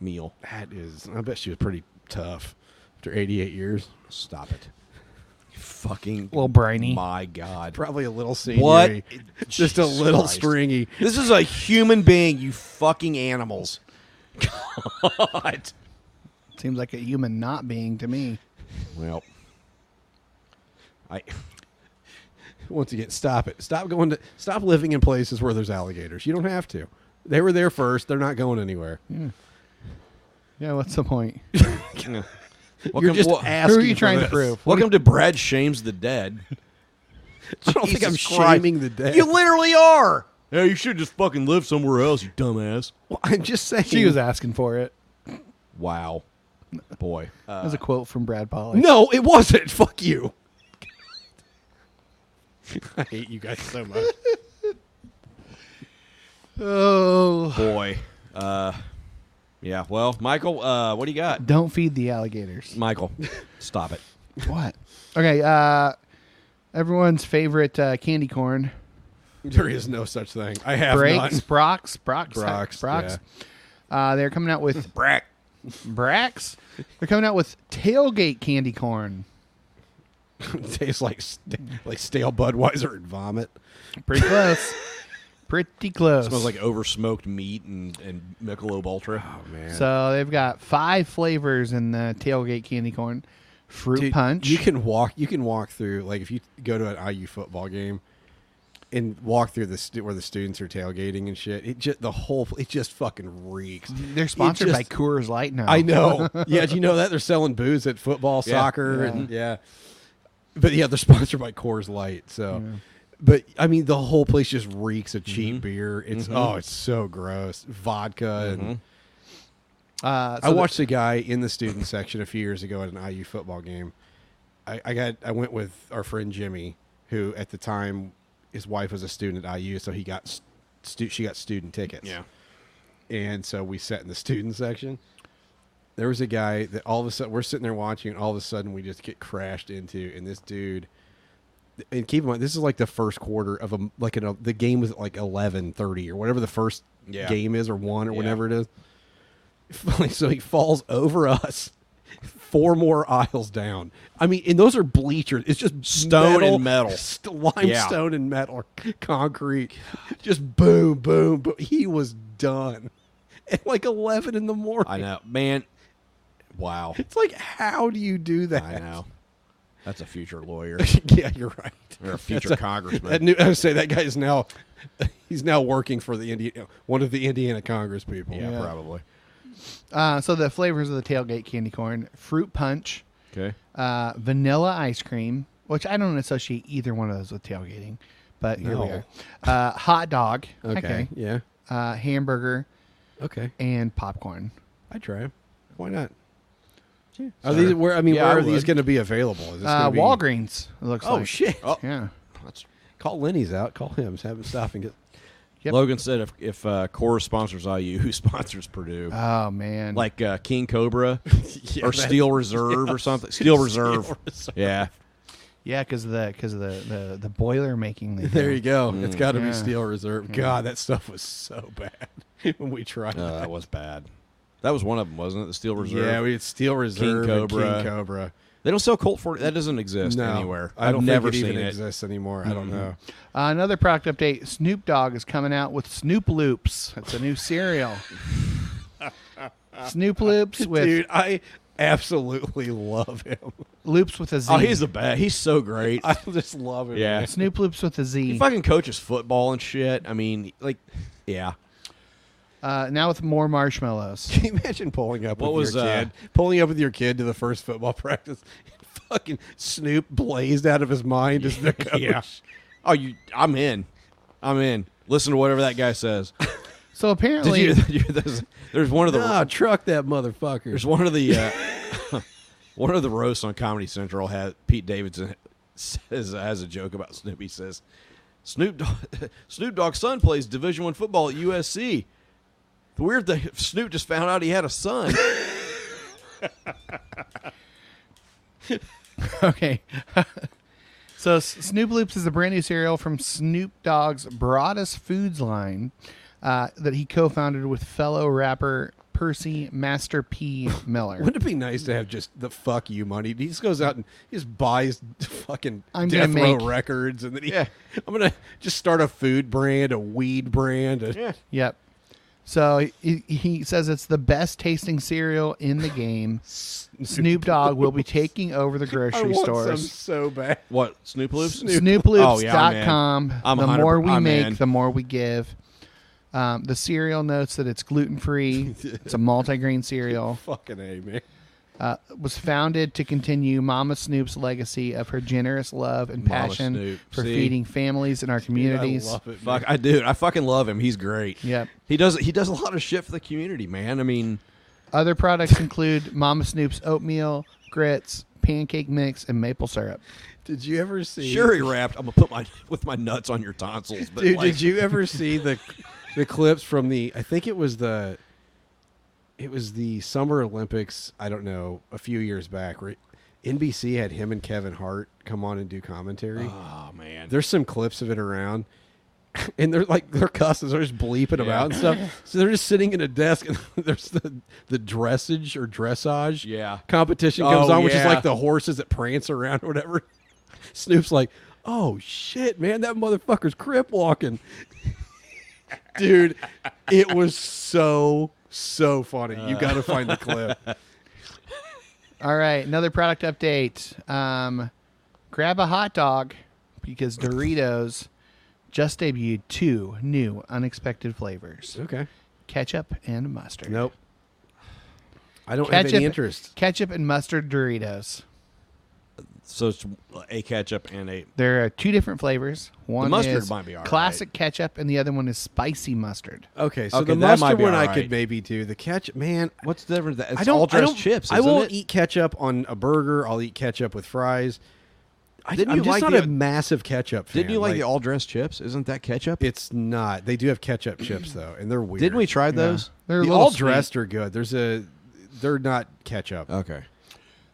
[SPEAKER 3] meal.
[SPEAKER 1] That is. I bet she was pretty tough after 88 years.
[SPEAKER 3] Stop it. Fucking
[SPEAKER 2] little briny.
[SPEAKER 3] My God.
[SPEAKER 1] Probably a little senior.
[SPEAKER 3] What?
[SPEAKER 1] Just
[SPEAKER 3] Jesus
[SPEAKER 1] a little
[SPEAKER 3] Christ.
[SPEAKER 1] stringy.
[SPEAKER 3] This is a human being, you fucking animals. God.
[SPEAKER 2] Seems like a human not being to me.
[SPEAKER 3] Well, I
[SPEAKER 1] Once again, stop it. Stop going to. Stop living in places where there's alligators. You don't have to. They were there first. They're not going anywhere.
[SPEAKER 2] Yeah, what's the point?
[SPEAKER 1] You're just
[SPEAKER 3] what,
[SPEAKER 1] asking.
[SPEAKER 2] Who are you
[SPEAKER 1] for
[SPEAKER 2] trying to
[SPEAKER 1] this.
[SPEAKER 2] prove?
[SPEAKER 3] welcome to Brad shames the dead.
[SPEAKER 1] I don't think I'm
[SPEAKER 3] Jesus Christ.
[SPEAKER 1] shaming the dead.
[SPEAKER 3] You literally are. Yeah, you should just fucking live somewhere else, you dumbass.
[SPEAKER 1] Well, I'm just saying.
[SPEAKER 2] She was asking for it.
[SPEAKER 3] Wow, boy.
[SPEAKER 1] Uh,
[SPEAKER 2] That was a quote from Brad Pollock.
[SPEAKER 1] No, it wasn't. Fuck you. I hate you guys so much.
[SPEAKER 2] Oh.
[SPEAKER 3] boy. Uh, yeah. Well, Michael, uh, what do you got?
[SPEAKER 2] Don't feed the alligators.
[SPEAKER 3] Michael, stop it.
[SPEAKER 2] What? Okay, uh everyone's favorite uh, candy corn.
[SPEAKER 1] There is no such thing. I have
[SPEAKER 2] Brakes,
[SPEAKER 1] not.
[SPEAKER 2] Brox, Brox,
[SPEAKER 1] Brox,
[SPEAKER 2] Brox. Uh, they're coming out with
[SPEAKER 3] Brack.
[SPEAKER 2] Brax. They're coming out with tailgate candy corn.
[SPEAKER 1] tastes like st- like stale Budweiser and vomit.
[SPEAKER 2] Pretty close. Pretty close.
[SPEAKER 3] smells like over smoked meat and and Michelob Ultra. Oh man,
[SPEAKER 2] So they've got five flavors in the tailgate candy corn. Fruit
[SPEAKER 1] Dude,
[SPEAKER 2] punch.
[SPEAKER 1] You can walk. You can walk through. Like if you go to an IU football game and walk through the stu- where the students are tailgating and shit, it just the whole it just fucking reeks.
[SPEAKER 2] They're
[SPEAKER 1] It
[SPEAKER 2] sponsored by
[SPEAKER 1] just-
[SPEAKER 2] Coors Light now.
[SPEAKER 1] I know. yeah, do you know that they're selling booze at football,
[SPEAKER 3] Yeah.
[SPEAKER 1] soccer,
[SPEAKER 2] Yeah.
[SPEAKER 1] and yeah. But yeah, they're sponsored by Coors Light. So, but I mean, the whole place just reeks of
[SPEAKER 2] Mm-hmm.
[SPEAKER 1] cheap beer. It's oh, it's so gross. Vodka
[SPEAKER 2] Mm-hmm.
[SPEAKER 1] and
[SPEAKER 2] Uh, so
[SPEAKER 1] I watched a guy in the student section a few years ago at an IU football game. I, I got I went with our friend Jimmy, who at the time his wife was a student at IU, so he got s- stu- she got student tickets.
[SPEAKER 3] Yeah.
[SPEAKER 1] and so we sat in the student section. There was a guy that all of a sudden we're sitting there watching, and all of a sudden we just get crashed into, and this dude. And keep in mind, this is like the first quarter of a like an, the game was at like eleven thirty or whatever the first
[SPEAKER 3] Yeah.
[SPEAKER 1] game is or one or whatever it is. so he falls over us four more aisles down. I mean, and those are bleachers. It's just
[SPEAKER 3] Stone and metal.
[SPEAKER 1] st- limestone and metal, concrete. Just boom, boom, boom. He was done at like eleven in the morning.
[SPEAKER 3] I know, man. Wow,
[SPEAKER 1] It's like, how do you do that?
[SPEAKER 3] I know. That's a future lawyer
[SPEAKER 1] yeah, you're right.
[SPEAKER 3] or a future
[SPEAKER 1] That's a-
[SPEAKER 3] congressman.
[SPEAKER 1] That new, I would say that guy is now, he's now working for the Indiana, one of the Indiana Congress people.
[SPEAKER 3] yeah, probably.
[SPEAKER 2] Uh, so the flavors of the tailgate candy corn: fruit punch,
[SPEAKER 3] Okay.
[SPEAKER 2] uh, vanilla ice cream, which I don't associate either one of those with tailgating, but here we
[SPEAKER 1] No.
[SPEAKER 2] are. Uh, hot dog, okay,
[SPEAKER 1] Okay. Yeah.
[SPEAKER 2] Uh, hamburger,
[SPEAKER 1] Okay.
[SPEAKER 2] and popcorn.
[SPEAKER 1] I try 'em. Why not? Are these where? I mean,
[SPEAKER 3] Yeah,
[SPEAKER 1] where
[SPEAKER 3] I
[SPEAKER 1] are these
[SPEAKER 3] would.
[SPEAKER 1] going to be available? Is this gonna
[SPEAKER 2] Uh,
[SPEAKER 1] be-
[SPEAKER 2] Walgreens. It looks
[SPEAKER 1] Oh
[SPEAKER 2] like.
[SPEAKER 1] shit!
[SPEAKER 2] Yeah.
[SPEAKER 3] That's,
[SPEAKER 1] Call Lenny's out. Call him. Have him stop and get.
[SPEAKER 2] Yep.
[SPEAKER 3] Logan said if if uh, Core sponsors IU, who sponsors Purdue?
[SPEAKER 2] Oh man.
[SPEAKER 3] like uh, King Cobra
[SPEAKER 1] Yeah,
[SPEAKER 3] or
[SPEAKER 1] that-
[SPEAKER 3] Steel Reserve or something. Steel Reserve. Yeah.
[SPEAKER 2] yeah, because the because the, the the boiler making. They
[SPEAKER 1] There
[SPEAKER 2] do.
[SPEAKER 1] you go. It's got to
[SPEAKER 2] Yeah.
[SPEAKER 1] be Steel Reserve. God, that stuff was so bad when we tried.
[SPEAKER 3] Mm. Uh, that was bad. That was one of them, wasn't it? The Steel Reserve.
[SPEAKER 1] yeah, we had Steel Reserve, and
[SPEAKER 3] Cobra.
[SPEAKER 1] King Cobra.
[SPEAKER 3] they don't sell Colt 40. That doesn't exist anywhere.
[SPEAKER 1] I
[SPEAKER 3] I've
[SPEAKER 1] don't think
[SPEAKER 3] never
[SPEAKER 1] it
[SPEAKER 3] seen
[SPEAKER 1] even
[SPEAKER 3] it.
[SPEAKER 1] exists anymore. I don't know.
[SPEAKER 2] Uh, another product update: Snoop Dogg is coming out with Snoop Loops. That's a new cereal. Snoop Loops with
[SPEAKER 1] Dude, I absolutely love him.
[SPEAKER 2] loops with a Z.
[SPEAKER 3] Oh, he's the best. He's so great.
[SPEAKER 1] I just love him.
[SPEAKER 3] yeah.
[SPEAKER 2] Snoop loops with a
[SPEAKER 3] He
[SPEAKER 2] Z.
[SPEAKER 3] fucking coaches football and shit. I mean, like, yeah.
[SPEAKER 2] Uh, now with more marshmallows.
[SPEAKER 1] Can you imagine pulling up
[SPEAKER 3] What
[SPEAKER 1] with
[SPEAKER 3] was,
[SPEAKER 1] your
[SPEAKER 3] uh,
[SPEAKER 1] kid? Pulling up with your kid to the first football practice. And fucking Snoop blazed out of his mind as the coach.
[SPEAKER 3] Yeah. Oh, you. I'm in. I'm in. Listen to whatever that guy says.
[SPEAKER 2] So
[SPEAKER 3] Did
[SPEAKER 2] apparently,
[SPEAKER 3] you, there's, there's one of the
[SPEAKER 1] Nah, Ah, truck that motherfucker.
[SPEAKER 3] There's one of the uh, one of the roasts on Comedy Central had Pete Davidson says has a joke about Snoop. He says Snoop Dogg, Snoop Dogg's son plays Division One football at USC. The weird thing, Snoop just found out he had a son.
[SPEAKER 2] okay. so S- Snoop Loops is a brand new cereal from Snoop Dogg's Broadus Foods line uh, that he co-founded with fellow rapper Percy Master P Miller.
[SPEAKER 1] Wouldn't it be nice to have just the fuck you money? He just goes out and he just buys fucking
[SPEAKER 2] I'm gonna
[SPEAKER 1] death row
[SPEAKER 2] make-
[SPEAKER 1] records, and then he,
[SPEAKER 3] Yeah.
[SPEAKER 1] I'm gonna just start a food brand, a weed brand. a-
[SPEAKER 2] Yep. So he, he says it's the best tasting cereal in the game. Snoop Dogg will be taking over the
[SPEAKER 1] I
[SPEAKER 2] grocery
[SPEAKER 1] want some
[SPEAKER 2] stores.
[SPEAKER 1] so bad.
[SPEAKER 3] What Snoop Loops? Oh, yeah, I'm in.
[SPEAKER 2] Snooploops.com.
[SPEAKER 3] I'm
[SPEAKER 2] the
[SPEAKER 3] 100
[SPEAKER 2] more we
[SPEAKER 3] I'm
[SPEAKER 2] make,
[SPEAKER 3] in.
[SPEAKER 2] the more we give. Um, the cereal notes that it's gluten free. it's a multigrain cereal.
[SPEAKER 1] Fucking a man.
[SPEAKER 2] It was founded to continue Mama Snoop's legacy of her generous love and passion
[SPEAKER 3] Snoop.
[SPEAKER 2] for
[SPEAKER 3] See?
[SPEAKER 2] feeding families in our communities.
[SPEAKER 1] I love it.
[SPEAKER 3] Fuck, I do. I fucking love him. He's great.
[SPEAKER 2] Yep.
[SPEAKER 3] He does. He does a lot of shit for the community, man. I mean,
[SPEAKER 2] Other products include Mama Snoop's oatmeal, grits, pancake mix, and maple syrup.
[SPEAKER 1] Did you ever see?
[SPEAKER 3] sure he rapped. I'm gonna put my with my nuts on your tonsils. But
[SPEAKER 1] Dude,
[SPEAKER 3] like-
[SPEAKER 1] did you ever see the the clips from the? I think it was the it was the Summer Olympics. I don't know, a few years back, where NBC had him and Kevin Hart come on and do commentary.
[SPEAKER 3] Oh man.
[SPEAKER 1] There's some clips of it around. And they're like their cousins are just bleeping them out and stuff. So they're just sitting in a desk, and there's the the dressage or dressage
[SPEAKER 3] Yeah.
[SPEAKER 1] competition comes
[SPEAKER 3] Oh,
[SPEAKER 1] on, which is
[SPEAKER 3] yeah.
[SPEAKER 1] like the horses that prance around or whatever. Snoop's like, oh shit, man, that motherfucker's crip walking. Dude, it was so, so funny.
[SPEAKER 3] Uh.
[SPEAKER 1] You got to find the clip.
[SPEAKER 2] All right, another product update. Um, grab a hot dog because Doritos just debuted two new unexpected flavors:
[SPEAKER 1] Okay.
[SPEAKER 2] ketchup and mustard.
[SPEAKER 1] Nope. I don't have
[SPEAKER 2] Ketchup-
[SPEAKER 1] any interest.
[SPEAKER 2] Ketchup and mustard Doritos.
[SPEAKER 3] So it's uh, a ketchup and a
[SPEAKER 2] There are two different flavors. One
[SPEAKER 3] mustard
[SPEAKER 2] is
[SPEAKER 3] might be all right.
[SPEAKER 2] classic ketchup, and the other one is spicy mustard.
[SPEAKER 1] Okay, so
[SPEAKER 3] Okay,
[SPEAKER 1] the
[SPEAKER 3] that
[SPEAKER 1] mustard
[SPEAKER 3] might be
[SPEAKER 1] one I
[SPEAKER 3] all
[SPEAKER 1] could
[SPEAKER 3] right.
[SPEAKER 1] maybe do. The ketchup, man,
[SPEAKER 3] what's the difference? It's
[SPEAKER 1] I don't.
[SPEAKER 3] all
[SPEAKER 1] I
[SPEAKER 3] dressed
[SPEAKER 1] don't,
[SPEAKER 3] chips.
[SPEAKER 1] I
[SPEAKER 3] isn't
[SPEAKER 1] will
[SPEAKER 3] it?
[SPEAKER 1] eat ketchup on a burger. I'll eat ketchup with fries. I,
[SPEAKER 3] Didn't
[SPEAKER 1] I'm
[SPEAKER 3] you
[SPEAKER 1] just
[SPEAKER 3] like
[SPEAKER 1] not
[SPEAKER 3] the-
[SPEAKER 1] a massive ketchup fan.
[SPEAKER 3] Didn't you like, the all dressed chips? Isn't that ketchup?
[SPEAKER 1] It's not. They do have ketchup chips though, and they're weird.
[SPEAKER 3] Didn't we try those?
[SPEAKER 2] They're a
[SPEAKER 1] the
[SPEAKER 2] little
[SPEAKER 1] all
[SPEAKER 2] sweet.
[SPEAKER 1] dressed are good. There's a. They're not ketchup.
[SPEAKER 3] Okay.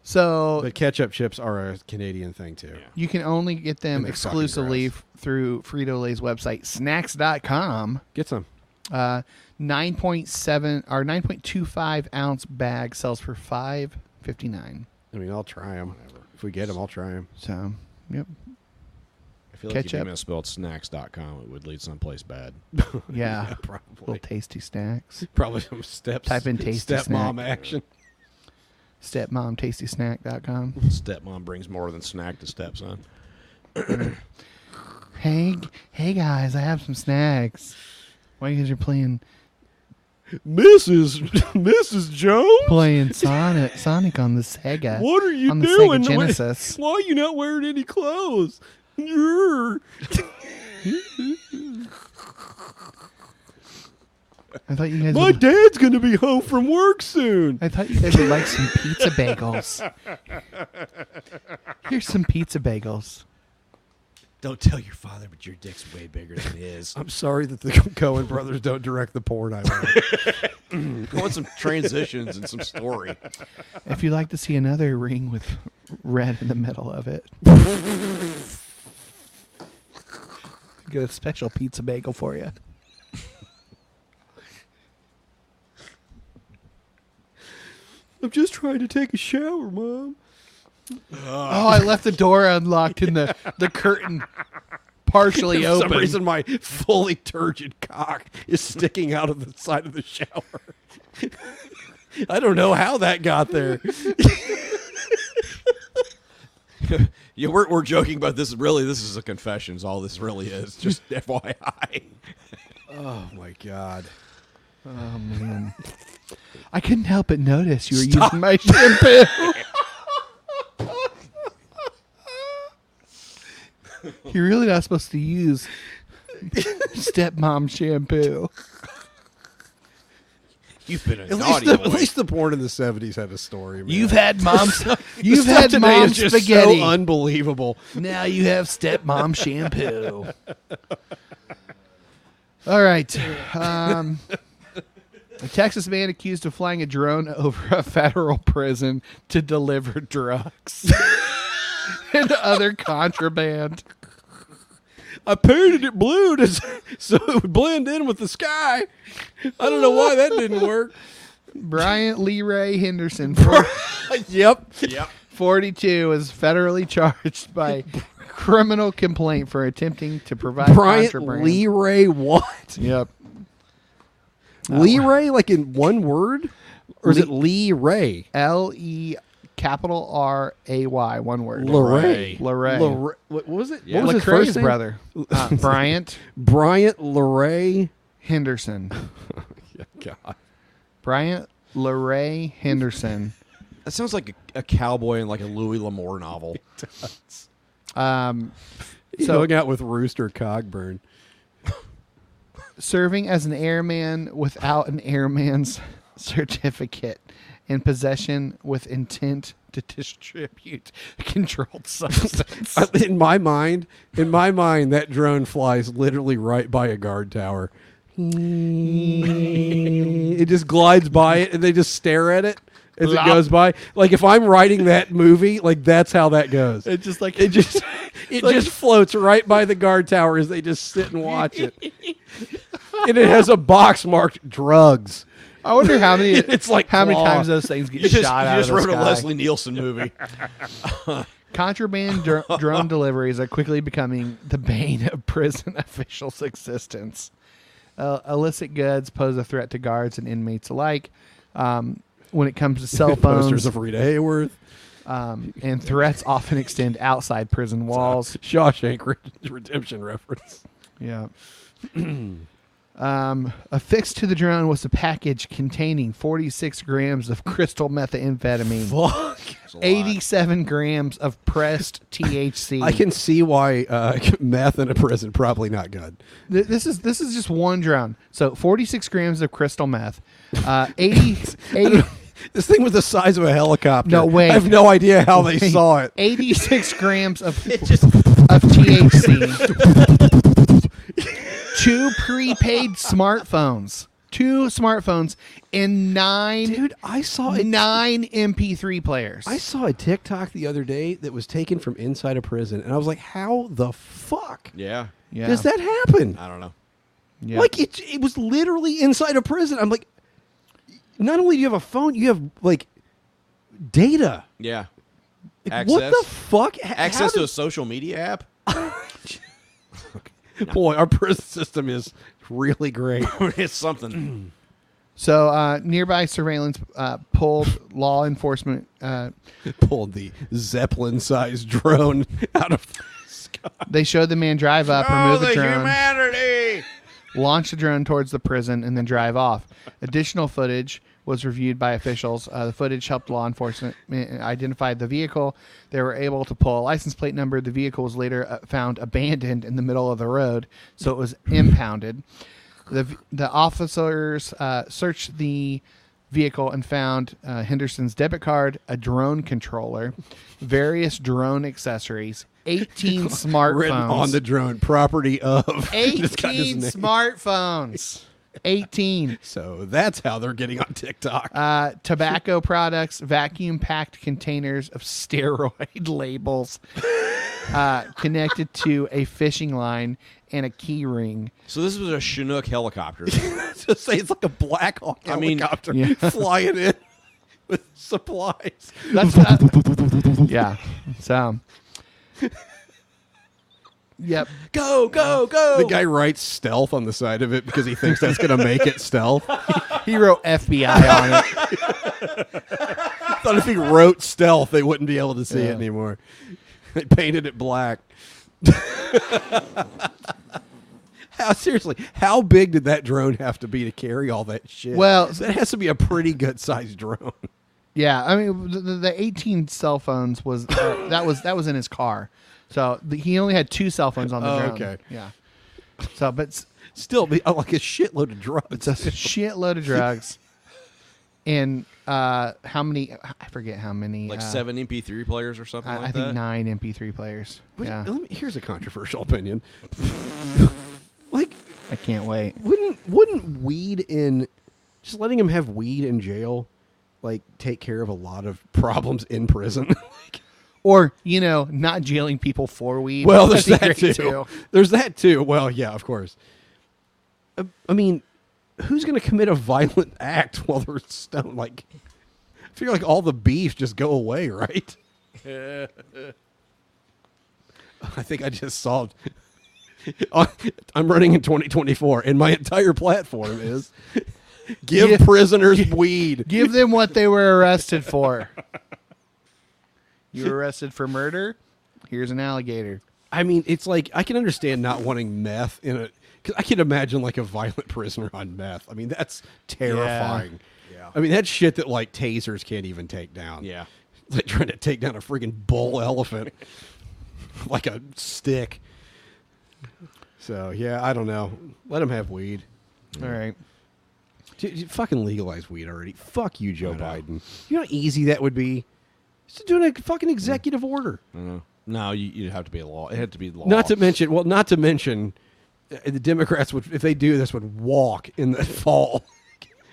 [SPEAKER 2] So
[SPEAKER 1] But ketchup chips are a Canadian thing too.
[SPEAKER 2] You can only get them
[SPEAKER 1] And they're fucking
[SPEAKER 2] exclusively
[SPEAKER 1] gross.
[SPEAKER 2] f- through Frito Lay's website, snacks.com.
[SPEAKER 1] Get some.
[SPEAKER 2] Uh, 9.7 or 9.25 ounce bag sells for 5.59.
[SPEAKER 1] I mean, I'll try them. If we get them, I'll try them.
[SPEAKER 2] So, yep. like
[SPEAKER 3] I feel
[SPEAKER 2] if you
[SPEAKER 3] like
[SPEAKER 2] Ketchup.
[SPEAKER 3] if you misspelled snacks.com, it would lead someplace bad.
[SPEAKER 2] Yeah.
[SPEAKER 1] Probably.
[SPEAKER 2] Little tasty snacks.
[SPEAKER 1] Probably some steps.
[SPEAKER 2] Type in tasty
[SPEAKER 1] stepmom
[SPEAKER 2] snack.
[SPEAKER 1] action.
[SPEAKER 2] Stepmomtastysnack.com.
[SPEAKER 3] Stepmom brings more than snack to stepson.
[SPEAKER 2] Hey, g- hey guys, I have some snacks. Why you guys are playing
[SPEAKER 1] Mrs. Mrs. Jones.
[SPEAKER 2] playing Sonic Sonic on the Sega?
[SPEAKER 1] What are you
[SPEAKER 2] on the
[SPEAKER 1] doing?
[SPEAKER 2] Sega
[SPEAKER 1] Why-
[SPEAKER 2] Genesis?
[SPEAKER 1] Why are you not wearing any clothes? Grr.
[SPEAKER 2] I thought you guys
[SPEAKER 1] My
[SPEAKER 2] would
[SPEAKER 1] dad's gonna be home from work soon.
[SPEAKER 2] I thought you guys would like some pizza bagels. Here's some pizza bagels.
[SPEAKER 3] Don't tell your father, but your dick's way bigger than his.
[SPEAKER 1] I'm sorry that the Cohen brothers don't direct the porn I want.
[SPEAKER 3] I want some transitions and some story.
[SPEAKER 2] If you'd like to see another ring with red in the middle of it, get a special pizza bagel for you.
[SPEAKER 1] I'm just trying to take a shower, mom.
[SPEAKER 2] Oh, I left the door unlocked and the, the curtain partially
[SPEAKER 1] For
[SPEAKER 2] open.
[SPEAKER 1] some reason, my fully turgid cock is sticking out of the side of the shower. I don't know how that got there.
[SPEAKER 3] Yeah, we're, we're joking about this. Really, this is a confession. Is all this really is. Just FYI.
[SPEAKER 1] Oh my god.
[SPEAKER 2] I couldn't help but notice you were using my shampoo. You're really not supposed to use stepmom shampoo.
[SPEAKER 3] You've been a
[SPEAKER 1] At least,
[SPEAKER 3] naughty
[SPEAKER 1] the,
[SPEAKER 3] boy.
[SPEAKER 1] at least the porn in the 70s had a story. Man.
[SPEAKER 2] You've had mom's
[SPEAKER 1] This
[SPEAKER 2] you've
[SPEAKER 1] stuff
[SPEAKER 2] had
[SPEAKER 1] today
[SPEAKER 2] mom's
[SPEAKER 1] is just
[SPEAKER 2] spaghetti.
[SPEAKER 1] so unbelievable.
[SPEAKER 2] now you have stepmom shampoo. All right. Um, a Texas man accused of flying a drone over a federal prison to deliver drugs and other contraband.
[SPEAKER 1] I painted it blue to, s- so it would blend in with the sky. I don't know why that didn't work.
[SPEAKER 2] Bryant Leray Henderson, four-
[SPEAKER 1] yep.
[SPEAKER 2] 42, is federally charged by criminal complaint for attempting to provide
[SPEAKER 1] Bryant
[SPEAKER 2] contraband.
[SPEAKER 1] Leray what?
[SPEAKER 2] Yep.
[SPEAKER 1] Leray like in one word? Or is it Lee Ray?
[SPEAKER 2] L E capital R A Y, one word.
[SPEAKER 1] Leray.
[SPEAKER 2] Leray.
[SPEAKER 1] Leray. What was it?
[SPEAKER 3] Yeah.
[SPEAKER 1] What was his
[SPEAKER 2] Lecrae's
[SPEAKER 1] first name?
[SPEAKER 2] brother. Uh, Bryant
[SPEAKER 1] Bryant Leray.
[SPEAKER 2] Henderson.
[SPEAKER 1] God.
[SPEAKER 2] Bryant Leray Henderson.
[SPEAKER 3] that sounds like a, a cowboy in like a Louis L'Amour novel.
[SPEAKER 2] Um,
[SPEAKER 1] So
[SPEAKER 2] So-
[SPEAKER 1] hung out with Rooster Cogburn.
[SPEAKER 2] serving as an airman without an airman's certificate and possession with intent to distribute controlled substance.
[SPEAKER 1] I- In my mind, in my mind, that drone flies literally right by a guard tower.
[SPEAKER 2] Hmm.
[SPEAKER 1] it just glides by it, and they just stare at it as
[SPEAKER 2] Blop.
[SPEAKER 1] it goes by. Like if I'm writing that movie, like that's how that goes. It
[SPEAKER 2] just like
[SPEAKER 1] it just it just floats right by the guard tower as they just sit and watch it. and it has a box marked drugs.
[SPEAKER 2] I wonder how many
[SPEAKER 3] it's like
[SPEAKER 2] how many
[SPEAKER 3] claw.
[SPEAKER 2] times those things get
[SPEAKER 3] you just,
[SPEAKER 2] shot
[SPEAKER 3] you
[SPEAKER 2] out
[SPEAKER 3] just
[SPEAKER 2] of the
[SPEAKER 3] wrote
[SPEAKER 2] sky.
[SPEAKER 3] a Leslie Nielsen movie.
[SPEAKER 2] Contraband dr- drone deliveries are quickly becoming the bane of prison officials' existence. Uh, illicit goods pose a threat to guards and inmates alike. Um, when it comes to cell phones,
[SPEAKER 1] Posters of Rita Hayworth,
[SPEAKER 2] um, and threats often extend outside prison walls.
[SPEAKER 1] Shawshank Re- Redemption reference.
[SPEAKER 2] Yeah. um, affixed to the drone was a package containing 46 grams of crystal methamphetamine,
[SPEAKER 1] Fuck.
[SPEAKER 2] 87 grams of pressed THC.
[SPEAKER 1] I can see why uh, meth in a prison probably not good.
[SPEAKER 2] Th- this is this is just one drone. So 46 grams of crystal meth, uh, 80, 80
[SPEAKER 1] This thing was the size of a helicopter.
[SPEAKER 2] No, wait.
[SPEAKER 1] I have no idea how they saw it.
[SPEAKER 2] 86 grams of of THC. Two prepaid smartphones. Two smartphones and nine
[SPEAKER 1] Dude, I saw it.
[SPEAKER 2] nine MP3 players.
[SPEAKER 1] I saw a TikTok the other day that was taken from inside a prison, and I was like, "How the fuck
[SPEAKER 3] yeah.
[SPEAKER 2] yeah.
[SPEAKER 1] does that happen?"
[SPEAKER 3] I don't know.
[SPEAKER 2] Yeah.
[SPEAKER 1] Like it, it was literally inside a prison. I'm like, not only do you have a phone, you have like data.
[SPEAKER 3] Yeah.
[SPEAKER 1] Like,
[SPEAKER 3] Access.
[SPEAKER 1] What the fuck? H- how
[SPEAKER 3] Access to
[SPEAKER 1] did-
[SPEAKER 3] a social media app?
[SPEAKER 1] boy, our prison system is really great.
[SPEAKER 3] it's something.
[SPEAKER 2] So uh, nearby surveillance uh, pulled law enforcement. Uh,
[SPEAKER 1] Pulled the Zeppelin-sized drone out of
[SPEAKER 2] they showed the man drive up,
[SPEAKER 1] Oh,
[SPEAKER 2] remove the drone.
[SPEAKER 3] humanity!
[SPEAKER 2] launch the drone towards the prison, and then drive off. Additional footage was reviewed by officials. Uh, the footage helped law enforcement uh, identify the vehicle. They were able to pull a license plate number. The vehicle was later uh, found abandoned in the middle of the road, so it was impounded. The, v- the officers uh, searched the vehicle and found uh, Henderson's debit card, a drone controller, various drone accessories, 18 smartphones.
[SPEAKER 1] written on the drone property of
[SPEAKER 2] 18
[SPEAKER 1] It's got his name.
[SPEAKER 2] smartphones. 18.
[SPEAKER 1] So that's how they're getting on TikTok.
[SPEAKER 2] Uh, tobacco products, vacuum packed containers of steroid labels uh, connected to a fishing line and a key ring.
[SPEAKER 3] So this was a Chinook helicopter.
[SPEAKER 1] to say it's like a Black Hawk
[SPEAKER 3] I mean-
[SPEAKER 1] helicopter
[SPEAKER 2] Yeah.
[SPEAKER 1] flying in with supplies.
[SPEAKER 2] That's what I- yeah. So. Yep.
[SPEAKER 3] go, go, go!
[SPEAKER 1] Uh, The guy writes stealth on the side of it because he thinks that's going to make it stealth. I
[SPEAKER 2] He wrote FBI on it.
[SPEAKER 1] thought if he wrote stealth, they wouldn't be able to see
[SPEAKER 2] Yeah.
[SPEAKER 1] it anymore. They painted it black. how seriously? How big did that drone have to be to carry all that shit?
[SPEAKER 2] Well-
[SPEAKER 1] that has to be a pretty good sized drone.
[SPEAKER 2] Yeah, I mean the, the- the 18 cell phones was uh, that was that was in his car, so the, he only had two cell phones on the
[SPEAKER 1] Oh,
[SPEAKER 2] drone.
[SPEAKER 1] okay.
[SPEAKER 2] yeah. So, but s-
[SPEAKER 1] Still, be oh, like a shitload of drugs.
[SPEAKER 2] it's a shitload of drugs, and uh, how many? I forget how many.
[SPEAKER 3] like
[SPEAKER 2] uh,
[SPEAKER 3] seven MP3 players or something
[SPEAKER 2] I, I
[SPEAKER 3] like
[SPEAKER 2] think
[SPEAKER 3] that.
[SPEAKER 2] nine MP3 players.
[SPEAKER 1] But
[SPEAKER 2] yeah,
[SPEAKER 1] let me, here's a controversial opinion. like,
[SPEAKER 2] I can't wait.
[SPEAKER 1] wouldn't wouldn't weed in just letting him have weed in jail, like take care of a lot of problems in prison? Like,
[SPEAKER 2] Or you know, not jailing people for weed.
[SPEAKER 1] well, there's
[SPEAKER 2] That'd be
[SPEAKER 1] that too.
[SPEAKER 2] great, too.
[SPEAKER 1] There's that too. Well, yeah, of course. Uh, I mean, who's going to commit a violent act while they're stoned? Like, I figure like all the beef just go away, right? I think I just solved. Uh, I'm running in 2024, and my entire platform is give
[SPEAKER 2] Yeah.
[SPEAKER 1] prisoners weed.
[SPEAKER 2] Give them what they were arrested for. You were arrested for murder. Here's an alligator.
[SPEAKER 1] I mean, it's like I can understand not wanting meth in a because I can imagine like a violent prisoner on meth. I mean, that's terrifying.
[SPEAKER 3] Yeah.
[SPEAKER 1] I mean, that's shit that like tasers can't even take down.
[SPEAKER 3] Yeah.
[SPEAKER 1] Like trying to take down a freaking bull elephant like a stick. So, yeah, I don't know. Let him have weed.
[SPEAKER 2] All right.
[SPEAKER 1] Dude, you fucking legalize weed already. Fuck you, Joe Biden. You know how easy that would be? Just doing a fucking executive order.
[SPEAKER 3] No, you, you'd have to be a law. It had to be law.
[SPEAKER 1] Not to mention, well, not to mention, uh, the Democrats would, if they do this, would walk in the fall.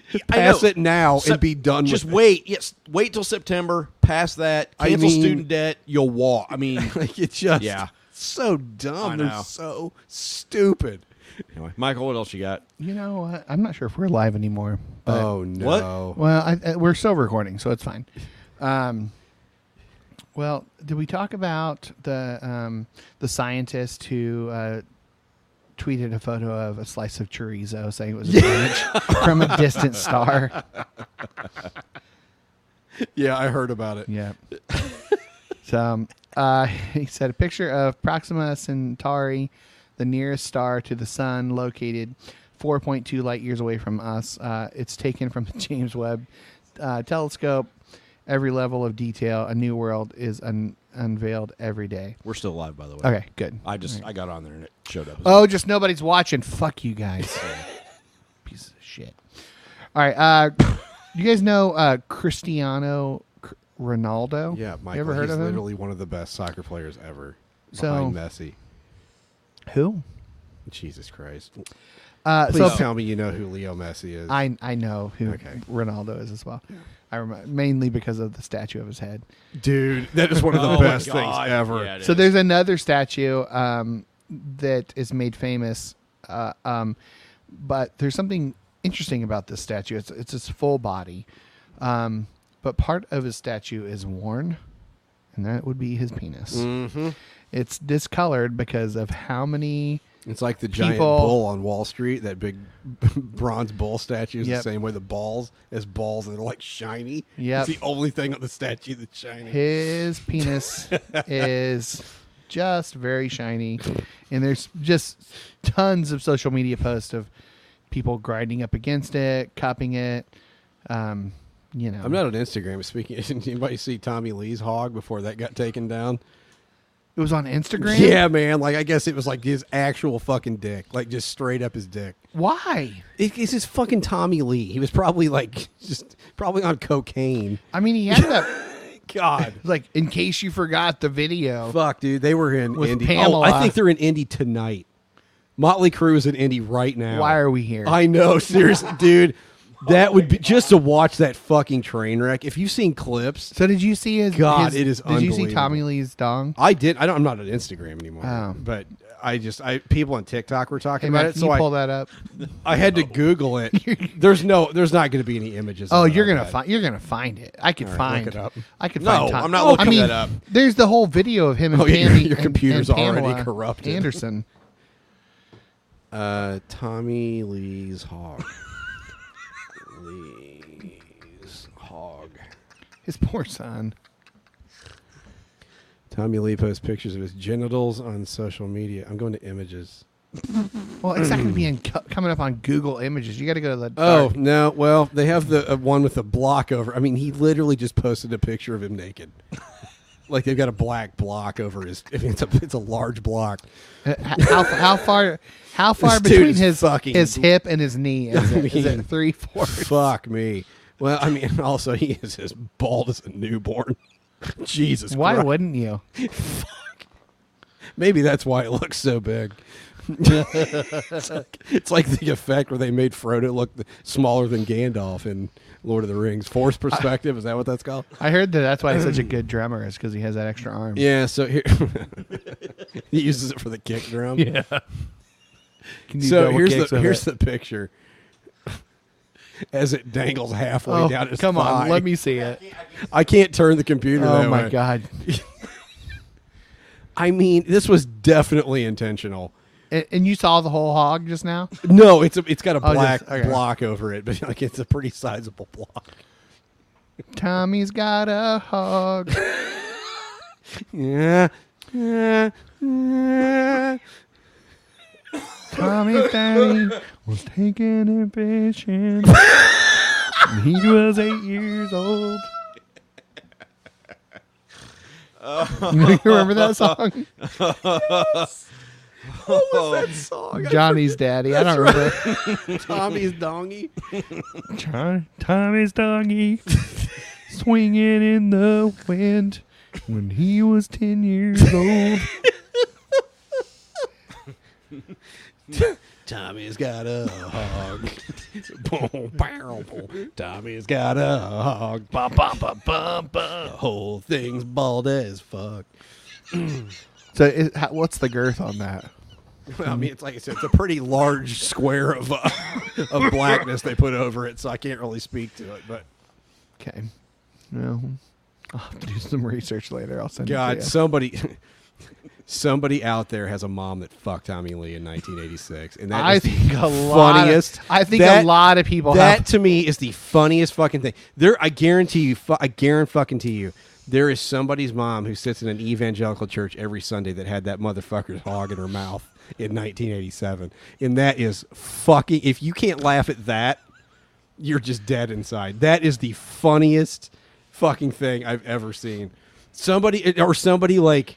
[SPEAKER 1] Just
[SPEAKER 3] I know.
[SPEAKER 1] pass it now
[SPEAKER 3] So-
[SPEAKER 1] and be done.
[SPEAKER 3] Just
[SPEAKER 1] with it.
[SPEAKER 3] wait. Yes, wait till September. Pass that.
[SPEAKER 1] I
[SPEAKER 3] Cancel
[SPEAKER 1] mean-
[SPEAKER 3] student debt. You'll walk. I mean,
[SPEAKER 1] Like it's just
[SPEAKER 3] Yeah.
[SPEAKER 1] so
[SPEAKER 3] I
[SPEAKER 1] dumb.
[SPEAKER 3] know.
[SPEAKER 1] They're so stupid.
[SPEAKER 3] Anyway, Michael, what else you got?
[SPEAKER 2] You know what? I'm not sure if we're live anymore. but-
[SPEAKER 1] Oh no!
[SPEAKER 3] What?
[SPEAKER 2] Well, I, I, we're still recording, so it's fine. Um, well, did we talk about the um, the scientist who uh, tweeted a photo of a slice of chorizo saying it was a sandwich from a distant star?
[SPEAKER 1] Yeah, I heard about it.
[SPEAKER 2] Yeah. so um, uh, he said a picture of Proxima Centauri, the nearest star to the sun, located 4.2 light years away from us. Uh, it's taken from the James Webb uh, Telescope. Every level of detail, a new world is un- unveiled every day.
[SPEAKER 3] We're still alive, by the way.
[SPEAKER 2] Okay, good.
[SPEAKER 3] I just I got on there and it showed up.
[SPEAKER 2] Oh, just nobody's watching. Fuck you guys. Piece of shit. All right. Uh, you guys know uh, Cristiano C- Ronaldo?
[SPEAKER 1] Yeah,
[SPEAKER 2] You
[SPEAKER 1] Michael.
[SPEAKER 2] ever heard
[SPEAKER 1] he's
[SPEAKER 2] of him?
[SPEAKER 1] literally one of the best soccer players ever.
[SPEAKER 2] So-
[SPEAKER 1] behind Messi.
[SPEAKER 2] Who?
[SPEAKER 1] Jesus Christ!
[SPEAKER 2] Uh,
[SPEAKER 1] Please
[SPEAKER 2] so
[SPEAKER 1] tell me you know who Leo Messi is.
[SPEAKER 2] I I know who
[SPEAKER 1] Okay.
[SPEAKER 2] Ronaldo is as well. I remember mainly because of the statue of his head.
[SPEAKER 1] Dude, that is one of the
[SPEAKER 3] Oh my
[SPEAKER 1] best things
[SPEAKER 3] God.
[SPEAKER 1] ever.
[SPEAKER 3] Yeah, it
[SPEAKER 2] so
[SPEAKER 3] is.
[SPEAKER 2] there's another statue um, that is made famous, uh, um, but there's something interesting about this statue. It's it's his full body, um, but part of his statue is worn, and that would be his penis.
[SPEAKER 1] Mm-hmm.
[SPEAKER 2] It's discolored because of how many
[SPEAKER 1] It's like the giant
[SPEAKER 2] People-
[SPEAKER 1] bull on Wall Street. That big bronze bull statue is
[SPEAKER 2] Yep.
[SPEAKER 1] the same way. The balls as balls, and they're like shiny.
[SPEAKER 2] Yep.
[SPEAKER 1] it's the only thing on the statue that's shiny.
[SPEAKER 2] his penis is just very shiny and there's just tons of social media posts of people grinding up against it cupping it um you know
[SPEAKER 1] I'm not on Instagram. but Speaking, did anybody see Tommy Lee's hog before that got taken down?
[SPEAKER 2] it was on instagram
[SPEAKER 1] Yeah, man. Like I guess it was like his actual fucking dick, like just straight up his dick.
[SPEAKER 2] why
[SPEAKER 1] It, it's his fucking Tommy Lee. He was probably like just probably on cocaine.
[SPEAKER 2] i mean he had that
[SPEAKER 1] God,
[SPEAKER 2] like in case you forgot the video
[SPEAKER 1] fuck, dude. They were in
[SPEAKER 2] With
[SPEAKER 1] Indy. Oh,
[SPEAKER 2] Pamela.
[SPEAKER 1] I think they're in Indy tonight. Motley Crue is in Indy right now.
[SPEAKER 2] why are we here
[SPEAKER 1] I know, seriously, dude. That would be just to watch that fucking train wreck. If you've seen clips,
[SPEAKER 2] so did you see his
[SPEAKER 1] God,
[SPEAKER 2] his-
[SPEAKER 1] it is
[SPEAKER 2] did you see
[SPEAKER 1] unbelievable. Uh,
[SPEAKER 2] tommy lee's dong
[SPEAKER 1] I did. I don't. I'm not on Instagram anymore.
[SPEAKER 2] Oh.
[SPEAKER 1] But I just, I people on TikTok were talking
[SPEAKER 2] hey
[SPEAKER 1] about
[SPEAKER 2] Matt,
[SPEAKER 1] it,
[SPEAKER 2] can
[SPEAKER 1] so
[SPEAKER 2] you
[SPEAKER 1] I,
[SPEAKER 2] pull that up
[SPEAKER 1] I had to Google it. there's no, there's not going to be any images.
[SPEAKER 2] Oh,
[SPEAKER 1] of it
[SPEAKER 2] you're
[SPEAKER 1] on
[SPEAKER 2] gonna
[SPEAKER 1] that.
[SPEAKER 2] find you're gonna find it. I could find
[SPEAKER 1] it up.
[SPEAKER 2] I could
[SPEAKER 3] No,
[SPEAKER 2] find. Tom-
[SPEAKER 3] I'm not looking
[SPEAKER 2] I mean,
[SPEAKER 3] that up.
[SPEAKER 2] There's the whole video of him and
[SPEAKER 1] Oh, your-
[SPEAKER 2] Pammy.
[SPEAKER 1] your
[SPEAKER 2] and-
[SPEAKER 1] computer's
[SPEAKER 2] and
[SPEAKER 1] already
[SPEAKER 2] Pamela
[SPEAKER 1] corrupted.
[SPEAKER 2] Anderson.
[SPEAKER 1] Uh, Tommy Lee's hog. Lee's hog.
[SPEAKER 2] His poor son.
[SPEAKER 1] Tommy Lee posts pictures of his genitals on social media. I'm going to images.
[SPEAKER 2] Well, it's not gonna be in, co- coming up on Google Images. You got to go to the.
[SPEAKER 1] Oh
[SPEAKER 2] dark-
[SPEAKER 1] no! Well, they have the uh, one with the block over. I mean, he literally just posted a picture of him naked. like they've got a black block over his. I mean, it's a it's a large block.
[SPEAKER 2] Uh, how, how far? How far
[SPEAKER 1] This dude
[SPEAKER 2] between
[SPEAKER 1] is
[SPEAKER 2] his
[SPEAKER 1] fucking-
[SPEAKER 2] his hip and his knee is it? Is
[SPEAKER 1] mean-
[SPEAKER 2] it three, four?
[SPEAKER 1] Fuck me. Well, I mean, also he is as bald as a newborn. Jesus.
[SPEAKER 2] Why
[SPEAKER 1] Christ.
[SPEAKER 2] wouldn't you?
[SPEAKER 1] Maybe that's why it looks so big. it's, like, it's like the effect where they made Frodo look smaller than Gandalf in Lord of the Rings. Force perspective is that what that's called?
[SPEAKER 2] I heard that that's why he's such a good drummer is because he has that extra arm.
[SPEAKER 1] Yeah. So here he uses it for the kick drum. Yeah.
[SPEAKER 2] Can do
[SPEAKER 1] So
[SPEAKER 2] double
[SPEAKER 1] here's
[SPEAKER 2] kicks
[SPEAKER 1] the
[SPEAKER 2] with
[SPEAKER 1] here's
[SPEAKER 2] it?
[SPEAKER 1] the picture as it dangles halfway
[SPEAKER 2] Oh,
[SPEAKER 1] down his
[SPEAKER 2] come on,
[SPEAKER 1] thigh.
[SPEAKER 2] let me see it.
[SPEAKER 1] I can't turn the computer.
[SPEAKER 2] Oh
[SPEAKER 1] that
[SPEAKER 2] my
[SPEAKER 1] way.
[SPEAKER 2] god.
[SPEAKER 1] I mean, this was definitely intentional.
[SPEAKER 2] And, and you saw the whole hog just now?
[SPEAKER 1] No, it's a it's got a
[SPEAKER 2] Oh,
[SPEAKER 1] black
[SPEAKER 2] just- okay.
[SPEAKER 1] block over it, but like it's a pretty sizable block.
[SPEAKER 2] Tommy's got a hog.
[SPEAKER 1] Yeah. Yeah. yeah.
[SPEAKER 2] Tommy Daddy was taking a fishing. he was eight years old. you remember that song?
[SPEAKER 1] That song,
[SPEAKER 2] Johnny's daddy. I don't remember.
[SPEAKER 1] Tommy's dongy.
[SPEAKER 2] John, Tommy's doggy swinging in the wind when he was 10 years old.
[SPEAKER 1] Tommy's got a hog. boom, barrel, boom. Tommy's got a hog. Bum, bum, bum, bum, bum. The whole thing's bald as fuck.
[SPEAKER 2] So, is, how, what's the girth on that?
[SPEAKER 1] Well, I mean, it's like I said, it's a pretty large square of uh, of blackness they put over it, so I can't really speak to it. But
[SPEAKER 2] Okay. Well, I'll have to do some research later. I'll send it
[SPEAKER 1] God,
[SPEAKER 2] to you.
[SPEAKER 1] somebody, somebody out there has a mom that fucked Tommy Lee in 1986, and that
[SPEAKER 2] I
[SPEAKER 1] is the
[SPEAKER 2] think a lot of-
[SPEAKER 1] funniest.
[SPEAKER 2] I think a lot of people
[SPEAKER 1] That
[SPEAKER 2] have-
[SPEAKER 1] to me is the funniest fucking thing. There, I guarantee you, fu- I guarantee fucking to you, there is somebody's mom who sits in an evangelical church every Sunday that had that motherfucker's hog in her mouth in 1987, and that is fucking. If you can't laugh at that, you're just dead inside. That is the funniest fucking thing I've ever seen. Somebody or somebody like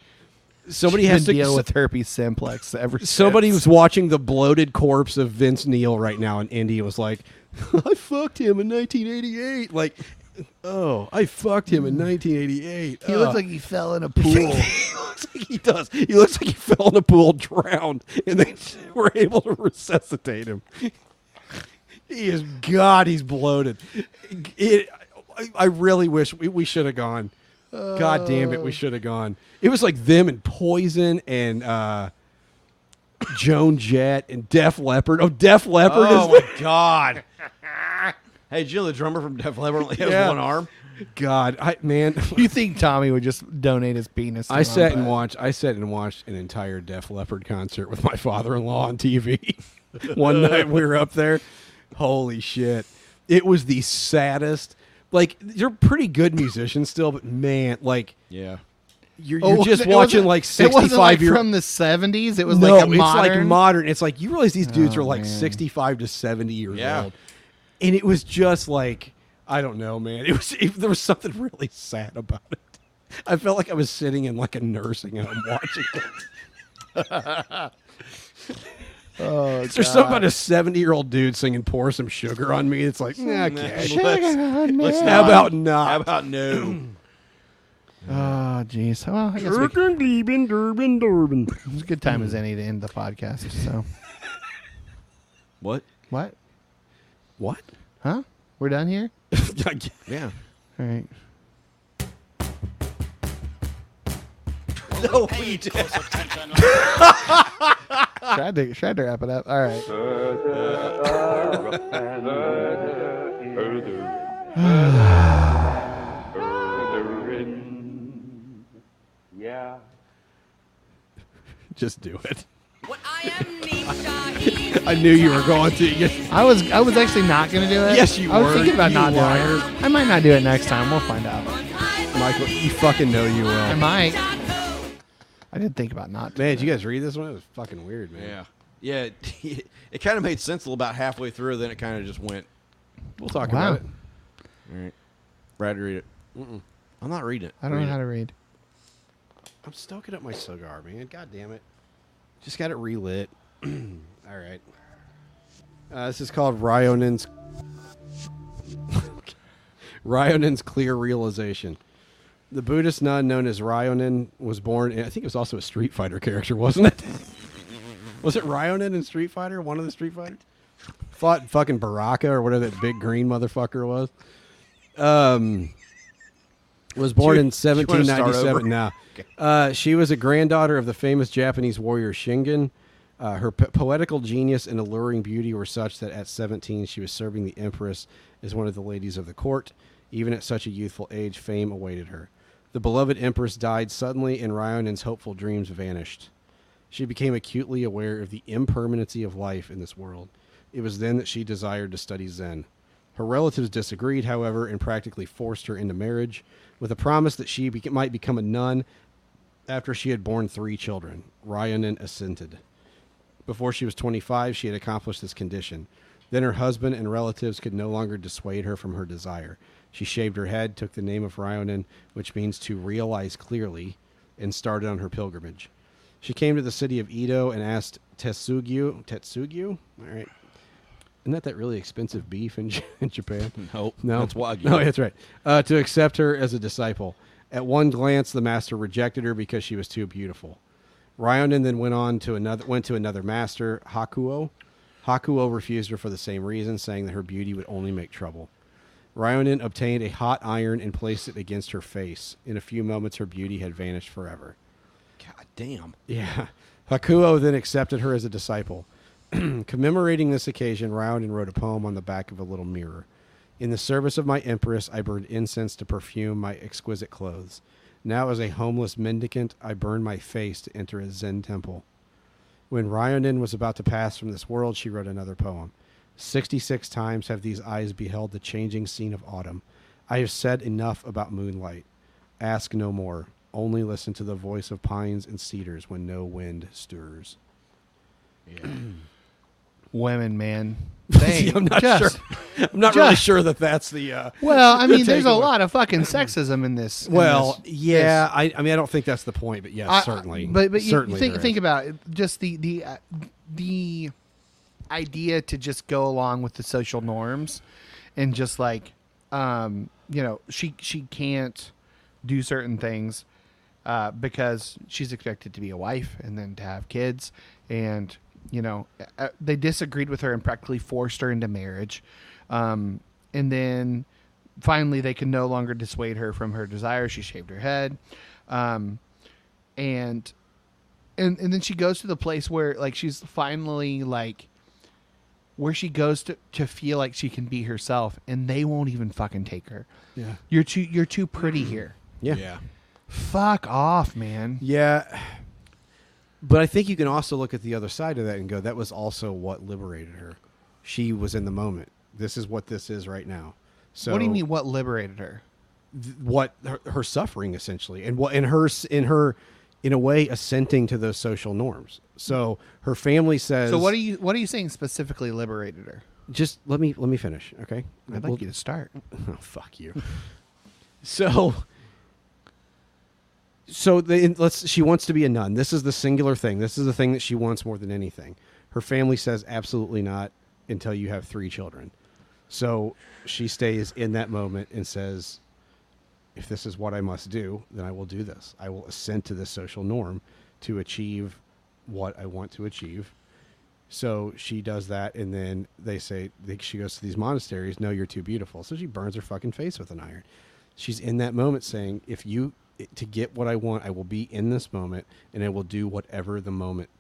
[SPEAKER 1] somebody
[SPEAKER 2] Been
[SPEAKER 1] has to
[SPEAKER 2] dealing with herpes simplex ever since.
[SPEAKER 1] Somebody was watching the bloated corpse of Vince Neil right now, and Indy was like, "I fucked him in 1988." Like, oh, I fucked him in 1988.
[SPEAKER 2] He
[SPEAKER 1] uh.
[SPEAKER 2] looks like he fell in a pool.
[SPEAKER 1] he looks like he does. He looks like he fell in a pool, drowned, and they were able to resuscitate him. He is God. He's bloated. It, I, I really wish we, we should have gone. God damn it, we should have gone. It was like them and Poison and uh, Joan Jett and Def Leppard. Oh, Def Leppard
[SPEAKER 3] Oh
[SPEAKER 1] is
[SPEAKER 3] my god! hey, did you know the drummer from Def Leppard only has
[SPEAKER 1] Yeah.
[SPEAKER 3] one arm?
[SPEAKER 1] God, I man.
[SPEAKER 2] you think Tommy would just donate his penis? to
[SPEAKER 1] I
[SPEAKER 2] him,
[SPEAKER 1] sat and
[SPEAKER 2] but-
[SPEAKER 1] watched. I sat and watched an entire Def Leppard concert with my father-in-law on TV. One night we were up there. Holy shit! It was the saddest. Like you're pretty good musicians still, but man, like
[SPEAKER 3] Yeah.
[SPEAKER 1] you're,
[SPEAKER 2] Oh,
[SPEAKER 1] you're just
[SPEAKER 2] it wasn't-
[SPEAKER 1] watching like
[SPEAKER 2] It wasn't like
[SPEAKER 1] sixty-five year.
[SPEAKER 2] from the seventies. It was
[SPEAKER 1] no,
[SPEAKER 2] like
[SPEAKER 1] it's
[SPEAKER 2] a
[SPEAKER 1] like
[SPEAKER 2] modern.
[SPEAKER 1] modern. It's like you realize these dudes
[SPEAKER 2] Oh,
[SPEAKER 1] are like
[SPEAKER 2] man.
[SPEAKER 1] sixty-five to seventy years
[SPEAKER 3] Yeah.
[SPEAKER 1] old, and it was just like I don't know, man. It was it, there was something really sad about it. I felt like I was sitting in like a nursing home watching it.
[SPEAKER 2] oh, God.
[SPEAKER 1] There's something about a 70 year old dude singing "Pour Some Sugar on Me." It's like, nah,
[SPEAKER 3] Let's,
[SPEAKER 1] okay.
[SPEAKER 3] let's
[SPEAKER 1] How
[SPEAKER 3] not-
[SPEAKER 1] about not?
[SPEAKER 3] How about no?
[SPEAKER 2] Oh, jeez. Well, I guess we, it
[SPEAKER 1] Durban, Durban, Durban.
[SPEAKER 2] was a good time as any to end the podcast. So
[SPEAKER 3] what?
[SPEAKER 2] what?
[SPEAKER 1] What?
[SPEAKER 2] Huh? We're done here.
[SPEAKER 3] Yeah.
[SPEAKER 2] All right.
[SPEAKER 3] No, we did.
[SPEAKER 2] Tried to tried to wrap it up. All right.
[SPEAKER 1] Just do it.
[SPEAKER 11] I am Nisha.
[SPEAKER 1] I knew you were going to. Yes,
[SPEAKER 2] I was I was actually not gonna do it.
[SPEAKER 1] Yes, you
[SPEAKER 2] I was
[SPEAKER 1] were,
[SPEAKER 2] thinking about
[SPEAKER 1] you
[SPEAKER 2] not
[SPEAKER 1] liar.
[SPEAKER 2] doing it. I might not do it next time. We'll find out.
[SPEAKER 1] Michael, you fucking know you
[SPEAKER 2] I
[SPEAKER 1] will.
[SPEAKER 2] might. I did think about not.
[SPEAKER 1] Man, did you guys read this one? It was fucking weird, man.
[SPEAKER 3] Yeah. Yeah. It, it kind of made sense till about halfway through, then it kind of just went.
[SPEAKER 1] We'll talk
[SPEAKER 2] Wow.
[SPEAKER 1] about it.
[SPEAKER 3] All right. Brad, read it. I'm not reading it.
[SPEAKER 2] I don't
[SPEAKER 3] Read
[SPEAKER 2] know how
[SPEAKER 3] it.
[SPEAKER 2] to read.
[SPEAKER 1] I'm stoking up my cigar, man. God damn it. Just got it relit. All right. Uh, this is called Ryonin's Ryonin's Clear Realization. The Buddhist nun known as Ryonin was born. I think it was also a Street Fighter character, wasn't it? was it Ryonin in Street Fighter? One of the Street Fighters fought fucking Baraka or whatever that big green motherfucker was. Um, was born in
[SPEAKER 3] Do you- do you wanna start
[SPEAKER 1] 1797.
[SPEAKER 3] over?
[SPEAKER 1] Now, uh, she was a granddaughter of the famous Japanese warrior Shingen. Uh, her po- poetical genius and alluring beauty were such that at 17 she was serving the empress as one of the ladies of the court. Even at such a youthful age, fame awaited her. The beloved empress died suddenly, and Ryonin's hopeful dreams vanished. She became acutely aware of the impermanency of life in this world. It was then that she desired to study Zen. Her relatives disagreed, however, and practically forced her into marriage with a promise that she be- might become a nun after she had borne three children. Ryanin assented. Before she was 25, she had accomplished this condition. Then her husband and relatives could no longer dissuade her from her desire. She shaved her head, took the name of Ryonin, which means to realize clearly, and started on her pilgrimage. She came to the city of Edo and asked Tetsugyu. Tetsugyu? All right. Isn't that that really expensive beef in, J- in Japan?
[SPEAKER 3] Nope.
[SPEAKER 1] No,
[SPEAKER 3] That's Wagyu.
[SPEAKER 1] No, that's right. Uh, to accept her as a disciple. At one glance, the master rejected her because she was too beautiful. Ryonin then went on to another went to another master, Hakuo. Hakuo refused her for the same reason, saying that her beauty would only make trouble. Ryonin obtained a hot iron and placed it against her face. In a few moments, her beauty had vanished forever.
[SPEAKER 3] God damn.
[SPEAKER 1] Yeah. Hakuo then accepted her as a disciple. Commemorating this occasion, Ryonin wrote a poem on the back of a little mirror. In the service of my empress, I burned incense to perfume my exquisite clothes. Now, as a homeless mendicant, I burn my face to enter a Zen temple. When Ryonin was about to pass from this world, she wrote another poem. Sixty six times have these eyes beheld the changing scene of autumn. I have said enough about moonlight. Ask no more. Only listen to the voice of pines and cedars when no wind stirs.
[SPEAKER 2] Women, man.
[SPEAKER 1] See, I'm not sure. I'm not really
[SPEAKER 2] just-
[SPEAKER 1] sure that that's the. Uh,
[SPEAKER 2] Well, I
[SPEAKER 1] the
[SPEAKER 2] mean, there's a
[SPEAKER 1] takeaway.
[SPEAKER 2] lot of fucking sexism in this. in
[SPEAKER 1] Well,
[SPEAKER 2] this-
[SPEAKER 1] yeah. I, I mean, I don't think that's the point, but yes,
[SPEAKER 2] I- I-
[SPEAKER 1] certainly.
[SPEAKER 2] But but you- you
[SPEAKER 1] certainly
[SPEAKER 2] think
[SPEAKER 1] there
[SPEAKER 2] think
[SPEAKER 1] is.
[SPEAKER 2] about it, just the the uh, the idea to just go along with the social norms, and just like um you know she she can't do certain things uh, because she's expected to be a wife and then to have kids and you know uh, they disagreed with her and practically forced her into marriage um, and then finally they could no longer dissuade her from her desire she shaved her head um, and and and then she goes to the place where like she's finally like where she goes to, to feel like she can be herself and they won't even fucking take her
[SPEAKER 1] Yeah.
[SPEAKER 2] you're too you're too pretty here
[SPEAKER 1] Yeah.
[SPEAKER 3] Yeah.
[SPEAKER 2] fuck off man
[SPEAKER 1] Yeah. But I think you can also look at the other side of that and go, that was also what liberated her. She was in the moment. This is what this is right now. So
[SPEAKER 2] what do you mean what liberated her
[SPEAKER 1] th- what her, her suffering essentially and what in her s- in her in a way assenting to those social norms so her family says
[SPEAKER 2] so what are you what are you saying specifically liberated her
[SPEAKER 1] just let me let me finish okay
[SPEAKER 2] i'd like
[SPEAKER 1] Well-
[SPEAKER 2] you to start
[SPEAKER 1] oh, fuck you so so the, in- let's she wants to be a nun this is the singular thing this is the thing that she wants more than anything her family says absolutely not until you have three children so she stays in that moment and says if this is what i must do then i will do this i will assent to this social norm to achieve what i want to achieve so she does that, and then they say they, she goes to these monasteries. No, you're too beautiful. So she burns her fucking face with an iron. She's in that moment saying, "If you to get what I want, I will be in this moment, and I will do whatever the moment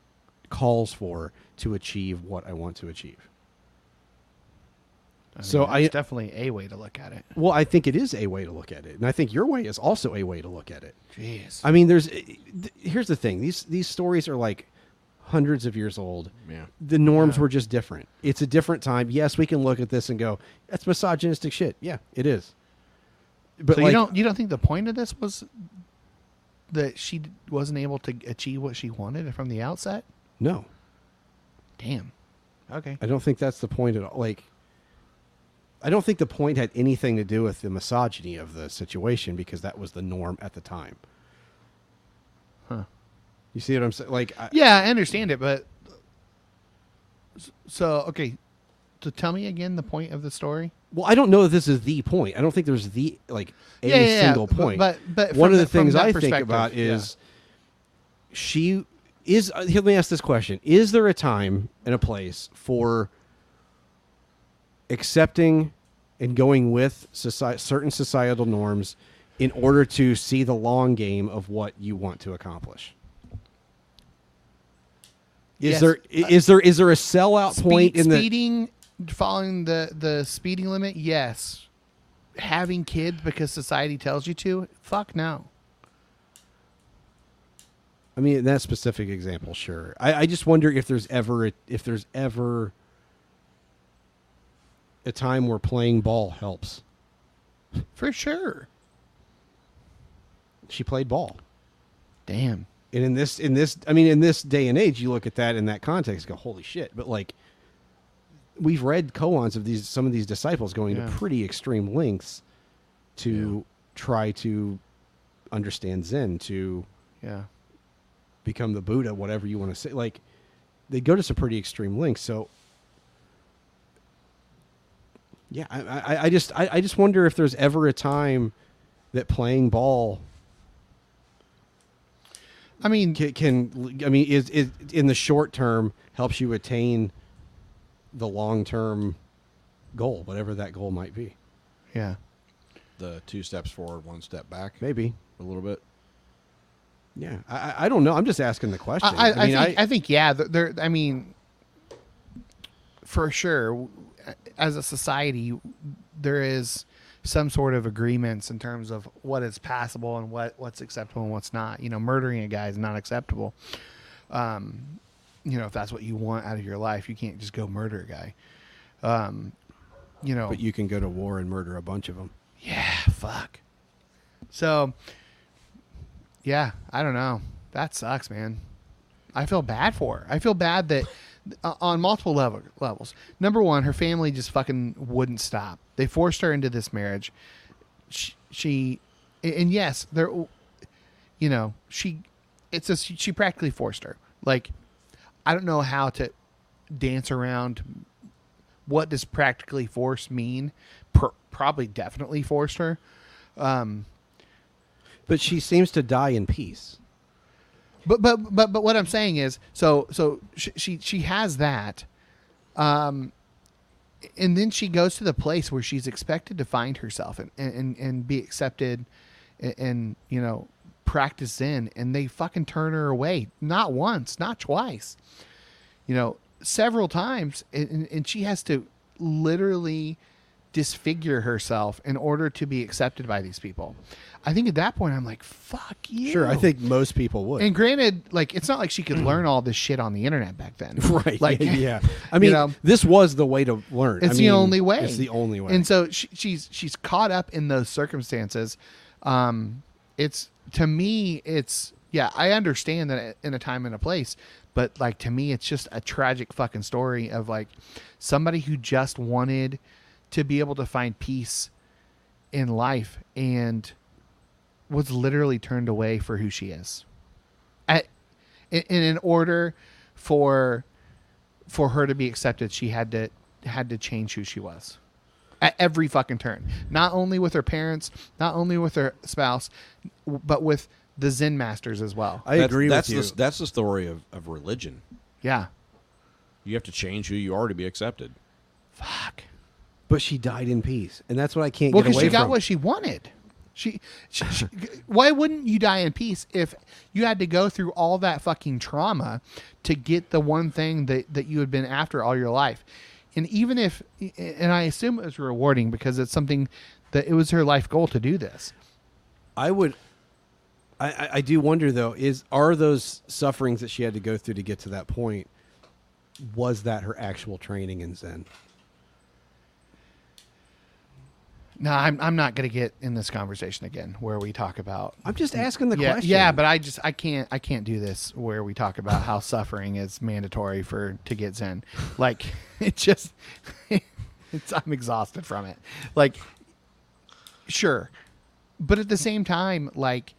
[SPEAKER 1] calls for to achieve what I want to achieve."
[SPEAKER 2] I
[SPEAKER 1] So
[SPEAKER 2] mean,
[SPEAKER 1] I-
[SPEAKER 2] that's definitely a way to look at it
[SPEAKER 1] Well, I think it is a way to look at it, and I think your way is also a way to look at it.
[SPEAKER 2] jeez
[SPEAKER 1] I mean, there's eh, th- here's the thing these these stories are like hundreds of years old.
[SPEAKER 3] Yeah.
[SPEAKER 1] The norms were just different. It's a different time. Yes, we can look at this and go, that's misogynistic shit. Yeah, it is. But
[SPEAKER 2] so
[SPEAKER 1] like,
[SPEAKER 2] you don't you don't think the point of this was that she d- wasn't able to achieve what she wanted from the outset?
[SPEAKER 1] no,
[SPEAKER 2] Damn. Okay.
[SPEAKER 1] I don't think that's the point at all. Like, I don't think the point had anything to do with the misogyny of the situation because that was the norm at the time.
[SPEAKER 2] Huh.
[SPEAKER 1] You see what I'm saying? Like, I,
[SPEAKER 2] Yeah, I understand it, but s- so okay. So tell me again the point of the story.
[SPEAKER 1] Well, I don't know that this is the point. I don't think there's the like a
[SPEAKER 2] Yeah, yeah, yeah.
[SPEAKER 1] single
[SPEAKER 2] But-
[SPEAKER 1] point.
[SPEAKER 2] but- but
[SPEAKER 1] one of
[SPEAKER 2] from
[SPEAKER 1] the
[SPEAKER 2] that- from
[SPEAKER 1] things
[SPEAKER 2] that
[SPEAKER 1] I think
[SPEAKER 2] perspective,
[SPEAKER 1] about
[SPEAKER 2] yeah.
[SPEAKER 1] is she is. uh, Here, let me ask this question: Is there a time and a place for accepting and going with soci- certain societal norms in order to see the long game of what you want to accomplish? Is
[SPEAKER 2] Yes.
[SPEAKER 1] there i- is there is there a sellout point in the
[SPEAKER 2] speeding, following the the speeding limit. Yes. Having kids because society tells you to. Fuck no.
[SPEAKER 1] I mean, in that specific example, sure. I, I just wonder if there's ever a, if there's ever a time where playing ball helps.
[SPEAKER 2] For sure.
[SPEAKER 1] She played ball,
[SPEAKER 2] Damn.
[SPEAKER 1] and in this in this I mean, in this day and age, you look at that in that context, and go, holy shit! But like, we've read koans of these some of these disciples going
[SPEAKER 2] Yeah.
[SPEAKER 1] to pretty extreme lengths to try to understand Zen to
[SPEAKER 2] Yeah.
[SPEAKER 1] become the Buddha, whatever you want to say. Like they go to some pretty extreme lengths. So yeah, I, I, I just I, I just wonder if there's ever a time that playing ball
[SPEAKER 2] I mean,
[SPEAKER 1] can, can I mean is, is in the short term helps you attain the long term goal, whatever that goal might be.
[SPEAKER 2] yeah.
[SPEAKER 3] The two steps forward, one step back,
[SPEAKER 1] Maybe
[SPEAKER 3] a little bit.
[SPEAKER 1] Yeah, I, I- I don't know. I'm just asking the question.
[SPEAKER 2] I, I, I
[SPEAKER 1] mean,
[SPEAKER 2] think, I, think yeah. th- There, I mean, for sure, w- as a society, there is some sort of agreements in terms of what is passable and what what's acceptable and what's not. You know, murdering a guy is not acceptable. Um, you know, if that's what you want out of your life, you can't just go murder a guy. Um, you know,
[SPEAKER 1] but you can go to war and murder a bunch of them.
[SPEAKER 2] yeah, fuck. So, yeah, I don't know. That sucks, man. I feel bad for her. I feel bad that uh, on multiple level, levels. Number one, her family just fucking wouldn't stop. They forced her into this marriage. She, she and yes, there, you know, she, it's just, she practically forced her. Like, I don't know how to dance around what does practically force mean? Per, probably definitely forced her. Um,
[SPEAKER 1] but she seems to die in peace.
[SPEAKER 2] But but but but what I'm saying is, so so she she, she has that, um, and then she goes to the place where she's expected to find herself and and and, and be accepted, and, and you know practice in, and they fucking turn her away not once, not twice, you know several times, and, and, and she has to literally disfigure herself in order to be accepted by these people. I think at that point I'm like, fuck you.
[SPEAKER 1] Sure, I think most people would.
[SPEAKER 2] And granted, like it's not like she could learn all this shit on the internet back then,
[SPEAKER 1] Mm. Right.
[SPEAKER 2] Like,
[SPEAKER 1] yeah, yeah. I mean,
[SPEAKER 2] you know,
[SPEAKER 1] this was the way to learn. I
[SPEAKER 2] it's the
[SPEAKER 1] mean,
[SPEAKER 2] only way.
[SPEAKER 1] It's the only way.
[SPEAKER 2] And so she, she's she's caught up in those circumstances. Um, it's to me, it's yeah, I understand that in a time and a place, but like to me, it's just a tragic fucking story of like somebody who just wanted to be able to find peace in life and was literally turned away for who she is. At, in, in order for for her to be accepted, she had to had to change who she was at every fucking turn. Not only with her parents, not only with her spouse, w- but with the Zen masters as well.
[SPEAKER 3] That's- that's The, that's the story of, of religion.
[SPEAKER 2] Yeah.
[SPEAKER 3] You have to change who you are to be accepted.
[SPEAKER 1] but she died in peace, and that's what I can't
[SPEAKER 2] Well,
[SPEAKER 1] get
[SPEAKER 2] because
[SPEAKER 1] away
[SPEAKER 2] she got
[SPEAKER 1] from.
[SPEAKER 2] what she wanted. She, she, she, why wouldn't you die in peace if you had to go through all that fucking trauma to get the one thing that, that you had been after all your life? And even if, and I assume it was rewarding because it's something that it was her life goal to do this.
[SPEAKER 1] I would. I, I- I do wonder though is are those sufferings that she had to go through to get to that point was that her actual training in zen
[SPEAKER 2] No, I'm, I'm not going to get in this conversation again where we talk about.
[SPEAKER 1] I'm just asking the
[SPEAKER 2] Mm. yeah,
[SPEAKER 1] question.
[SPEAKER 2] Yeah, but I just I can't I can't do this where we talk about how suffering is mandatory for to get zen. Like it just it's I'm exhausted from it. Like sure. But at the same time like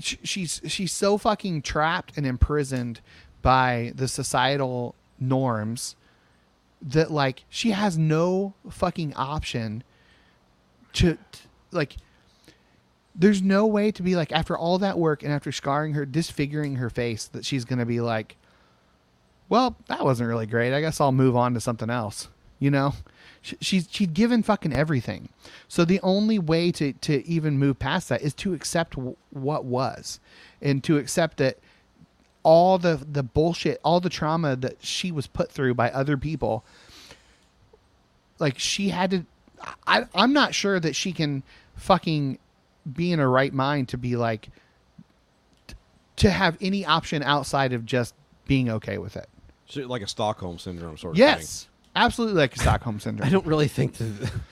[SPEAKER 2] sh- she's she's so fucking trapped and imprisoned by the societal norms that like she has no fucking option to, t like there's no way to be like after all that work and after scarring her disfiguring her face that she's going to be like well that wasn't really great i guess i'll move on to something else you know she, she's she'd given fucking everything so the only way to to even move past that is to accept w- what was and to accept that all the the bullshit, all the trauma that she was put through by other people. Like she had to I I'm not sure that she can fucking be in her right mind to be like t- to have any option outside of just being okay with it.
[SPEAKER 3] So like a Stockholm syndrome sort of
[SPEAKER 2] Yes. Absolutely like Stockholm syndrome.
[SPEAKER 1] i don't really think that,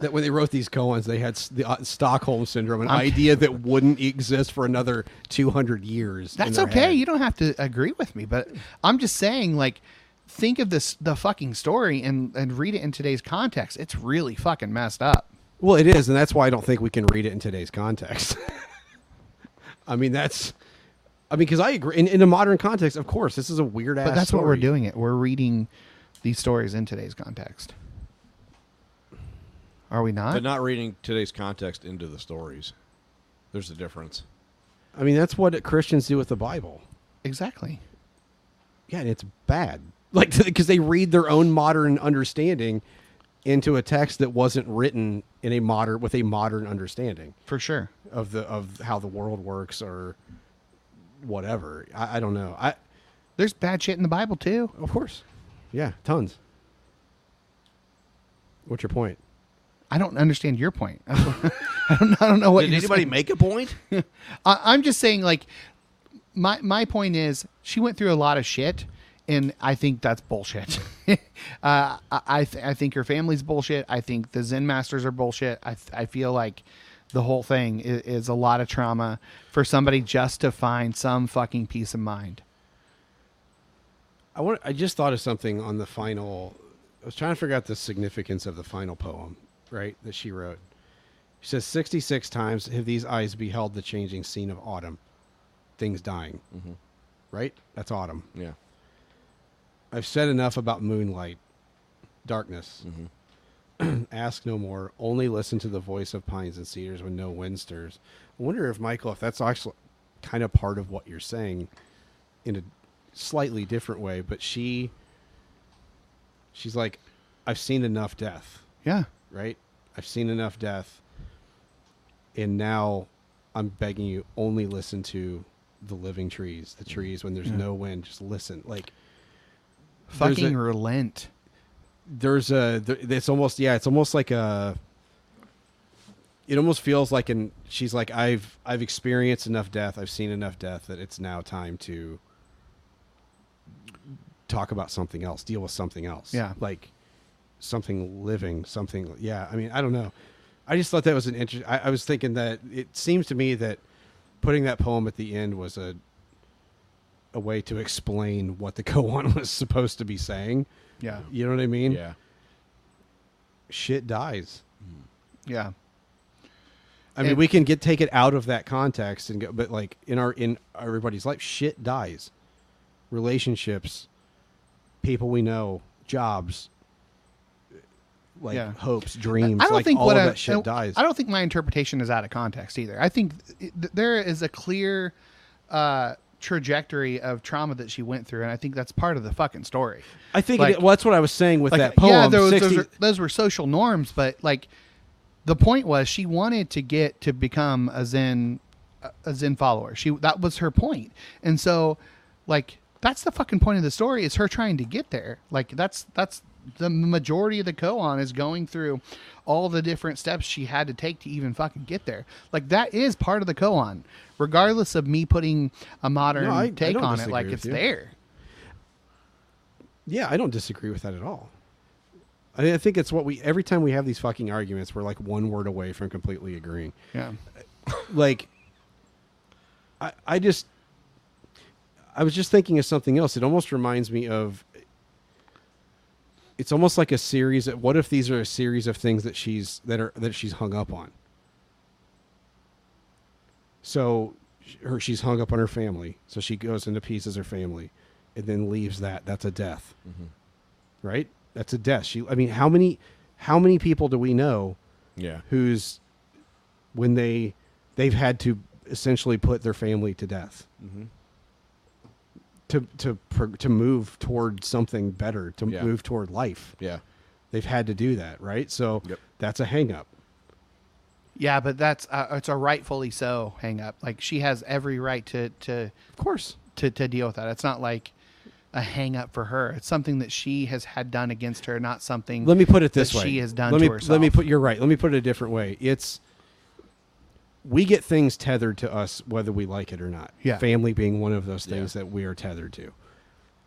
[SPEAKER 1] that when they wrote these koans they had s- the uh, stockholm syndrome an
[SPEAKER 2] I'm-
[SPEAKER 1] idea that wouldn't exist for another 200 years in
[SPEAKER 2] That's
[SPEAKER 1] their
[SPEAKER 2] okay.
[SPEAKER 1] head.
[SPEAKER 2] You don't have to agree with me, but I'm just saying, like, think of this the fucking story and and read it in today's context. It's really fucking messed up.
[SPEAKER 1] well it is and that's why i don't think we can read it in today's context i mean that's i mean because i agree in, in a modern context of course this is a weird ass
[SPEAKER 2] But that's what we're
[SPEAKER 1] story.
[SPEAKER 2] doing. It we're reading these stories in today's context. Are we
[SPEAKER 3] thing.
[SPEAKER 2] not?
[SPEAKER 3] But not reading today's context into the stories. There's a difference.
[SPEAKER 1] i mean that's what christians do with the bible
[SPEAKER 2] exactly.
[SPEAKER 1] yeah, and it's bad. Like because they read their own modern understanding into a text that wasn't written in a modern with a modern understanding
[SPEAKER 2] for sure
[SPEAKER 1] of the of how the world works or whatever. I, I don't know. I
[SPEAKER 2] there's bad shit in the Bible too.
[SPEAKER 1] Of course. Yeah, tons. What's your point?
[SPEAKER 2] I don't understand your point. I don't, I don't know what.
[SPEAKER 3] Did
[SPEAKER 2] you're
[SPEAKER 3] anybody
[SPEAKER 2] saying.
[SPEAKER 3] make a point?
[SPEAKER 2] I, I'm just saying, like, my my point is, she went through a lot of shit, and I think that's bullshit. uh, I I, th- I think your family's bullshit. I think the Zen masters are bullshit. I th- I feel like the whole thing is, is a lot of trauma for somebody just to find some fucking peace of mind.
[SPEAKER 1] I want. I just thought of something on the final. I was trying to figure out the significance of the final poem, right? That she wrote. She says, 66 times have these eyes beheld the changing scene of autumn, things dying.
[SPEAKER 3] Mm-hmm.
[SPEAKER 1] Right? That's autumn.
[SPEAKER 3] Yeah.
[SPEAKER 1] I've said enough about moonlight, darkness. Ask no more. Only listen to the voice of pines and cedars when no wind stirs. I wonder if, Michael, if that's actually kind of part of what you're saying in a slightly different way, but she. She's like, I've seen enough death
[SPEAKER 2] Yeah.
[SPEAKER 1] right? I've seen enough death, and now I'm begging you only listen to the living trees, the trees when there's no wind. Just listen, like there's
[SPEAKER 2] Fucking
[SPEAKER 1] a-
[SPEAKER 2] relent.
[SPEAKER 1] there's a there, it's almost yeah it's almost like a it almost feels like an she's like i've i've experienced enough death i've seen enough death that it's now time to talk about something else deal with something else
[SPEAKER 2] Yeah.
[SPEAKER 1] like something living something yeah i mean i don't know i just thought that was an interest I, I was thinking that it seems to me that putting that poem at the end was a a way to explain what the koan was supposed to be saying
[SPEAKER 2] Yeah.
[SPEAKER 1] you know what I mean?
[SPEAKER 3] Yeah.
[SPEAKER 1] Shit dies.
[SPEAKER 2] Yeah.
[SPEAKER 1] I mean,
[SPEAKER 2] And-
[SPEAKER 1] we can get take it out of that context and go, but like in our in everybody's life, shit dies. Relationships, people we know, jobs, like
[SPEAKER 2] Yeah.
[SPEAKER 1] hopes, dreams.
[SPEAKER 2] I don't
[SPEAKER 1] like
[SPEAKER 2] think
[SPEAKER 1] all
[SPEAKER 2] what
[SPEAKER 1] of
[SPEAKER 2] I-
[SPEAKER 1] that shit
[SPEAKER 2] I,
[SPEAKER 1] dies.
[SPEAKER 2] I don't think my interpretation is out of context either. I think th- th- there is a clear uh, trajectory of trauma that she went through, and I think that's part of the fucking story.
[SPEAKER 1] I think
[SPEAKER 2] like-
[SPEAKER 1] it, well, that's what I was saying with
[SPEAKER 2] Like,
[SPEAKER 1] that poem.
[SPEAKER 2] yeah, there was,
[SPEAKER 1] 60
[SPEAKER 2] those, were, those were social norms, but like the point was she wanted to get to become a Zen a- a Zen follower. She that was her point, and so like that's the fucking point of the story is her trying to get there. Like that's that's the majority of the koan is going through all the different steps she had to take to even fucking get there. Like that is part of the koan, regardless of me putting a modern
[SPEAKER 1] I- I
[SPEAKER 2] take
[SPEAKER 1] don't
[SPEAKER 2] on it.
[SPEAKER 1] disagree
[SPEAKER 2] Like
[SPEAKER 1] with
[SPEAKER 2] it's
[SPEAKER 1] you.
[SPEAKER 2] there.
[SPEAKER 1] Yeah, I don't disagree with that at all. I, I think it's what we every time we have these fucking arguments, we're like one word away from completely agreeing.
[SPEAKER 2] Yeah.
[SPEAKER 1] like I, I just I was just thinking of something else. It almost reminds me of it's almost like a series of what if these are a series of things that she's that are that she's hung up on. So sh- her she's hung up on her family. So she goes into pieces her family and then leaves that. That's a death. Right? That's a death. She I mean, how many how many people do we know
[SPEAKER 3] Yeah.
[SPEAKER 1] who's when they they've had to essentially put their family to death
[SPEAKER 3] Mm-hmm.
[SPEAKER 1] to to pro- to move toward something better to
[SPEAKER 3] Yeah.
[SPEAKER 1] move toward life
[SPEAKER 3] Yeah.
[SPEAKER 1] they've had to do that right so
[SPEAKER 3] Yep.
[SPEAKER 1] that's a hang up
[SPEAKER 2] Yeah, but that's uh, it's a rightfully so hang up. Like she has every right to to
[SPEAKER 1] of course
[SPEAKER 2] to, to deal with that. It's not like a hang up for her. It's something that she has had done against her, not something.
[SPEAKER 1] let me put it this
[SPEAKER 2] that
[SPEAKER 1] way
[SPEAKER 2] she has done
[SPEAKER 1] let
[SPEAKER 2] to
[SPEAKER 1] me
[SPEAKER 2] herself.
[SPEAKER 1] let me put you're right let me put it a different way it's we get things tethered to us whether we like it or not
[SPEAKER 2] Yeah.
[SPEAKER 1] family being one of those things that we are tethered to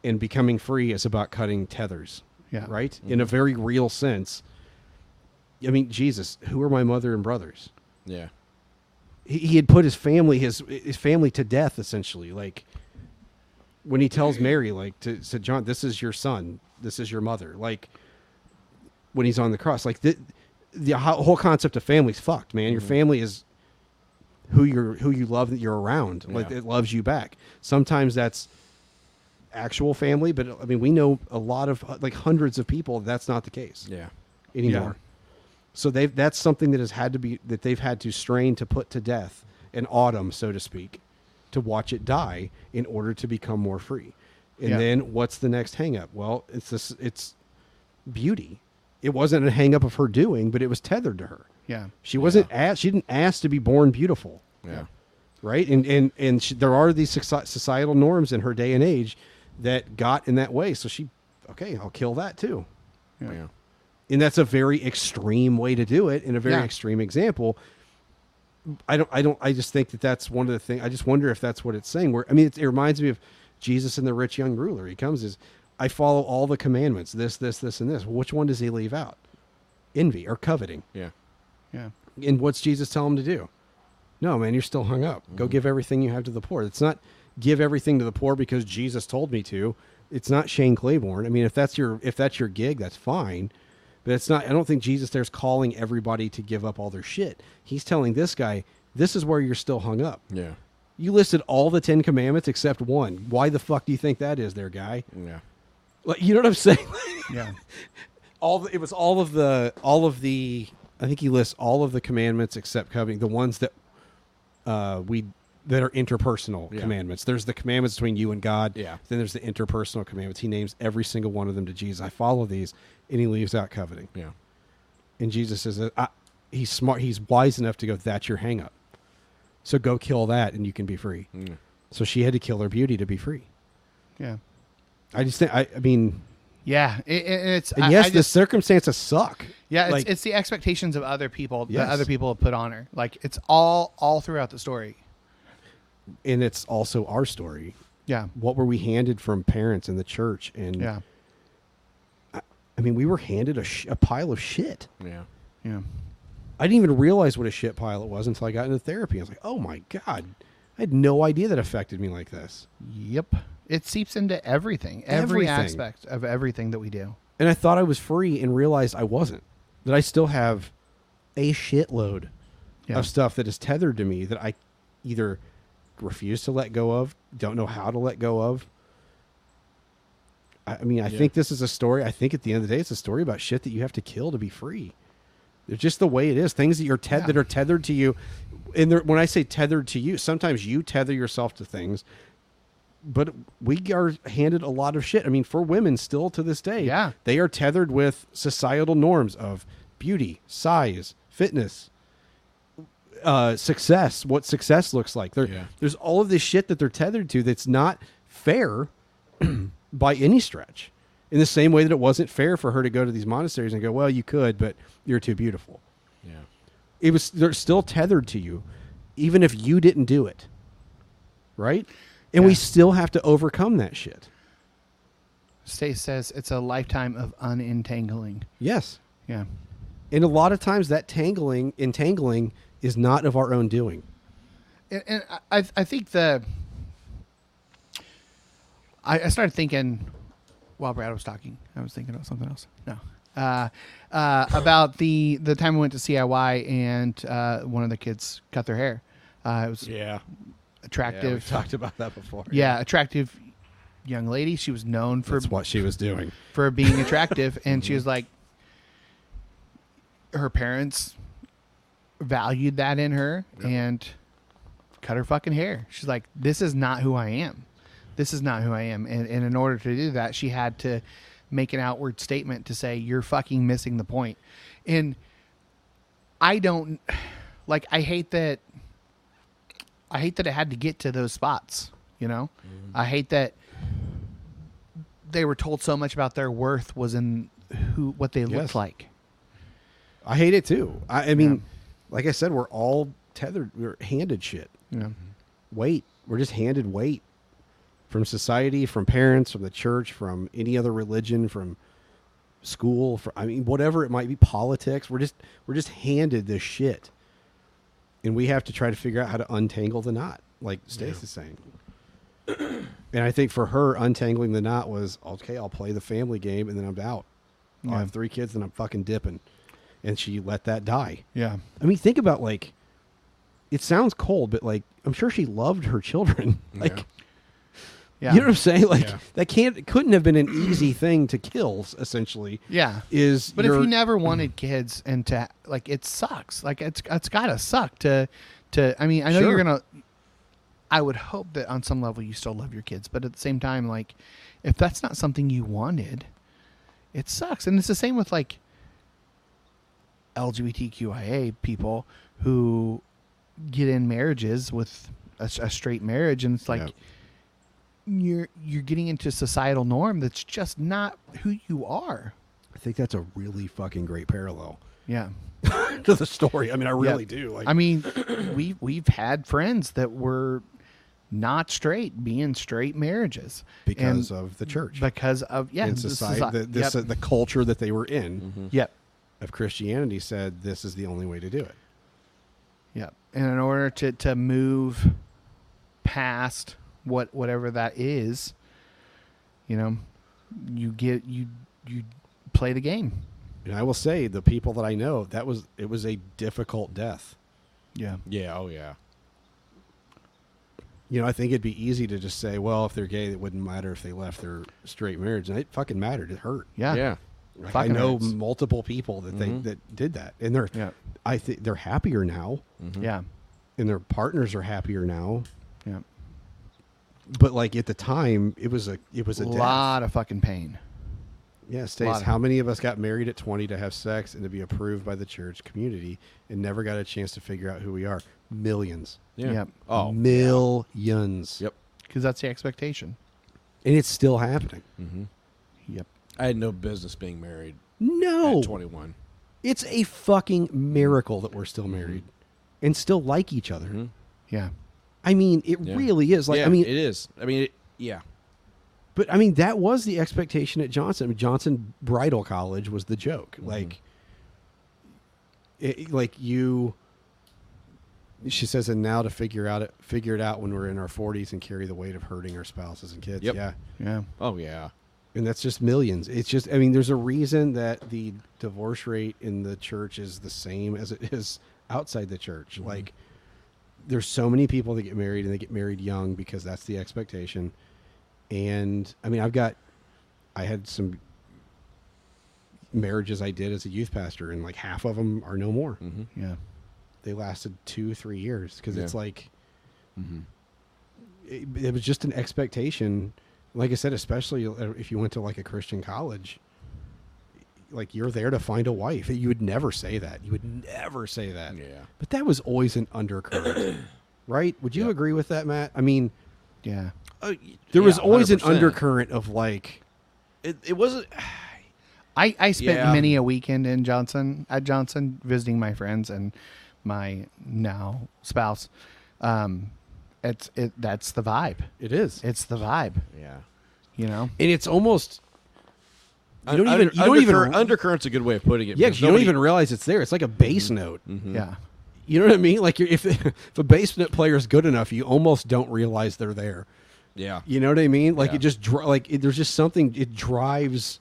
[SPEAKER 1] and becoming free is about cutting tethers
[SPEAKER 2] Yeah.
[SPEAKER 1] right in
[SPEAKER 2] Mm-hmm.
[SPEAKER 1] a very real sense i mean jesus who are my mother and brothers
[SPEAKER 3] Yeah.
[SPEAKER 1] he, he had put his family his his family to death essentially like when he tells mary like to, to john this is your son this is your mother like when he's on the cross like the, the ho- whole concept of family's fucked man your family is who you're who you love that you're around like
[SPEAKER 3] Yeah.
[SPEAKER 1] it loves you back sometimes that's actual family but i mean we know a lot of like hundreds of people that's not the case
[SPEAKER 3] Yeah.
[SPEAKER 1] anymore. So they have that's something that has had to be that they've had to strain to put to death in autumn, so to speak, to watch it die in order to become more free. And
[SPEAKER 2] Yeah.
[SPEAKER 1] then what's the next hang up? Well, it's this it's beauty. it wasn't a hang up of her doing, but it was tethered to her.
[SPEAKER 2] Yeah.
[SPEAKER 1] She wasn't asked. She didn't ask to be born beautiful.
[SPEAKER 3] Yeah.
[SPEAKER 1] Right. And and and she, there are these soci- societal norms in her day and age that got in that way. So she, okay, I'll kill that too.
[SPEAKER 2] Yeah.
[SPEAKER 1] And that's a very extreme way to do it, and a very
[SPEAKER 2] Yeah.
[SPEAKER 1] extreme example. I don't. I don't. I just think that that's one of the things. I just wonder if that's what it's saying. Where I mean, it, it reminds me of Jesus and the rich young ruler. He comes is, I follow all the commandments. This, this, this, and this. Which one does he leave out? Envy or coveting?
[SPEAKER 3] Yeah.
[SPEAKER 2] Yeah.
[SPEAKER 1] And what's Jesus tell him to do? No, man, you're still hung up. Go give everything you have to the poor. It's not give everything to the poor because Jesus told me to. It's not Shane Claiborne. I mean, if that's your if that's your gig, that's fine. But it's not I don't think Jesus there's calling everybody to give up all their shit. He's telling this guy, this is where you're still hung up.
[SPEAKER 3] Yeah.
[SPEAKER 1] You listed all the 10 commandments except one. Why the fuck do you think that is there, guy?
[SPEAKER 3] Yeah.
[SPEAKER 1] Like, you know what I'm saying?
[SPEAKER 2] Yeah.
[SPEAKER 1] all the, it was all of the all of the I think he lists all of the commandments except coveting the ones that uh, we that are interpersonal
[SPEAKER 3] Yeah.
[SPEAKER 1] commandments. There's the commandments between you and God.
[SPEAKER 3] Yeah.
[SPEAKER 1] Then there's the interpersonal commandments. He names every single one of them to Jesus. I follow these, and he leaves out coveting.
[SPEAKER 3] Yeah.
[SPEAKER 1] And Jesus says, uh, I, "He's smart. He's wise enough to go. That's your hang up. So go kill that, and you can be free."
[SPEAKER 3] Mm.
[SPEAKER 1] So she had to kill her beauty to be free.
[SPEAKER 2] Yeah.
[SPEAKER 1] I just think. I, I mean,
[SPEAKER 2] Yeah. It, it- it's
[SPEAKER 1] and
[SPEAKER 2] I-
[SPEAKER 1] yes,
[SPEAKER 2] I
[SPEAKER 1] the
[SPEAKER 2] just-
[SPEAKER 1] circumstances suck.
[SPEAKER 2] Yeah, it's,
[SPEAKER 1] Like-
[SPEAKER 2] it's the expectations of other people
[SPEAKER 1] Yes.
[SPEAKER 2] that other people have put on her. Like it's all all throughout the story.
[SPEAKER 1] and it's also our story.
[SPEAKER 2] Yeah.
[SPEAKER 1] What were we handed from parents and the church? And
[SPEAKER 2] Yeah.
[SPEAKER 1] I mean, we were handed a, sh- a pile of shit.
[SPEAKER 3] Yeah.
[SPEAKER 2] Yeah.
[SPEAKER 1] I didn't even realize what a shit pile it was until I got into therapy. I was like, oh my God, I had no idea that affected me like this.
[SPEAKER 2] Yep. It seeps into everything, every
[SPEAKER 1] Everything.
[SPEAKER 2] aspect of everything that we do.
[SPEAKER 1] And I thought I was free and realized I wasn't, that I still have a shitload
[SPEAKER 2] Yeah.
[SPEAKER 1] of stuff that is tethered to me that I either refuse to let go of, don't know how to let go of. I I mean, I
[SPEAKER 3] Yeah.
[SPEAKER 1] think this is a story. I think at the end of the day, it's a story about shit that you have to kill to be free. It's just the way it is. Things that you're te-
[SPEAKER 2] Yeah.
[SPEAKER 1] that are tethered to you, and they're- when I say tethered to you, sometimes you tether yourself to things. But we are handed a lot of shit. I mean, for women still to this day,
[SPEAKER 2] Yeah.
[SPEAKER 1] they are tethered with societal norms of beauty, size, fitness, uh, success, what success looks like. There,
[SPEAKER 3] Yeah.
[SPEAKER 1] There's all of this shit that they're tethered to that's not fair by any stretch. In the same way that it wasn't fair for her to go to these monasteries and go, well, you could, but you're too beautiful.
[SPEAKER 3] Yeah.
[SPEAKER 1] It was they're still tethered to you, even if you didn't do it, right? And we
[SPEAKER 2] Yeah.
[SPEAKER 1] still have to overcome that shit.
[SPEAKER 2] Stace says it's a lifetime of unentangling.
[SPEAKER 1] Yes,
[SPEAKER 2] Yeah.
[SPEAKER 1] and a lot of times that tangling, entangling, is not of our own doing.
[SPEAKER 2] and, and I, I- I think the I, I started thinking while Brad was talking. I was thinking about something else. No, uh, uh, about the the time we went to CIY and uh, one of the kids cut their hair. Uh, it was
[SPEAKER 3] Yeah.
[SPEAKER 2] attractive. Yeah,
[SPEAKER 1] talked about that before.
[SPEAKER 2] attractive young lady. She was known for
[SPEAKER 1] that's Mm-hmm. what she was doing.
[SPEAKER 2] for being attractive, and she was like, her parents valued that in her and cut her fucking hair. She's like, this is not who I am. This is not who I am. And, and in order to do that, she had to make an outward statement to say, you're fucking missing the point. And I don't like, I hate that. I hate that it had to get to those spots, you know? I hate that they were told so much about their worth was in who what they
[SPEAKER 1] Yes.
[SPEAKER 2] looked like.
[SPEAKER 1] I hate it too. I, I mean, like I said, we're all tethered. We're handed shit.
[SPEAKER 2] Yeah.
[SPEAKER 1] Weight. We're just handed weight from society, from parents, from the church, from any other religion, from school. From, I mean, whatever it might be, politics. We're just we're just handed this shit, and we have to try to figure out how to untangle the knot, like Stace is saying. and I think for her, untangling the knot was okay. I'll play the family game, and then I'm out. I'll have three kids, and I'm fucking dipping. And she let that die.
[SPEAKER 2] Yeah.
[SPEAKER 1] I mean, think about like, it sounds cold, but like, I'm sure she loved her children. Like,
[SPEAKER 2] Yeah.
[SPEAKER 1] you know what I'm saying? Like,
[SPEAKER 3] Yeah.
[SPEAKER 1] that can't couldn't have been an easy thing to kill. s- Essentially,
[SPEAKER 2] Yeah.
[SPEAKER 1] Is
[SPEAKER 2] But if
[SPEAKER 1] your-
[SPEAKER 2] you never wanted kids and to like it sucks. Like it's it's gotta suck to to I mean, I know
[SPEAKER 1] Sure.
[SPEAKER 2] you're gonna I would hope that on some level you still love your kids, but at the same time, like if that's not something you wanted, it sucks. And it's the same with like LGBTQIA people who get in marriages with a, s- a straight marriage, and it's like you're you're getting into a societal norm that's just not who you are.
[SPEAKER 1] I think that's a really fucking great parallel
[SPEAKER 2] Yeah.
[SPEAKER 1] to the story. I mean, I
[SPEAKER 2] Yeah.
[SPEAKER 1] really do. Like,
[SPEAKER 2] I mean, we we've had friends that were not straight, being straight marriages
[SPEAKER 1] Because
[SPEAKER 2] And
[SPEAKER 1] of the church.
[SPEAKER 2] because of yeah,
[SPEAKER 1] in
[SPEAKER 2] the
[SPEAKER 1] society,
[SPEAKER 2] soci-
[SPEAKER 1] the, this, uh,
[SPEAKER 2] yep.
[SPEAKER 1] the culture that they were in
[SPEAKER 2] yep,
[SPEAKER 1] of Christianity said this is the only way to do it.
[SPEAKER 2] yep. And in order to to move past what whatever that is, you know, you get you you play the game.
[SPEAKER 1] And I will say, the people that I know, that was it was a difficult death.
[SPEAKER 2] Yeah.
[SPEAKER 3] Yeah. Oh yeah.
[SPEAKER 1] You know, I think it'd be easy to just say, well, if they're gay, it wouldn't matter if they left their straight marriage, and it fucking mattered. It hurt.
[SPEAKER 2] Yeah.
[SPEAKER 3] Yeah.
[SPEAKER 1] Like, I
[SPEAKER 2] Fucking
[SPEAKER 1] know
[SPEAKER 2] hurts. Mm-hmm.
[SPEAKER 1] multiple people that they
[SPEAKER 3] Mhm.
[SPEAKER 1] that did that, and they're
[SPEAKER 2] Yeah.
[SPEAKER 1] I think they're happier now,
[SPEAKER 3] Mm-hmm.
[SPEAKER 2] Yeah.
[SPEAKER 1] and their partners are happier now.
[SPEAKER 2] Yeah.
[SPEAKER 1] But like at the time, it was a it was
[SPEAKER 2] A
[SPEAKER 1] a death.
[SPEAKER 2] lot of fucking pain.
[SPEAKER 1] Yeah, Stace,
[SPEAKER 2] lot of-
[SPEAKER 1] how many of us got married at 20 to have sex and to be approved by the church community and never got a chance to figure out who we are? Millions.
[SPEAKER 3] Yeah.
[SPEAKER 2] Yep.
[SPEAKER 3] Oh.
[SPEAKER 1] Millions.
[SPEAKER 3] Yep.
[SPEAKER 2] Because that's the expectation.
[SPEAKER 1] And it's still happening.
[SPEAKER 3] Hmm.
[SPEAKER 2] Yep.
[SPEAKER 3] I had no business being married
[SPEAKER 1] No.
[SPEAKER 3] at 21.
[SPEAKER 1] It's a fucking miracle that we're still married
[SPEAKER 3] Hmm.
[SPEAKER 1] and still like each other.
[SPEAKER 2] Yeah.
[SPEAKER 1] I mean, it
[SPEAKER 3] Yeah.
[SPEAKER 1] really is. Like,
[SPEAKER 3] yeah,
[SPEAKER 1] I mean,
[SPEAKER 3] it is. I mean, it, yeah.
[SPEAKER 1] But I mean, that was the expectation at Johnson. I mean, Johnson Bridal College was the joke.
[SPEAKER 3] Mm-hmm.
[SPEAKER 1] Like, it, like you. She says, and now to figure out it, figure it out when we're in our forties and carry the weight of hurting our spouses and kids.
[SPEAKER 3] Yep.
[SPEAKER 1] Yeah,
[SPEAKER 2] Yeah.
[SPEAKER 3] Oh yeah.
[SPEAKER 1] and that's just millions. It's just, I mean, there's a reason that the divorce rate in the church is the same as it is outside the church. Like, there's so many people that get married and they get married young because that's the expectation. And I mean, I've got, I had some marriages I did as a youth pastor, and like half of them are no more.
[SPEAKER 2] Yeah.
[SPEAKER 1] They lasted two, three years because it's
[SPEAKER 3] Yeah. Mm-hmm.
[SPEAKER 1] like, it, it was just an expectation. Like I said, especially if you went to like a Christian college, like you're there to find a wife. You would never say that. You would never say that.
[SPEAKER 3] Yeah.
[SPEAKER 1] But that was always an undercurrent, right? Would you agree with that, Matt? I mean,
[SPEAKER 2] Yeah.
[SPEAKER 1] Oh, there was
[SPEAKER 3] Yeah,
[SPEAKER 1] always an
[SPEAKER 3] 100%.
[SPEAKER 1] undercurrent of like,
[SPEAKER 3] It, it wasn't.
[SPEAKER 2] I, I spent
[SPEAKER 3] Yeah.
[SPEAKER 2] many a weekend in Johnson at Johnson visiting my friends and my now spouse. Um, it's it that's the vibe.
[SPEAKER 1] it is,
[SPEAKER 2] It's the vibe.
[SPEAKER 3] Yeah.
[SPEAKER 2] You know.
[SPEAKER 1] and it's almost you don't
[SPEAKER 3] Under-
[SPEAKER 1] even you don't even
[SPEAKER 3] undercurrent- undercurrent's a good way of putting it.
[SPEAKER 1] yeah 'cause
[SPEAKER 3] because
[SPEAKER 1] you don't
[SPEAKER 3] nobody- Mm-hmm.
[SPEAKER 1] even realize it's there. It's like a bass note.
[SPEAKER 2] Yeah.
[SPEAKER 1] You know what I mean? Like you're, if if a bass note player is good enough, you almost don't realize they're there.
[SPEAKER 3] Yeah.
[SPEAKER 1] You know what I mean? Like
[SPEAKER 3] Yeah.
[SPEAKER 1] it just dri- like it, there's just something it drives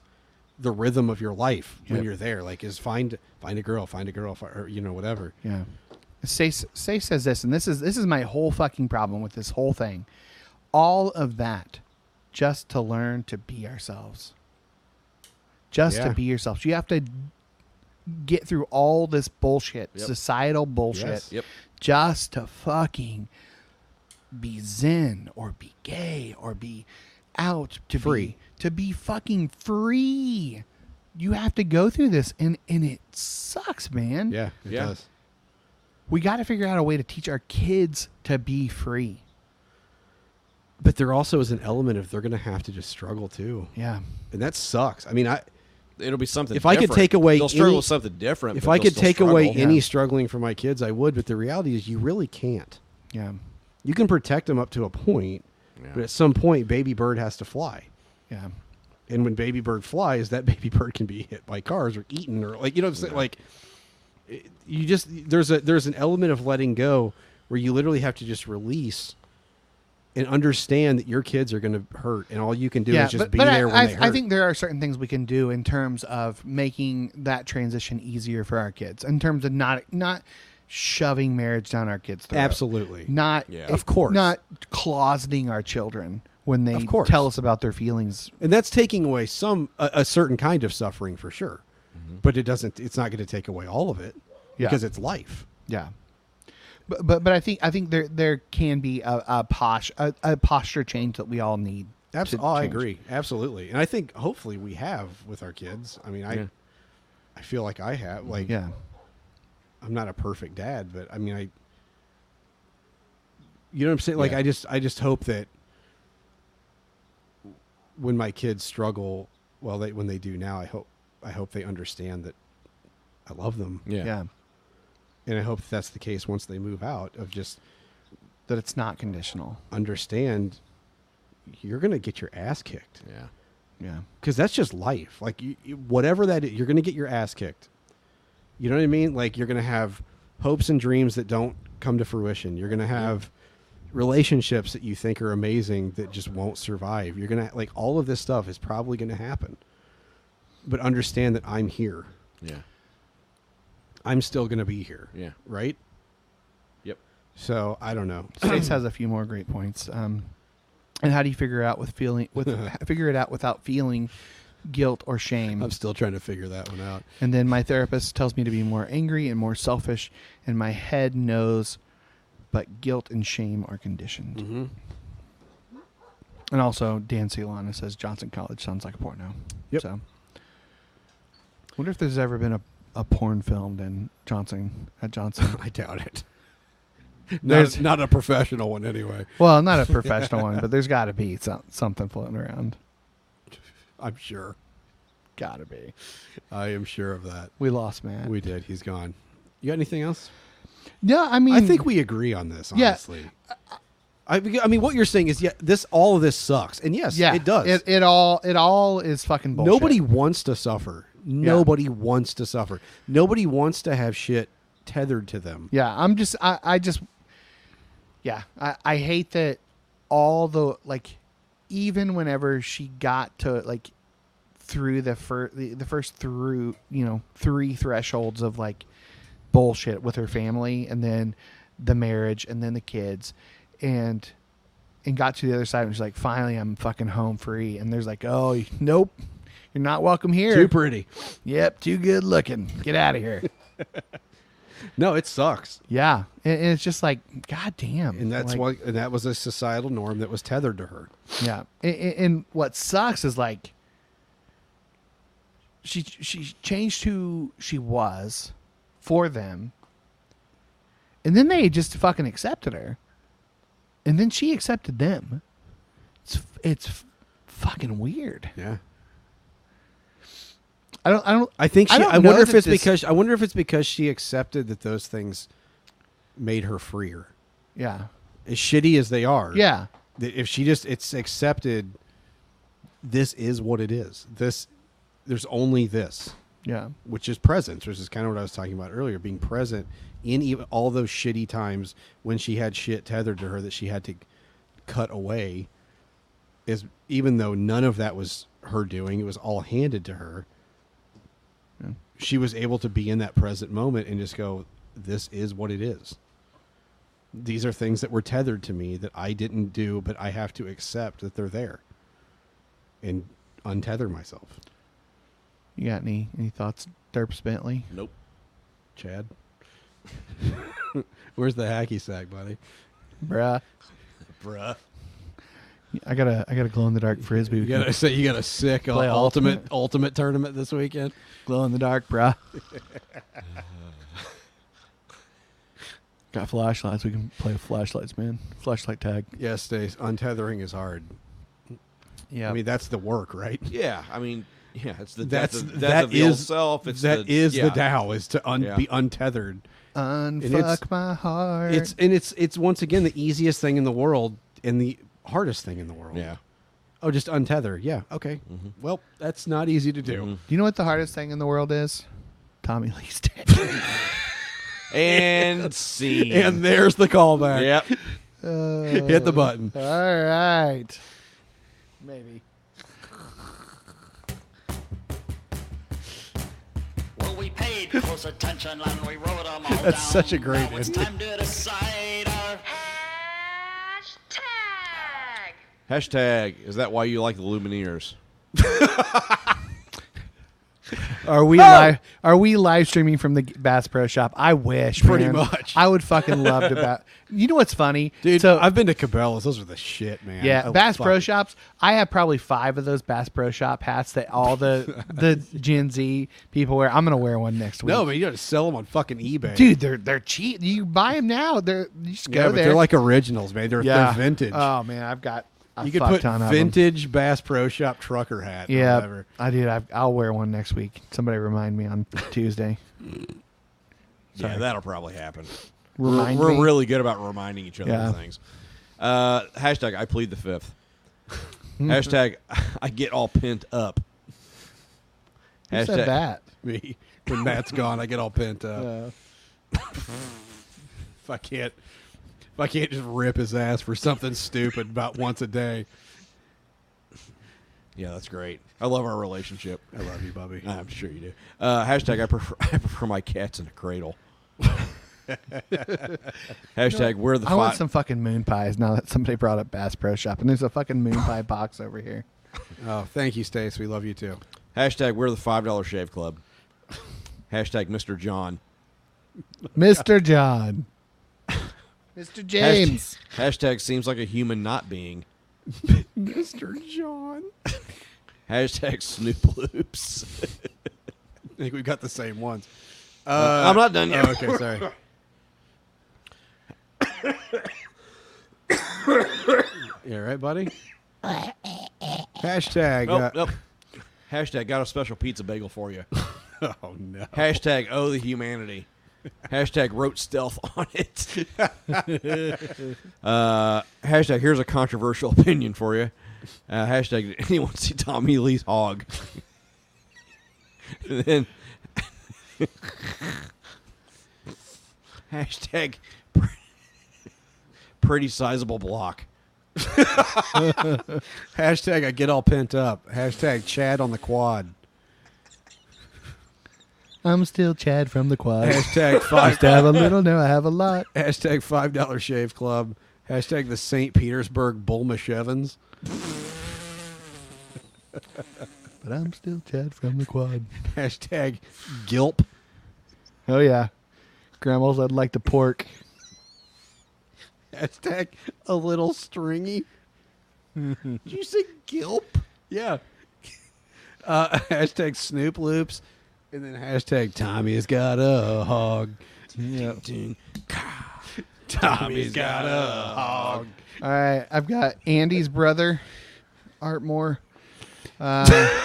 [SPEAKER 1] the rhythm of your life when
[SPEAKER 2] Yep.
[SPEAKER 1] you're there. Like is find find a girl, find a girl, fi- or you know whatever.
[SPEAKER 2] Yeah. Stace, Stace says this, and this is this is my whole fucking problem with this whole thing. All of that just to learn to be ourselves. Just
[SPEAKER 1] Yeah.
[SPEAKER 2] to be yourself. You have to get through all this bullshit,
[SPEAKER 3] Yep.
[SPEAKER 2] societal bullshit,
[SPEAKER 1] Yes.
[SPEAKER 3] Yep.
[SPEAKER 2] just to fucking be zen or be gay or be out to
[SPEAKER 1] Free.
[SPEAKER 2] be to be fucking free. You have to go through this and and it sucks, man.
[SPEAKER 1] Yeah, it
[SPEAKER 3] Yeah.
[SPEAKER 1] does.
[SPEAKER 2] We got to figure out a way to teach our kids to be free.
[SPEAKER 1] But there also is an element of they're going to have to just struggle too,
[SPEAKER 2] Yeah.
[SPEAKER 1] and that sucks. I mean, I
[SPEAKER 3] It'll be something.
[SPEAKER 1] If I could
[SPEAKER 3] different.
[SPEAKER 1] take away
[SPEAKER 3] they'll struggle
[SPEAKER 1] any-
[SPEAKER 3] with something different.
[SPEAKER 1] if
[SPEAKER 3] but
[SPEAKER 1] I
[SPEAKER 3] they'll
[SPEAKER 1] could
[SPEAKER 3] still
[SPEAKER 1] take away
[SPEAKER 3] struggle.
[SPEAKER 1] any
[SPEAKER 2] Yeah.
[SPEAKER 1] struggling for my kids, I would. But the reality is, you really can't.
[SPEAKER 2] Yeah.
[SPEAKER 1] You can protect them up to a point,
[SPEAKER 3] Yeah.
[SPEAKER 1] but at some point, baby bird has to fly.
[SPEAKER 2] Yeah.
[SPEAKER 1] And when baby bird flies, that baby bird can be hit by cars or eaten or like you know what I'm saying. Like it- you just there's a there's an element of letting go where you literally have to just release and understand that your kids are going to hurt, and all you can do
[SPEAKER 2] yeah.
[SPEAKER 1] is just
[SPEAKER 2] but
[SPEAKER 1] be
[SPEAKER 2] but
[SPEAKER 1] there
[SPEAKER 2] I,
[SPEAKER 1] when
[SPEAKER 2] I,
[SPEAKER 1] they hurt.
[SPEAKER 2] I think there are certain things we can do in terms of making that transition easier for our kids, in terms of not not shoving marriage down our kids' throat.
[SPEAKER 1] absolutely.
[SPEAKER 2] Not
[SPEAKER 3] Yeah.
[SPEAKER 1] Of course.
[SPEAKER 2] Not closeting our children when they
[SPEAKER 1] Of course.
[SPEAKER 2] tell us about their feelings.
[SPEAKER 1] and that's taking away some a, a certain kind of suffering for sure but it doesn't it's not going to take away all of it
[SPEAKER 2] Mm-hmm. Yeah.
[SPEAKER 1] because it's life
[SPEAKER 2] Yeah. But but, but I think I think there there can be a, a posh a, a posture change that we all need. to
[SPEAKER 1] absolutely oh, i
[SPEAKER 2] change.
[SPEAKER 1] agree absolutely and i think hopefully we have with our kids i mean i i feel like i have like
[SPEAKER 2] Yeah.
[SPEAKER 1] I'm not a perfect dad, but I mean I you know what I'm saying? Like I just I just hope that when my kids struggle, well they when they do now, I hope I hope they understand that I love them.
[SPEAKER 3] Yeah. Yeah.
[SPEAKER 1] And I hope that's the case once they move out of just
[SPEAKER 2] that it's not conditional.
[SPEAKER 1] Understand you're going to get your ass kicked.
[SPEAKER 3] Yeah.
[SPEAKER 2] Yeah.
[SPEAKER 1] Cuz that's just life. Like you, you- whatever that is, you're going to get your ass kicked. You know what I mean? Like you're going to have hopes and dreams that don't come to fruition. You're going to have relationships that you think are amazing that just won't survive. You're going to like all of this stuff is probably going to happen. But understand that I'm here.
[SPEAKER 3] Yeah.
[SPEAKER 1] I'm still going to be here.
[SPEAKER 3] Yeah.
[SPEAKER 1] Right?
[SPEAKER 3] Yep.
[SPEAKER 1] So, I don't know.
[SPEAKER 2] Space has a few more great points. Um, and how do you figure out with feeling with figure it out without feeling guilt or shame?
[SPEAKER 1] I'm still trying to figure that one out.
[SPEAKER 2] And then my therapist tells me to be more angry and more selfish, and my head knows, but guilt and shame are conditioned. Mm-hmm. And also, Dan Ciolana says Johnson College sounds like a porno.
[SPEAKER 1] Yep.
[SPEAKER 2] So, wonder if there's ever been a, a porn filmed in Johnson at Johnson.
[SPEAKER 1] I doubt it.
[SPEAKER 2] There's-
[SPEAKER 1] Not, not a professional one anyway.
[SPEAKER 2] Well, not a professional one, but there's got to be so- something floating around.
[SPEAKER 1] I'm sure.
[SPEAKER 2] Got to be.
[SPEAKER 1] I am sure of that.
[SPEAKER 2] We lost Matt.
[SPEAKER 1] We did. He's gone. You got anything else?
[SPEAKER 2] yeah, I mean,
[SPEAKER 1] I think we agree on this,
[SPEAKER 2] Yeah.
[SPEAKER 1] honestly. I, I mean, what you're saying is, yeah, this all of this sucks, and yes,
[SPEAKER 2] yeah,
[SPEAKER 1] it does.
[SPEAKER 2] It, it all it all is fucking bullshit.
[SPEAKER 1] Nobody wants to suffer. Nobody wants to suffer. Nobody wants to have shit tethered to them.
[SPEAKER 2] Yeah, I'm just I, I just Yeah, I, I hate that all the like even whenever she got to like through the first the, the first through, you know, three thresholds of like bullshit with her family and then the marriage and then the kids and and got to the other side and she's like finally I'm fucking home free and there's like oh nope you're not welcome here
[SPEAKER 1] Too pretty.
[SPEAKER 2] yep too good looking get out of here
[SPEAKER 1] No, it sucks,
[SPEAKER 2] yeah and, and it's just like god damn
[SPEAKER 1] and that's
[SPEAKER 2] like,
[SPEAKER 1] why. And that was a societal norm that was tethered to her.
[SPEAKER 2] Yeah, and, and- and what sucks is like she she changed who she was for them, and then they just fucking accepted her, and then she accepted them. It's it's fucking weird.
[SPEAKER 1] Yeah.
[SPEAKER 2] I don't I don't
[SPEAKER 1] I think she,
[SPEAKER 2] I don't
[SPEAKER 1] I,
[SPEAKER 2] know
[SPEAKER 1] wonder if
[SPEAKER 2] that
[SPEAKER 1] it's
[SPEAKER 2] this-
[SPEAKER 1] because I wonder if it's because she accepted that those things made her freer.
[SPEAKER 2] yeah
[SPEAKER 1] As shitty as they are,
[SPEAKER 2] yeah
[SPEAKER 1] that if she just it's accepted this is what it is. This there's only this,
[SPEAKER 2] yeah
[SPEAKER 1] which is presence, which is kind of what I was talking about earlier, being present in even all those shitty times when she had shit tethered to her that she had to cut away is even though none of that was her doing, it was all handed to her. She was able to be in that present moment and just go, This is what it is. These are things that were tethered to me that I didn't do, but I have to accept that they're there and untether myself.
[SPEAKER 2] you got any any thoughts Derps Bentley
[SPEAKER 3] Nope.
[SPEAKER 1] Chad, where's the hacky sack, buddy?
[SPEAKER 2] bruh
[SPEAKER 3] Bruh.
[SPEAKER 2] I got a I got a glow in the dark frisbee
[SPEAKER 1] You got to say you got a sick uh,
[SPEAKER 2] Play
[SPEAKER 1] ultimate ultimate tournament this weekend.
[SPEAKER 2] glow in the dark, bruh. Got flashlights. We can play with flashlights, man. Flashlight tag.
[SPEAKER 1] Yes, Stace, untethering is hard.
[SPEAKER 2] Yeah.
[SPEAKER 1] I mean, that's the work, right?
[SPEAKER 3] Yeah. I mean, yeah. It's the death
[SPEAKER 1] that's
[SPEAKER 3] of, death
[SPEAKER 1] that
[SPEAKER 3] of the old
[SPEAKER 1] is
[SPEAKER 3] self. It's
[SPEAKER 1] that
[SPEAKER 3] the,
[SPEAKER 1] is
[SPEAKER 3] yeah.
[SPEAKER 1] Dow is to un,
[SPEAKER 3] Yeah.
[SPEAKER 1] be untethered. it's-
[SPEAKER 2] Unfuck my heart.
[SPEAKER 1] It's and it's it's once again the easiest thing in the world and the hardest thing in the world.
[SPEAKER 3] Yeah.
[SPEAKER 1] Oh, just untether. Yeah. Okay. Well, that's not easy to do.
[SPEAKER 2] Do you know what the hardest thing in the world is? Tommy Lee's dead.
[SPEAKER 3] And scene.
[SPEAKER 1] And there's the callback.
[SPEAKER 3] yep.
[SPEAKER 1] Hit the button.
[SPEAKER 2] All right. Maybe.
[SPEAKER 12] Well, we paid close attention and we wrote 'em all
[SPEAKER 1] That's
[SPEAKER 12] down.
[SPEAKER 1] such a great
[SPEAKER 12] Now it's
[SPEAKER 1] ending.
[SPEAKER 12] time to decide uh, our
[SPEAKER 3] Hashtag. Is that why you like the Lumineers?
[SPEAKER 2] Are we live? Are we live streaming from the Bass Pro Shop? I wish.
[SPEAKER 1] Pretty
[SPEAKER 2] man.
[SPEAKER 1] much.
[SPEAKER 2] I would fucking love to. Ba- you know what's funny,
[SPEAKER 1] Dude,
[SPEAKER 2] So
[SPEAKER 1] I've been to Cabela's. Those are the shit, man.
[SPEAKER 2] yeah,
[SPEAKER 1] I
[SPEAKER 2] Bass
[SPEAKER 1] Oh, fuck-
[SPEAKER 2] Pro Shops. I have probably five of those Bass Pro Shop hats that all the the Gen Z people wear. I'm gonna wear one next week.
[SPEAKER 1] No, but you got to sell them on fucking eBay,
[SPEAKER 2] dude, they're they're cheap. You buy them now. They're you just
[SPEAKER 1] Yeah,
[SPEAKER 2] go
[SPEAKER 1] but
[SPEAKER 2] there.
[SPEAKER 1] they're like originals, man. They're,
[SPEAKER 2] Yeah.
[SPEAKER 1] they're vintage.
[SPEAKER 2] Oh man, I've got a
[SPEAKER 1] you could
[SPEAKER 2] fuck
[SPEAKER 1] put
[SPEAKER 2] ton of 'em.
[SPEAKER 1] vintage Bass Pro Shop trucker hat. or
[SPEAKER 2] Yeah,
[SPEAKER 1] whatever.
[SPEAKER 2] I did. I, I'll wear one next week. Somebody remind me on Tuesday.
[SPEAKER 3] Yeah, that'll probably happen.
[SPEAKER 2] Remind
[SPEAKER 3] we're we're
[SPEAKER 2] me.
[SPEAKER 3] really good about reminding each other
[SPEAKER 2] Yeah.
[SPEAKER 3] of things. Uh, hashtag I plead the fifth. hashtag I get all pent up.
[SPEAKER 2] Who said that?
[SPEAKER 1] Me. When Matt's gone, I get all pent up. if I can't, if I can't just rip his ass for something stupid about once a day.
[SPEAKER 3] Yeah, that's great. I love our relationship.
[SPEAKER 1] I love you, Bubby.
[SPEAKER 3] I'm sure you do. Uh, hashtag I prefer I prefer my cats in a cradle. hashtag where the
[SPEAKER 2] I want
[SPEAKER 3] fi-
[SPEAKER 2] some fucking moon pies now that somebody brought up Bass Pro Shop, and there's a fucking moon pie box over here.
[SPEAKER 1] Oh, thank you, Stace. We love you too.
[SPEAKER 3] hashtag where the five dollar shave club. hashtag Mr. John.
[SPEAKER 2] Mr. John, Mr. James,
[SPEAKER 3] Hashtag, hashtag seems like a human not being.
[SPEAKER 1] Mr. John.
[SPEAKER 3] Hashtag Snoop Loops.
[SPEAKER 1] I think we've got the same ones. Uh,
[SPEAKER 3] I'm not done yet.
[SPEAKER 1] oh, okay, sorry. you all right, buddy? Hashtag.
[SPEAKER 3] Nope,
[SPEAKER 1] uh,
[SPEAKER 3] nope. Hashtag got a special pizza bagel for you.
[SPEAKER 1] Oh, no.
[SPEAKER 3] Hashtag oh the humanity. Hashtag wrote stealth on it. uh, hashtag here's a controversial opinion for you. Uh, hashtag did anyone see Tommy Lee's hog? and then hashtag pre- pretty sizable block.
[SPEAKER 1] Hashtag I get all pent up. Hashtag Chad on the quad.
[SPEAKER 2] I'm still Chad from the quad.
[SPEAKER 1] Hashtag
[SPEAKER 2] I
[SPEAKER 1] five.
[SPEAKER 2] used to have a little, now I have a lot.
[SPEAKER 1] hashtag five dollar shave club. Hashtag the St. Petersburg Bulmish Evans.
[SPEAKER 2] But I'm still Chad from the quad.
[SPEAKER 1] Hashtag Gilp.
[SPEAKER 2] Oh yeah, grandma's. I'd like the pork.
[SPEAKER 1] Hashtag a little stringy. Did you say Gilp? Yeah. Uh, hashtag Snoop Loops. And then hashtag Tommy's got a hog.
[SPEAKER 2] Yeah.
[SPEAKER 1] Tommy's got a hog.
[SPEAKER 2] All right, I've got Andy's brother, Art Moore. Uh,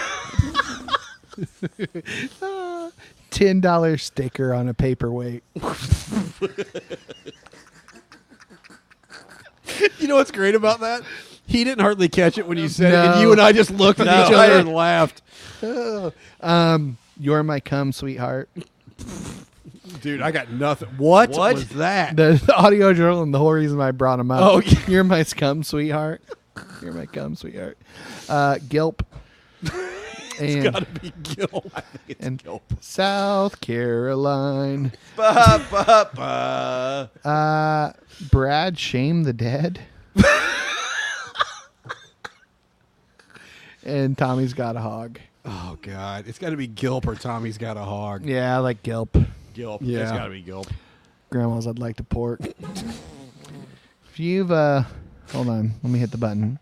[SPEAKER 2] Ten dollar sticker on a paperweight.
[SPEAKER 1] You know what's great about that? He didn't hardly catch it when you said it, and
[SPEAKER 2] No.
[SPEAKER 1] you and I just looked at each other and laughed.
[SPEAKER 2] Um, you're my cum, sweetheart.
[SPEAKER 1] Dude, I got nothing. What,
[SPEAKER 3] What?
[SPEAKER 1] was that?
[SPEAKER 2] The, the audio journal and the whole reason I brought him up.
[SPEAKER 1] Oh, yeah.
[SPEAKER 2] you're my cum, sweetheart. You're my cum, sweetheart. Uh, Gilp. and,
[SPEAKER 1] be Gilp.
[SPEAKER 2] and South Carolina.
[SPEAKER 3] Ba, ba, ba.
[SPEAKER 2] Uh, Brad, shame the dead. and Tommy's got a hog.
[SPEAKER 1] Oh God, it's got to be Gilp or Tommy's got a hog.
[SPEAKER 2] Yeah, I like Gilp.
[SPEAKER 3] Gilp.
[SPEAKER 1] Yeah.
[SPEAKER 3] It's got to be Gilp.
[SPEAKER 2] Grandma's, I'd like to pork. if you've, uh, hold on, let me hit the button.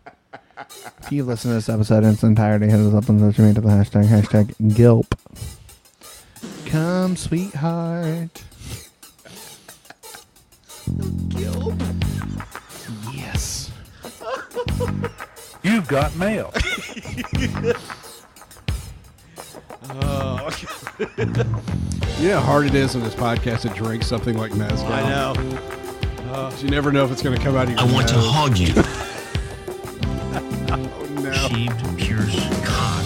[SPEAKER 2] If you've listened to this episode in its entirety, hit us up on social media with the hashtag, hashtag Gilp. Come, sweetheart. Gilp? Yes.
[SPEAKER 13] You've got mail.
[SPEAKER 3] Oh,
[SPEAKER 1] You know how hard it is on this podcast to drink something like mezcal. I know. you never know if it's going to come out of your.
[SPEAKER 14] I want to
[SPEAKER 1] nose.
[SPEAKER 14] hog you,
[SPEAKER 1] Oh, no.
[SPEAKER 14] shaved, pierced cock.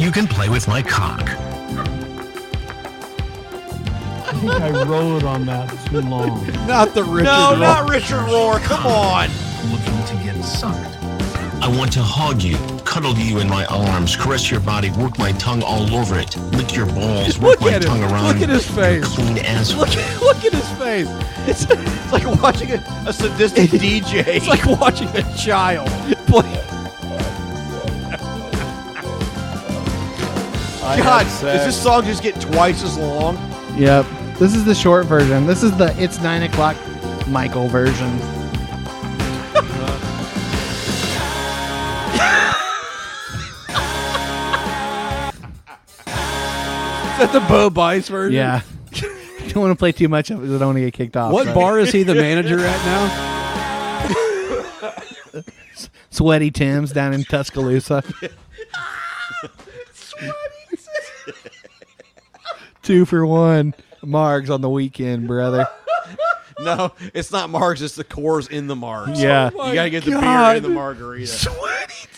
[SPEAKER 14] You can play with my cock.
[SPEAKER 13] I think I rode on that too long.
[SPEAKER 1] Not the Richard.
[SPEAKER 3] No,
[SPEAKER 1] Rohr.
[SPEAKER 3] not Richard Rohr. Come on.
[SPEAKER 14] Looking to get sucked. I want to hog you, cuddle you in my arms, caress your body, work my tongue all over it, lick your balls,
[SPEAKER 1] Look
[SPEAKER 14] work my
[SPEAKER 1] at him.
[SPEAKER 14] tongue around
[SPEAKER 1] Look at his
[SPEAKER 14] your
[SPEAKER 1] face.
[SPEAKER 14] clean ass.
[SPEAKER 3] Look, look at his face. It's, it's like watching a, a sadistic DJ.
[SPEAKER 1] It's like watching a child play.
[SPEAKER 3] I had
[SPEAKER 2] God, does
[SPEAKER 3] sex. does
[SPEAKER 2] this
[SPEAKER 3] this song just get twice as long?
[SPEAKER 2] Yep. This is the short version. This is the it's nine o'clock Michael version.
[SPEAKER 1] Is that the Bo Bice version?
[SPEAKER 2] Yeah. don't want to play too much of it. 'cause I don't want to get kicked off.
[SPEAKER 1] What
[SPEAKER 2] right?
[SPEAKER 1] bar is he the manager at now?
[SPEAKER 2] Sweaty Tim's down in Tuscaloosa. Two for one. Margs on the weekend, brother.
[SPEAKER 3] No, it's not margs. It's the cores in the margs.
[SPEAKER 2] Yeah.
[SPEAKER 3] you
[SPEAKER 2] Oh my
[SPEAKER 3] gotta get the beer
[SPEAKER 2] God.
[SPEAKER 3] in the margarita.
[SPEAKER 2] Sweaty